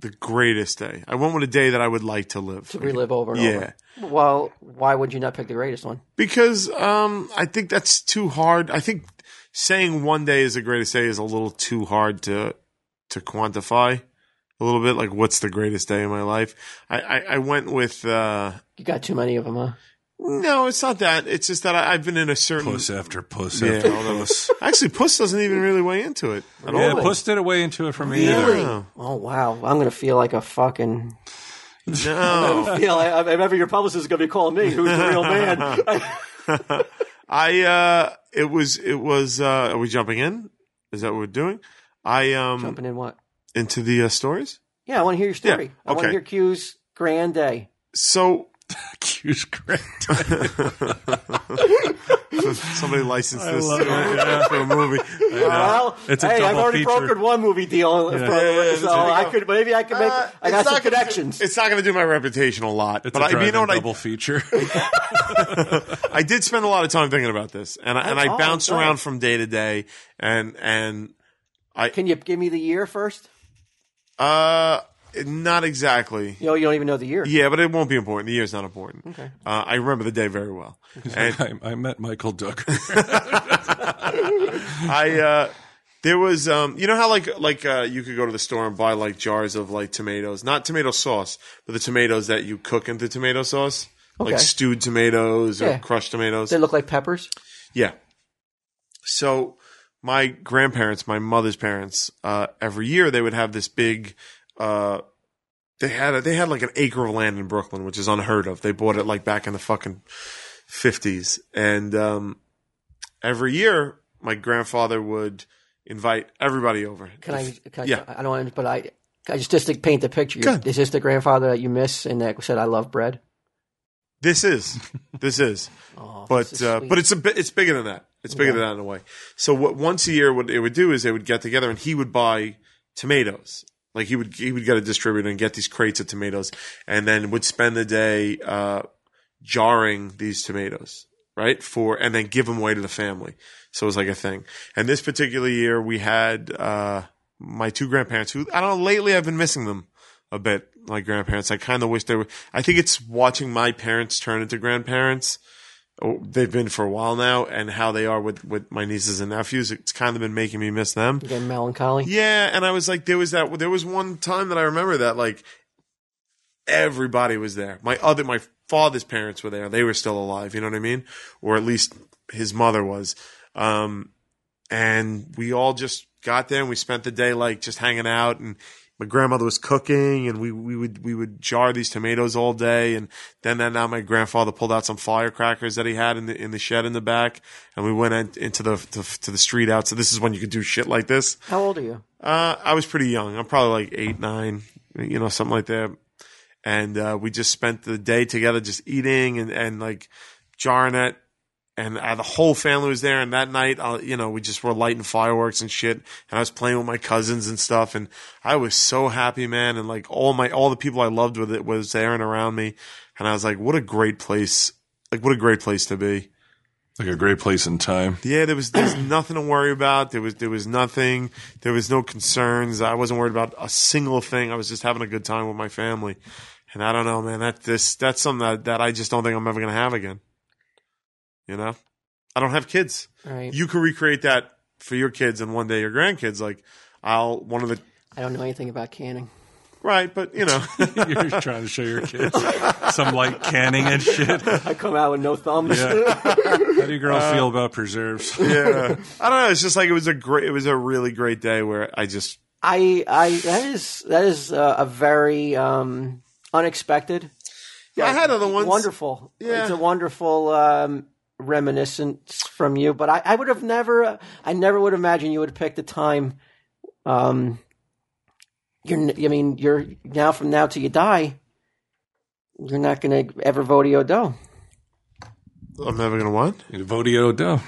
the greatest day. I went with a day that I would like to live.
To relive over and
yeah.
over. Well, why would you not pick the greatest one?
Because um, I think that's too hard. I think saying one day is the greatest day is a little too hard to to quantify. A little bit like what's the greatest day in my life. I I, I went with uh,
You got too many of them, huh?
no, it's not that. It's just that I, I've been in a certain.
Puss after puss
Yeah,
after
all
puss.
Actually, puss doesn't even really weigh into it at
Yeah,
all.
puss did away into it for me. either.
Really?
Oh wow, I'm going to feel like a fucking
No.
feel like, I remember your publicist is going to be calling me who's the real man.
I uh it was it was uh are we jumping in? Is that what we're doing? I um
Jumping in what?
into the uh, stories.
Yeah, I want to hear your story.
Yeah,
I want to
okay.
hear Q's grand day.
So
Q's great.
somebody licensed this
love it,
for a movie. Uh,
Well,
It's a
hey, I've
double
already
feature.
brokered one movie deal, for-
that's
so
what we
I
got.
could maybe I could make.
Uh,
I got
it's
some
not gonna do-
connections.
it's not going to do my reputation a lot,
It's
but
a
I, you know what?
double
I,
feature.
I did spend a lot of time thinking about this, and I, and
Oh,
I bounce
good.
around from day to day, and and
Can you give me the year first?
uh, not exactly.
You know, you don't even know the year.
Yeah, but it won't be important. The year's not important. Okay. Uh, I remember the day very well, and
I, I met Michael Ducker.
I uh there was um you know how like like uh you could go to the store and buy like jars of like tomatoes, not tomato sauce, but the tomatoes that you cook into tomato sauce. Like
Okay.
stewed tomatoes or
Yeah.
crushed tomatoes.
They look like peppers.
Yeah. So my grandparents, my mother's parents, uh, every year they would have this big. Uh, they had a, they had like an acre of land in Brooklyn, which is unheard of. They bought it like back in the fucking fifties, and um, every year my grandfather would invite everybody over.
Can I? Can I
Yeah.
I don't. want to- But I. I just just to paint the picture. you Is this the grandfather that you miss and that said, "I love bread"?
This is this is, but
this is
uh,
sweet.
but it's a bit it's bigger than that. It's bigger than that in a way. So what once a year what it would do is they would get together and he would buy tomatoes. Like he would he would get a distributor and get these crates of tomatoes and then would spend the day uh, jarring these tomatoes right for and then give them away to the family. So it was like a thing. And this particular year we had uh, my two grandparents who I don't know lately I've been missing them a bit like grandparents. I kind of wish they were. I think it's watching my parents turn into grandparents. Oh, They've been for a while now, and how they are with with my nieces and nephews. It's kind of been making me miss them.
Again, melancholy.
Yeah, and I was like, there was that. There was one time that I remember that like everybody was there. My other, my father's parents were there. They were still alive. You know what I mean? Or at least his mother was. Um, and we all just got there and we spent the day like just hanging out and. My grandmother was cooking, and we, we would we would jar these tomatoes all day, and then that now my grandfather pulled out some firecrackers that he had in the in the shed in the back, and we went in, into the to, to the street out. So this is when you could do shit like this.
How old are you?
Uh, I was pretty young. I'm probably like eight, nine, you know, something like that. And uh, we just spent the day together, just eating and, and like jarring it. And uh, the whole family was there. And that night, uh, you know, we just were lighting fireworks and shit. And I was playing with my cousins and stuff. And I was so happy, man. And like all my all the people I loved with it was there and around me. And I was like, what a great place! Like, what a great place to be.
Like a great place in time.
Yeah, there was there's nothing to worry about. There was there was nothing. There was no concerns. I wasn't worried about a single thing. I was just having a good time with my family. And I don't know, man. That this that's something that, that I just don't think I'm ever gonna have again. You know, I don't have kids.
Right.
You can recreate that for your kids and one day your grandkids. Like I'll one of the
I don't know anything about canning.
right, but you know,
You're trying to show your kids some like canning and shit. How
I come out with no thumbs.
do you girls feel about preserves?
yeah. I don't know. It's just like it was a great. It was a really great day where I just
I, I that is that is uh, a very um, unexpected.
yeah. I had other ones.
Wonderful.
Yeah.
It's a wonderful um, reminiscence from you, but I, I would have never, uh, I never would imagine you would pick the time. Um, you're, n- I mean, you're now from now till you die. You're not going to ever vote Odo.
I'm never gonna what?
Vodio dough.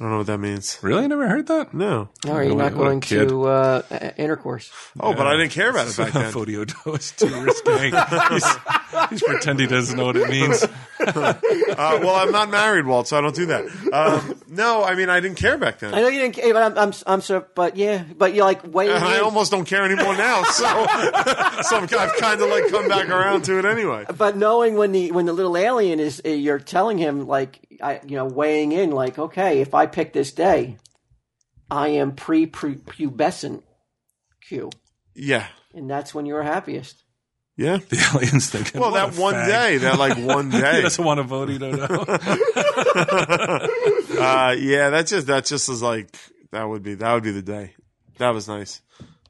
I don't know what that means.
Really? Never heard that?
No.
No, you're
What
not
a
going
kid.
to uh, uh, intercourse.
Oh, but I didn't care about it back then.
Vodio dough is too risque. he's, he's pretending he doesn't know what it means.
Uh, well, I'm not married, Walt, so I don't do that. Um, no, I mean I didn't care back then,
I
and
know you didn't, care, but I'm, I'm, I'm so, but yeah, but you're like way.
I almost don't care anymore now. So, so I'm, I've kind of like come back around to it anyway.
but knowing when the when the little alien is, uh, you're telling him like, I, you know, weighing in like, okay, if I pick this day, I am pre-pubescent Q,
Yeah,
and that's when you're happiest.
yeah.
The aliens thinking.
Well,
"What
that
a
one
fag."
day, that like one
He
day.
doesn't want a Vodio dough.
Uh, yeah, that just that just is like that would be that would be the day. That was nice.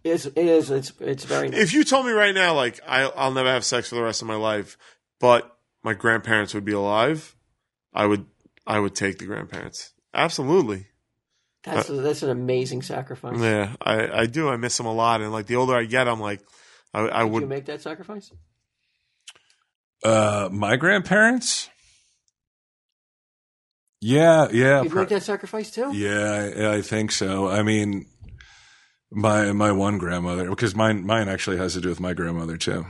It's, it is it's it's very
If you told me right now, like I, I'll never have sex for the rest of my life, but my grandparents would be alive, I would I would take the grandparents. Absolutely.
that's that's an amazing sacrifice.
Yeah, I, I do. I miss them a lot, and like the older I get, I'm like, I, I
Would you
would.
make that sacrifice?
Uh, my grandparents. Yeah, yeah,
You'd
pro-
make that sacrifice too.
yeah. I, I think so. I mean, my my one grandmother because mine mine actually has to do with my grandmother too.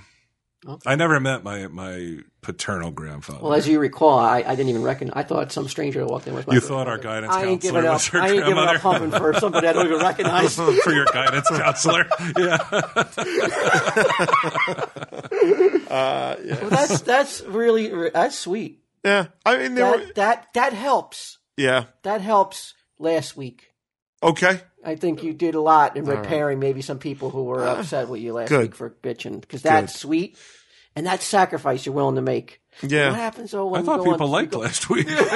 Okay.
I never met my my paternal grandfather.
Well, as you recall, I, I didn't even reckon. I thought some stranger walked in with my.
you thought our guidance
I ain't
counselor
giving up.
was her
I ain't giving up
grandmother
humping for somebody I don't even recognize.
for your guidance counselor. Yeah,
Well, that's that's really that's sweet.
Yeah, I mean, they were.
That that that helps.
Yeah.
That helps. Last week,
Okay.
I think you did a lot in repairing maybe some people who were upset with you last
good.
week for bitching because that's sweet, and that sacrifice you're willing to make. What
Yeah.
happens though? When
I
you
thought
go on-
people liked last week.
he was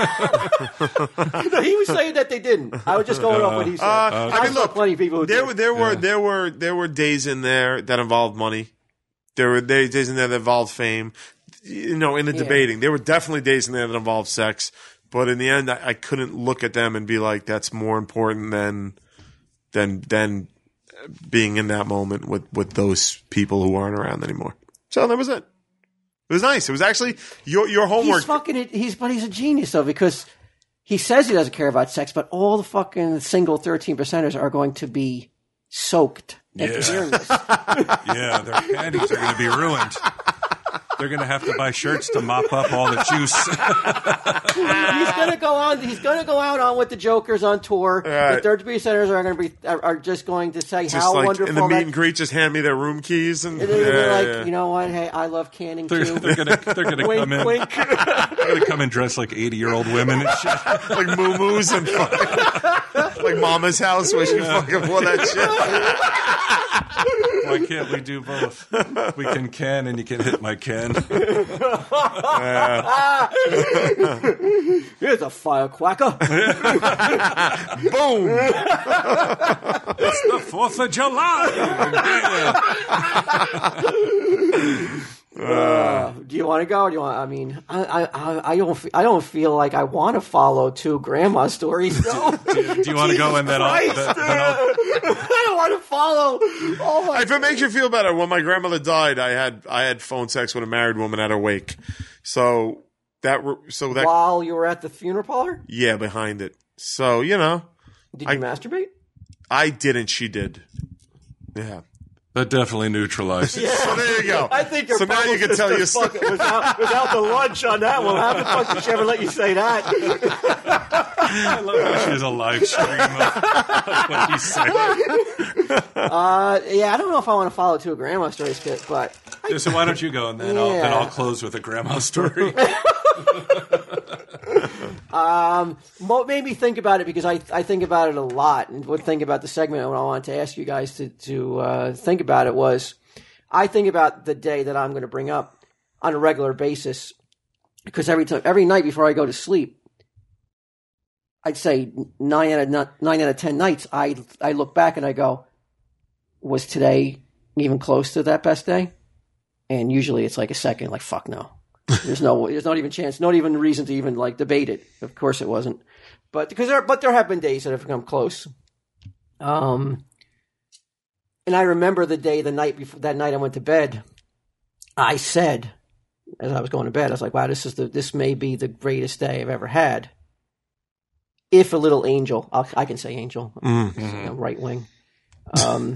saying that they didn't. I was just going off what he said.
Uh, I
I
mean,
saw
look,
plenty of people who
there
did.
were there were there were there were days in there that involved money. There were there were days in there that involved fame. You know, in the debating, there were definitely days in there that involved sex. But in the end, I, I couldn't look at them and be like, "That's more important than than than being in that moment with with those people who aren't around anymore." So that was it. It was nice. It was actually your your homework.
He's fucking. it- He's but he's a genius though because he says he doesn't care about sex, but all the fucking single thirteen percenters are going to be soaked after
Yeah.
hearing this.
Yeah, their panties are going to be ruined. They're going to have to buy shirts to mop up all the juice.
he's gonna go on. He's gonna go out on with the Joker's on tour. The
right.
third degree centers are gonna be are, are just going to say
just
how
like
wonderful
in the meet
that.
and greet, just hand me their room keys and
and then they're
Yeah,
like,
yeah.
you know what? Hey, I love canning
They're,
too.
they're going to they're going to
wink,
come in.
wink.
They're going to come in dressed like eighty year old women and shit.
like moo moos and fucking, like mama's house where she fucking wore that shit.
Why can't we do both? We can can and you can hit my can.
Here's a fire quacker.
Boom.
The Fourth of July.
do you want to go? Or do you want? I mean, I I I- I don't fe- I don't feel like I want to follow two grandma stories. though.
Do you want to go in that?
Christ,
I'll, then I'll,
I don't want to follow. Oh my!
If it makes you feel better, when my grandmother died, I had I had phone sex with a married woman at her wake. So that re- so that
While you were at the funeral parlor,
yeah behind it. So you know,
did you masturbate?
I didn't. She did. Yeah.
that definitely neutralized. it.
So there you go.
I think your
so. Now you can tell your story.
without, without the lunch on that one. How the fuck did she ever let you say that?
I love how she has a live stream of, of what he's saying.
Uh, yeah, I don't know if I want to follow it to a grandma story skit, but
So why don't you go and then I'll then
Yeah.
I'll close with a grandma story.
what made me think about it because I, I think about it a lot and would think about the segment when I wanted to ask you guys to, to uh, think about it was I think about the day that I'm going to bring up on a regular basis because every time every night before I go to sleep I'd say nine out of nu- nine out of ten nights I I look back and I go was today even close to that best day and usually it's like a second like fuck no there's no there's not even chance not even reason to even like debate it of course it wasn't but because there but there have been days that have come close um and i remember the day the night before that night i went to bed i said as i was going to bed i was like wow this is the this may be the greatest day i've ever had if a little angel I'll, i can say angel I'm right wing um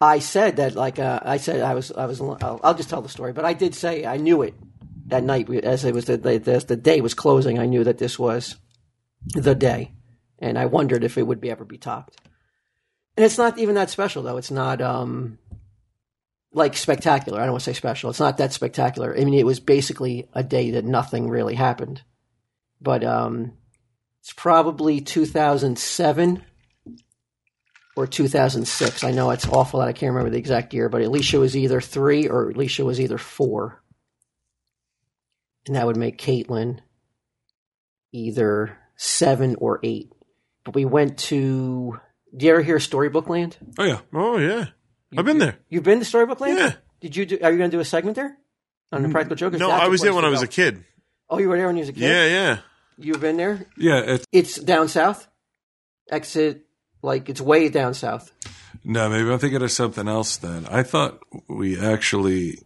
I said that, like uh, I said, I was, I was. I'll, I'll just tell the story, but I did say I knew it that night we- as it was the, the, as the day was closing. I knew that this was the day, and I wondered if it would be ever be topped. And it's not even that special, though. It's not um, like spectacular. I don't want to say special. It's not that spectacular. I mean, it was basically a day that nothing really happened, but um, it's probably 2007 or 2006. I know it's awful that I can't remember the exact year, but Alicia was either three or Alicia was either four. And that would make Caitlin either seven or eight. But we went to. Do you ever hear Storybook Land?
Oh yeah. Oh yeah. I've been there.
You've been to Storybook Land?
Yeah. Mm,
Did you do? Are you going to do a segment there? On the Practical Jokers?
No,
That's
I
the
was there
place
when
to
I was
go.
a kid.
Oh, you were there when you was a kid.
Yeah, yeah.
You've been there.
yeah, it's
It's down south. Exit. Like it's way down south.
no, maybe I'm thinking of something else then. I thought we actually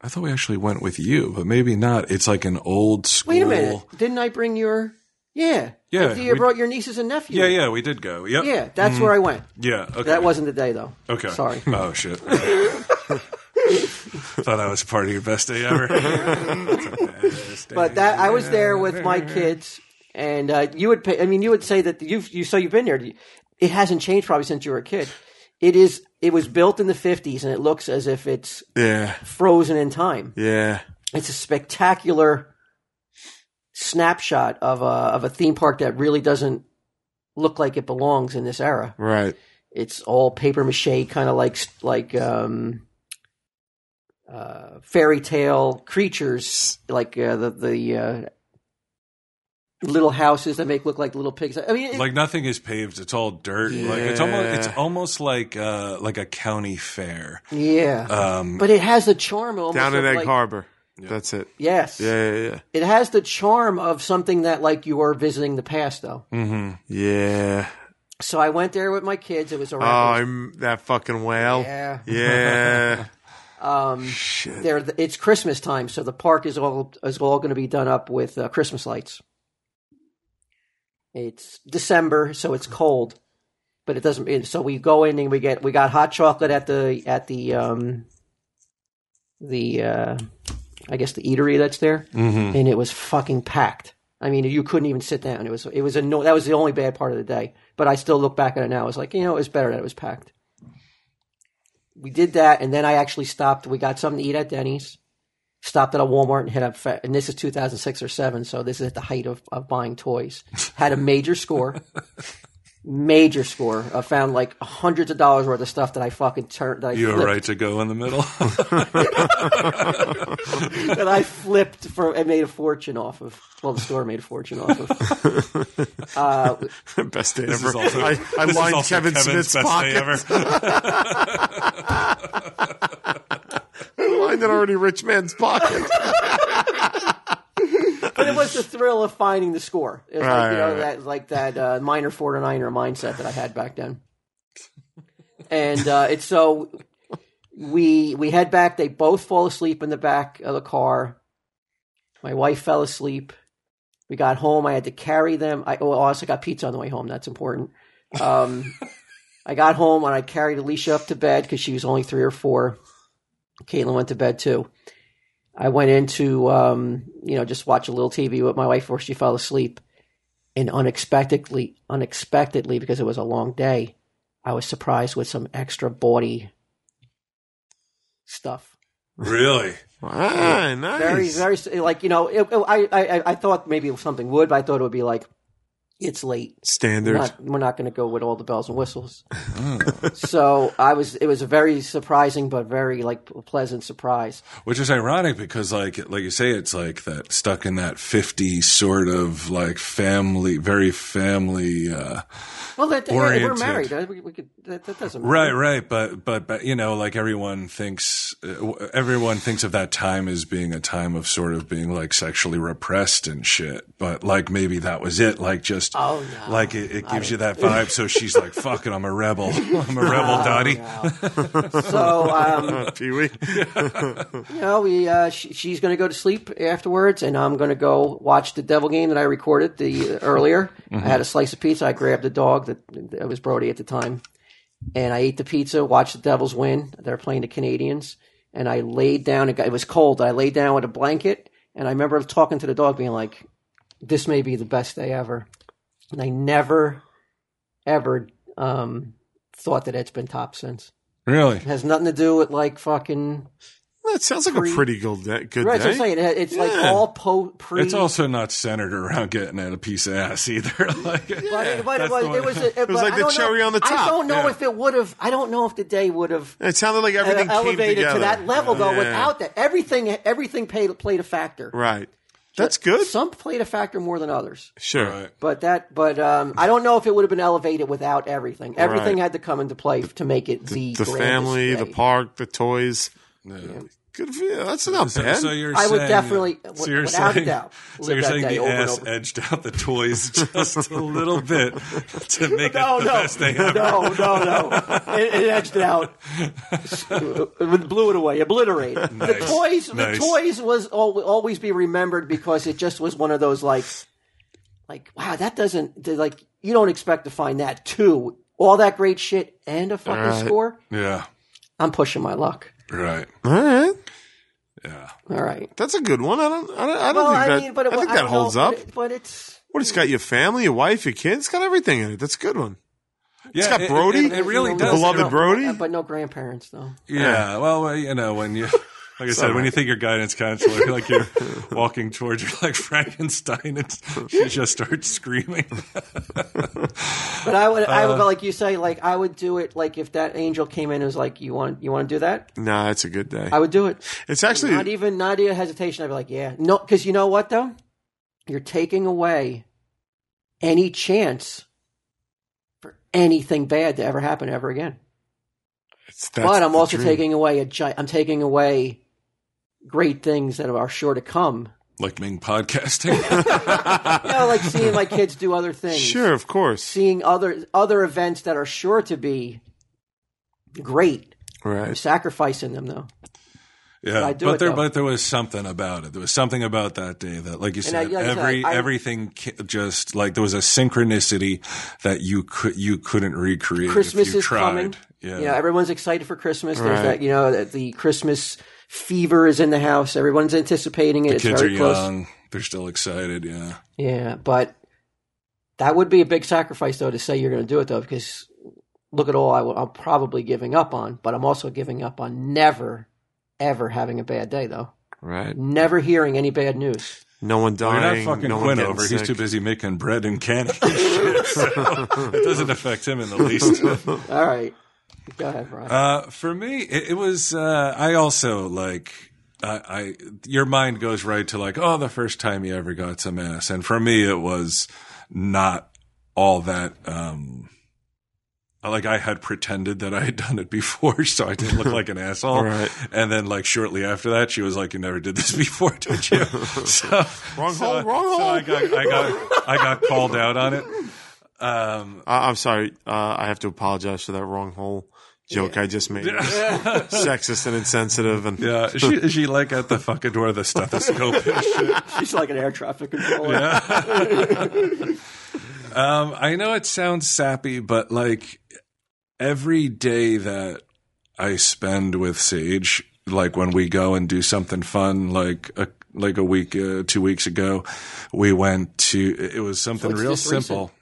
I thought we actually went with you, but maybe not. It's like an old school.
Wait a minute. Didn't I bring your? Yeah.
Yeah,
Like, you
we-
brought your nieces and nephews.
Yeah, yeah, we did go. Yep.
Yeah, that's
Mm-hmm.
where I went.
Yeah. Okay.
That wasn't the day though.
Okay.
Sorry.
Oh shit. Thought that was part of your best day ever.
But that I was there with my kids, and uh, you would. Pay, I mean, you would say that you've you so you've been there. It hasn't changed probably since you were a kid. It is. It was built in the fifties, and it looks as if it's
Yeah.
frozen in time.
Yeah.
It's a spectacular snapshot of a of a theme park that really doesn't look like it belongs in this era.
Right.
it's all paper mache kind of like like um uh fairy tale creatures like uh, the the uh little houses that make look like little pigs i mean it,
like nothing is paved. It's all dirt. Like it's almost it's
Yeah.
almost like uh like a county fair.
yeah
Um
but it has the charm almost
Down
of
in Egg
like,
Harbor. That's it.
yes
Yeah, yeah,
it has the charm of something that like you are visiting the past though
Mm. yeah. Yeah.
so i went there with my kids it was around
Oh, I'm that fucking whale.
yeah
Yeah.
there it's christmas time so the park is all is all going to be done up with uh, christmas lights it's december so it's cold but it doesn't it- so we go in and we get we got hot chocolate at the at the um the uh i guess the eatery that's there and it was fucking packed i mean you couldn't even sit down it was it was a no that was the only bad part of the day but i still look back at it now it's like you know it was better that it was packed we did that, and then I actually stopped. We got something to eat at Denny's, stopped at a Walmart, and hit up. Fa- And this is 2006 or seven, so this is at the height of, of buying toys. Had a major score, major score. I found like hundreds of dollars worth of stuff that I fucking turned. That I
you were
flipped-
right to go in the middle.
that I flipped for and made a fortune off of. Well, the store made a fortune off of.
Best day
This
ever.
is also-
I, I
this is
lined
also
Kevin Smith's
best
pocket.
day ever.
I lined an already rich man's pocket.
But it was the thrill of finding the score. It was like,
Right,
you know,
right, right.
that like that uh, minor 49er mindset that I had back then. And uh, it's so we we head back. They both fall asleep in the back of the car. My wife fell asleep. We got home. I had to carry them. I oh, I also got pizza on the way home. That's important. Um, I got home and I carried Alicia up to bed because she was only three or four. Caitlin went to bed too. I went in to um, you know just watch a little TV with my wife before she fell asleep, and unexpectedly, unexpectedly because it was a long day, I was surprised with some extra body stuff.
Really?
Ah, nice.
Very, very like you know, it, it- I, I I thought maybe something would, but I thought it would be like it's late.
Standard.
We're not, we're not going to go with all the bells and whistles. so I was. It was a very surprising, but very like pleasant surprise.
Which is ironic because, like, like you say, it's like that stuck in that fifty sort of like family, very family. Uh,
Well, that, hey, we're
Oriented.
married. Uh, We, we could, that, that doesn't matter.
right, right. But, but, but you know, like everyone thinks, uh, w- everyone thinks of that time as being a time of sort of being like sexually repressed and shit. But like maybe that was it. Like just,
Oh, no.
like it, it gives you that vibe. So she's like, "Fuck it, I'm a rebel. I'm a rebel, Dottie."
So um,
Pee Wee.
you know, we uh, sh- she's going to go to sleep afterwards, and I'm going to go watch the devil game that I recorded the uh, earlier. I had a slice of pizza. I grabbed a dog that, that was Brody at the time, and I ate the pizza. Watched the Devils win. They're playing the Canadians, and I laid down. It, got, it was cold. I laid down with a blanket, and I remember talking to the dog, being like, "This may be the best day ever," and I never, ever um, thought that it's been top since.
Really?
It has nothing to do with like fucking.
That sounds like a pretty good day. Good
Right, that's
day.
what I'm saying. It- It's like
Yeah.
all po- pre.
It's also not centered around getting at a piece of ass either. like,
But it, but it
That's
was,
the one.
it was, a- but
was like
I
the
don't know-
cherry on the
I
top.
don't know
Yeah.
if it would have. I don't know if the day would have uh,
It sounded like everything came
elevated to
together.
that level though.
Yeah.
Without that, everything everything paid, played a factor.
right. That's good.
Some played a factor more than others.
Sure.
Right.
But that, but um, I don't know if it would have been elevated without everything. Everything
Right.
had to come into play to make it the
The
grandest
family, the
day.
park, the toys. Good. For you. That's not
So,
bad.
so you're
I would
saying-
definitely,
so you're
without a
saying-
doubt,
So
live
you're
that
saying
day
the
over and
ass
over.
edged out the toys just a little bit to make
no,
it the
no.
best they ever.
No, no, no. It, it edged it out. It blew it away, obliterated. The
Nice,
toys,
nice.
the toys was al- always be remembered because it just was one of those like, like wow, that doesn't they're like you don't expect to find that too. All that great shit and a fucking
All right.
score.
Yeah,
I'm pushing my luck.
right.
All right.
Yeah,
All right.
That's a good one. I don't. I don't, I don't
Well,
think
I
that.
mean, but it,
I think
I
that
don't
holds
know,
up.
But, it- but it's
What it's got your family, your wife, your kids, it's got everything in it. That's a good one.
yeah.
got
it- it-
Brody.
It, it really
you know,
does.
Beloved
no-
Brody?
but no grandparents though.
Yeah. Well, well, you know, when you, like I said, when you think your guidance counselor, you're like you're walking towards you like Frankenstein, and she just starts screaming.
But I would, I would go like you say, like I would do it. Like if that angel came in and was like, "You want, you want to do that?"
Nah, it's a good day.
I would do it.
it's actually
Not even, not even hesitation. I'd be like, "Yeah, no," because you know what though, you're taking away any chance for anything bad to ever happen ever again.
it's,
but I'm
the
also
dream.
taking away a giant. I'm taking away great things that are sure to come.
like Ming podcasting.
You know, like seeing my kids do other things.
Sure, of course.
Seeing other other events that are sure to be great. I'm
Right.
sacrificing them though.
Yeah,
I do
but
it,
there,
though.
but there was something about it. There was something about that day that, like you
And I-
said,
like I said,
every
I-
everything ki- just like there was a synchronicity that you could you couldn't recreate.
Christmas
if you
is
tried.
coming.
Yeah,
You know, everyone's excited for Christmas. There's
Right.
that, you know, that the Christmas fever is in the house. Everyone's anticipating it. it's
kids are
very close.
young. They're still excited. Yeah,
Yeah, but that would be a big sacrifice, though, to say you're going to do it, though, because look at all I will, I'm probably giving up on, but I'm also giving up on never, ever having a bad day, though.
Right.
Never hearing any bad news.
No one
we're not
dying.
fucking
no one
Quinn
getting
over.
Sick.
He's too busy making bread and candy. and shit, so it doesn't affect him in the least.
All right. Go ahead, Brian.
Uh, for me, it, it was. Uh, I also like. I, I your mind goes right to like, oh, the first time you ever got some ass, and for me, it was not all that. um like I had pretended that I had done it before, so I didn't look like an asshole.
Right.
And then, like shortly after that, she was like, "You never did this before, did you?" So,
Wrong
so,
hole,
So
wrong hole.
I got, I got, I got called out on it. Um,
I, I'm sorry. Uh, I have to apologize for that wrong hole joke I just made. Sexist and insensitive. And
yeah, she, she like at the fucking door of the stethoscope and shit.
She's like an air traffic controller.
Um, I know it sounds sappy, but like every day that I spend with Sage, like when we go and do something fun, like a like a week, uh, two weeks ago, we went to. It was something
it's
real
just recent.
simple.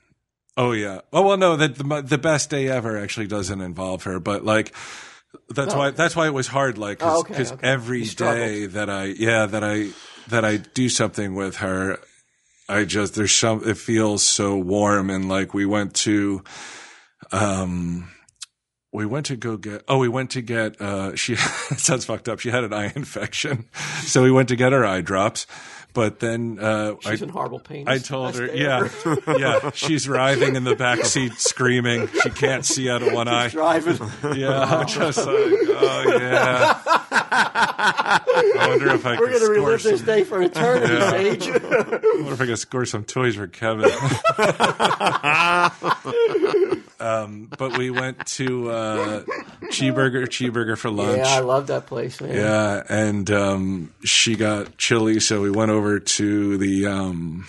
Oh yeah. Oh well, no. That the, the best day ever actually doesn't involve her, but like that's why that's why it was hard. Like
Oh,
because
okay, okay.
every day that I yeah that I that I do something with her, I just there's some it feels so warm and like we went to um we went to go get oh we went to get uh she it sounds fucked up she had an eye infection so we went to get her eye drops but then uh I,
She's in horrible pain.
I told
Best
her,
day
yeah,
ever.
yeah. She's writhing in the back seat, screaming. She can't see out of one eye.
Driving.
Yeah, I'm just like, oh yeah. I wonder if I
We're
could
going to
score
relive this
some.
day for eternity, Sage.
I wonder if I could score some toys for Kevin. um, but we went to uh, Cheeburger, Cheeburger for lunch.
Yeah, I love that place, man.
Yeah, and um, she got chilly, so we went over to the um,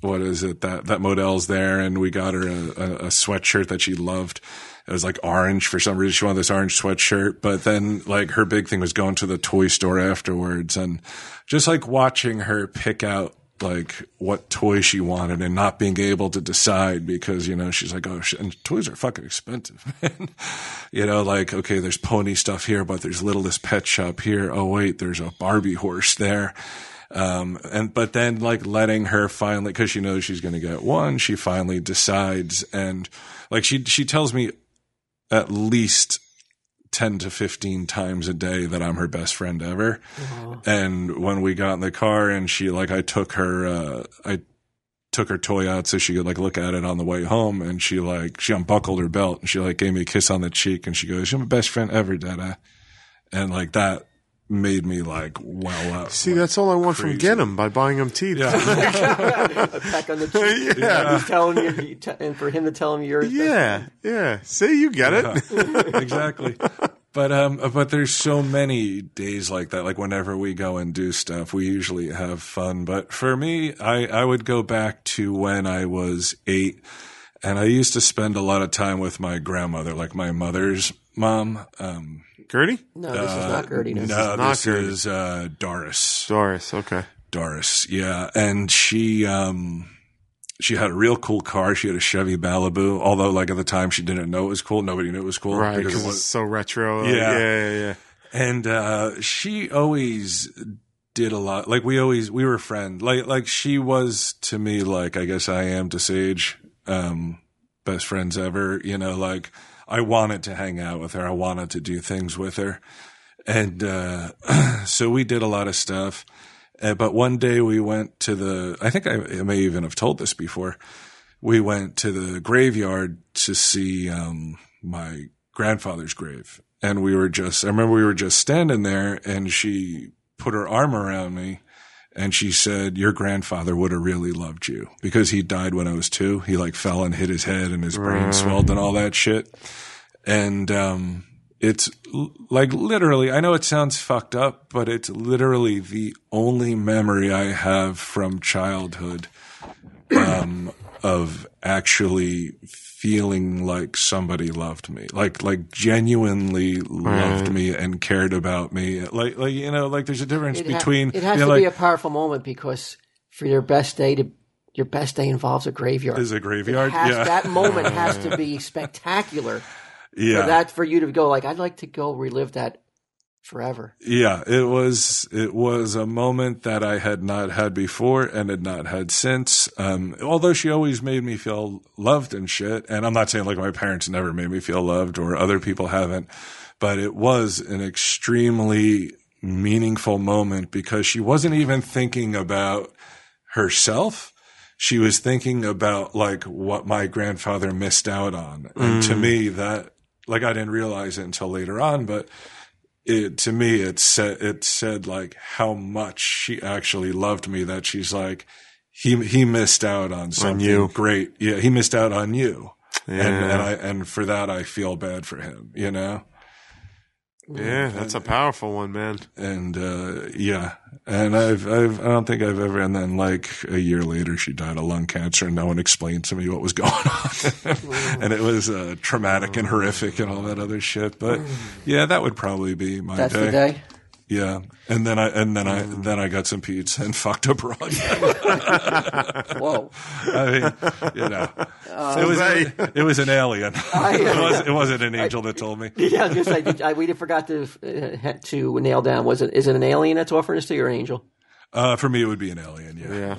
what is it that that model's there, and we got her a, a, a sweatshirt that she loved. It was like orange for some reason. She wanted this orange sweatshirt, but then like her big thing was going to the toy store afterwards, and just like watching her pick out like what toy she wanted and not being able to decide because you know she's like oh shit. and toys are fucking expensive man you know like okay there's pony stuff here but there's littlest pet shop here oh wait there's a barbie horse there um and but then like letting her finally cuz she knows she's going to get one she finally decides and like she she tells me at least 10 to 15 times a day that I'm her best friend ever. And when we got in the car and she like I took her uh I took her toy out so she could like look at it on the way home and she like she unbuckled her belt and she like gave me a kiss on the cheek and she goes, "You're my best friend ever, Dada." And like that made me like well up.
See, that's all I want
crazy.
from Get 'em by buying him teeth.
yeah.
Back on the cheek. He's telling you, he te- and for him to tell him you're.
yeah, yeah. See, you get it.
exactly. But um, but there's so many days like that. Like whenever we go and do stuff, we usually have fun. But for me, I I would go back to when I was eight, and I used to spend a lot of time with my grandmother, like my mother's mom. Um,
Gertie,
No, this is not Gertie.
Uh, no,
This is-
not
this
good.
is uh, Doris.
Doris. Okay.
Doris, yeah, and she um she had a real cool car. She had a Chevy Malibu, although like at the time she didn't know it was cool. Nobody knew it was cool
Right,
because it
because
was,
it's so retro. Like,
Yeah.
yeah, yeah, yeah.
and uh, she always did a lot. Like we always we were friends. Like like she was to me like I guess I am to Sage, um, best friends ever. You know, like I wanted to hang out with her. I wanted to do things with her, and uh, so we did a lot of stuff. Uh, but one day we went to the. I think I, I may even have told this before. We went to the graveyard to see um, my grandfather's grave, and we were just. I remember we were just standing there, and she put her arm around me, and she said, "Your grandfather would have really loved you because he died when I was two. He like fell and hit his head, and his brain swelled and all that shit." and um, it's l- like literally. I know it sounds fucked up, but it's literally the only memory I have from childhood um, of actually feeling like somebody loved me, like like genuinely loved me and cared about me. Like like you know, like there's a difference
ha-
between
it has
you know,
to
like,
be a powerful moment because for your best day to your best day involves a graveyard.
is a graveyard.
Has-
yeah,
That moment has to be spectacular
yeah.
for that for you to go like I'd like to go relive that forever.
yeah it was it was a moment that i had not had before and had not had since um although she always made me feel loved and shit and i'm not saying like my parents never made me feel loved or other people haven't but it was an extremely meaningful moment because she wasn't even thinking about herself she was thinking about like what my grandfather missed out on and
Mm.
to me that like i didn't realize it until later on but it to me it said it said like how much she actually loved me that she's like he he missed out on something
you.
great yeah he missed out on you and
Yeah.
and i and for that i feel bad for him you know
Yeah, that's a powerful one, man.
and uh yeah and i've i've i don't think i've ever and then like a year later she died of lung cancer and no one explained to me what was going on and it was uh, traumatic and horrific and all that other shit but yeah that would probably be my
That's
day Mm.
the day.
Yeah, and then I and then I then I got some pizza and fucked abroad.
Whoa.
I mean, you know, it was
Jose.
it was an alien.
I-
it, was, it wasn't an angel that told me.
Yeah, I was gonna say did, I, we did- forgot to uh, had to nail down. Was it is it an alien that's offering this to you or an angel?
Uh, for me, it would be an alien. Yeah.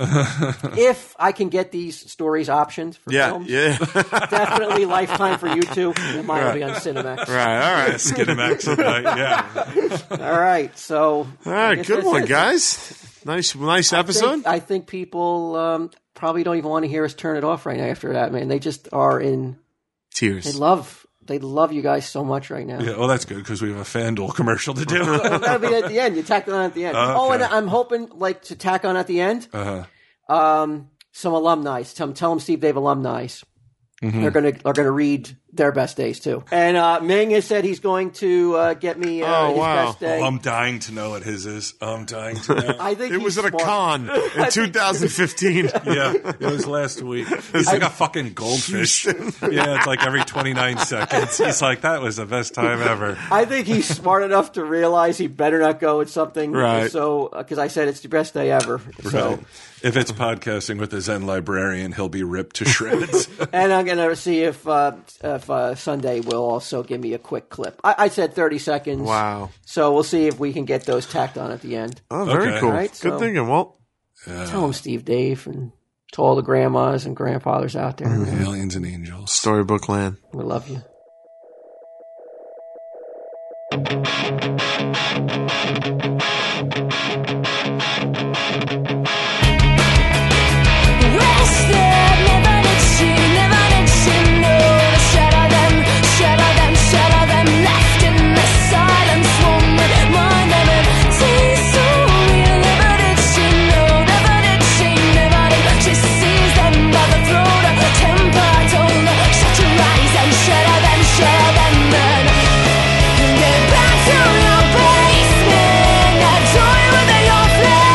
If I can get these stories optioned for
Yeah,
films,
yeah. right,
definitely Lifetime for you two. And mine will be on Cinemax.
all right.
Skinemax at night. Yeah.
All right, so
All right, good one, guys. Nice, nice
I
episode.
think, I think people um, probably don't even want to hear us turn it off right now. After that, man, they just are in. They
Tears.
love. They love you guys so much right now.
yeah. Well, that's good because we have a FanDuel commercial to do.
That'll be at the end. You tack on at the end.
Okay.
Oh, and I'm hoping like to tack on at the end.
Uh-huh.
Um, some alumni. Tell, tell them Steve Dave alumni.
Mm-hmm.
They're gonna are gonna read their best days too. And uh, Ming has said he's going to uh, get me uh,
Oh,
his
wow.
best
Oh,
day.
I'm dying to know what his is. I'm dying to know.
I think
It
he's
was at a
smart.
con in 2015.
yeah, it was last week. He's like a fucking goldfish. Yeah, it's like every 29 seconds. He's like, that was the best time ever.
I think he's smart enough to realize he better not go with something.
Right.
So, because I said it's the best day ever. So,
So, if it's podcasting with the Zen librarian, he'll be ripped to shreds.
and I'm gonna see if uh, if uh, Sunday will also give me a quick clip. I, I said 30 seconds.
Wow.
So we'll see if we can get those tacked on at the end.
Oh, very
Okay.
cool.
Right,
Good
so-
thinking, Walt.
Tell him Steve Dave and to all the grandmas and grandfathers out there.
Mm-hmm.
Aliens and angels.
Storybook land.
We love you.
Wasted, never did she, never did she know the shadow them, shadow them, shadow them left in the silence. Woman, my never seems so real. Never did she know, never did she, never did she sees them by the throat of the temper. Don't shut your eyes and shadow them, shadow them, then get back to your basement. Adore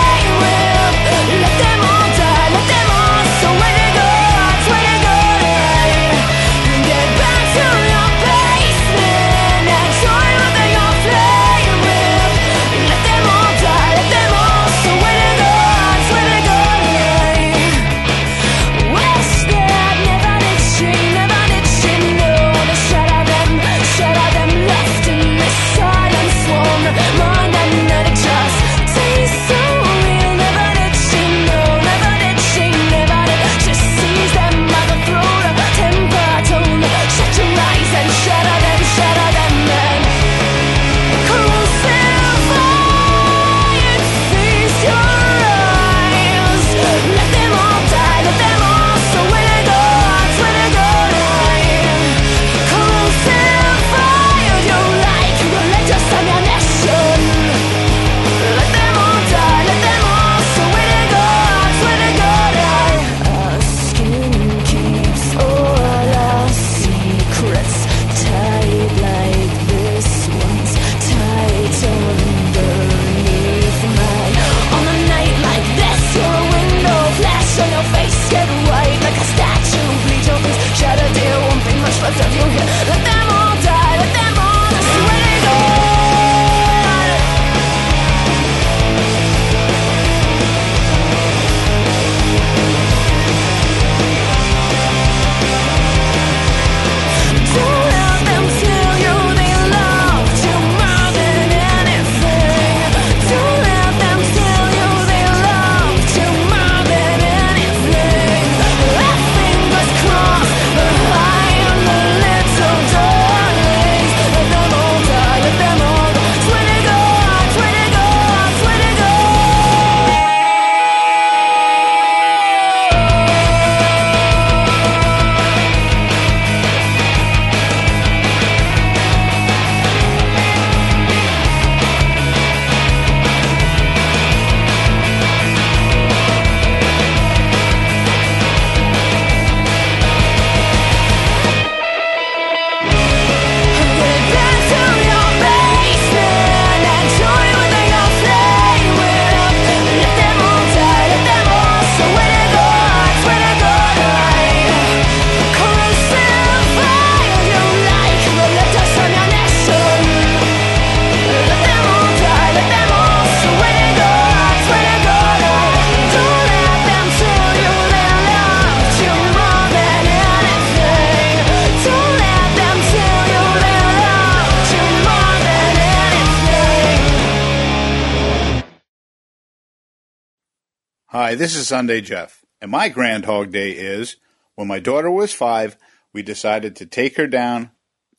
Hi, this is Sunday Jeff, and my Grand Hog Day is when my daughter was five, we decided to take her down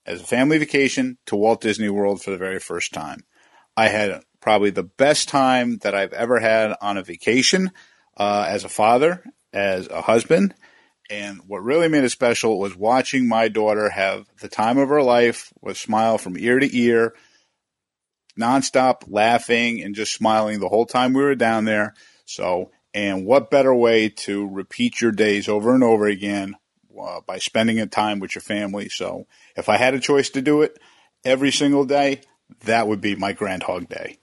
as a family vacation to Walt Disney World for the very first time. I had probably the best time that I've ever had on a vacation uh, as a father, as a husband. And what really made it special was watching my daughter have the time of her life with a smile from ear to ear, nonstop laughing and just smiling the whole time we were down there. So, and what better way to repeat your days over and over again uh, by spending a time with your family? So, if I had a choice to do it every single day, that would be my Grand Hog Day.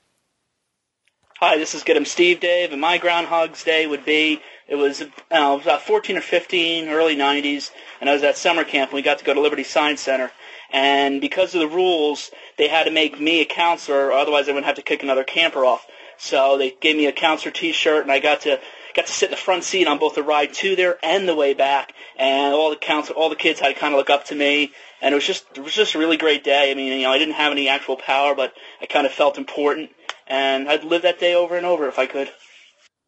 Hi, this is Get 'em Steve Dave, and my Groundhog's Day would be it was uh, I was about 14 or 15, early 90s, and I was at summer camp, and we got to go to Liberty Science Center. And because of the rules, they had to make me a counselor, or otherwise they would have to kick another camper off. So they gave me a counselor T-shirt, and I got to got to sit in the front seat on both the ride to there and the way back. And all the counsel, all the kids had to kind of look up to me, and it was just it was just a really great day. I mean, you know, I didn't have any actual power, but I kind of felt important and I'd live that day over and over if I could.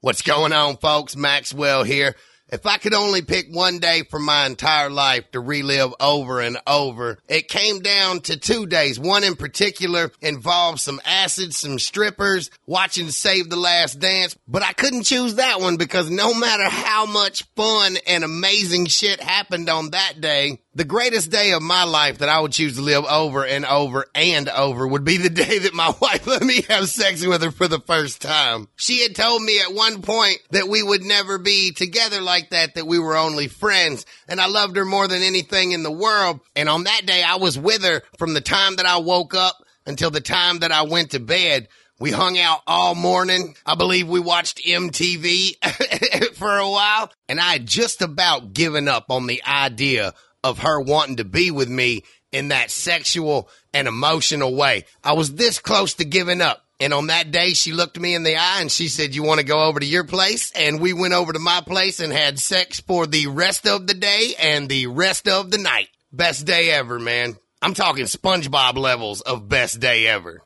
What's going on, folks? Maxwell here. If I could only pick one day from my entire life to relive over and over, it came down to two days. One in particular involved some acid, some strippers, watching Save the Last Dance, but I couldn't choose that one because no matter how much fun and amazing shit happened on that day, the greatest day of my life that I would choose to live over and over and over would be the day that my wife let me have sex with her for the first time. She had told me at one point that we would never be together like that, that we were only friends, and I loved her more than anything in the world. And on that day, I was with her from the time that I woke up until the time that I went to bed. We hung out all morning. I believe we watched MTV for a while. And I had just about given up on the idea of her wanting to be with me in that sexual and emotional way. I was this close to giving up. And on that day, she looked me in the eye and she said, You want to go over to your place? And we went over to my place and had sex for the rest of the day and the rest of the night. Best day ever, man. I'm talking SpongeBob levels of best day ever.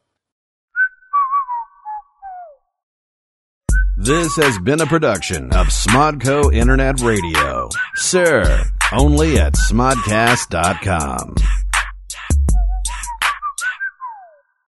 This has been a production of Smodco Internet Radio. Sir, only at smodcast.com.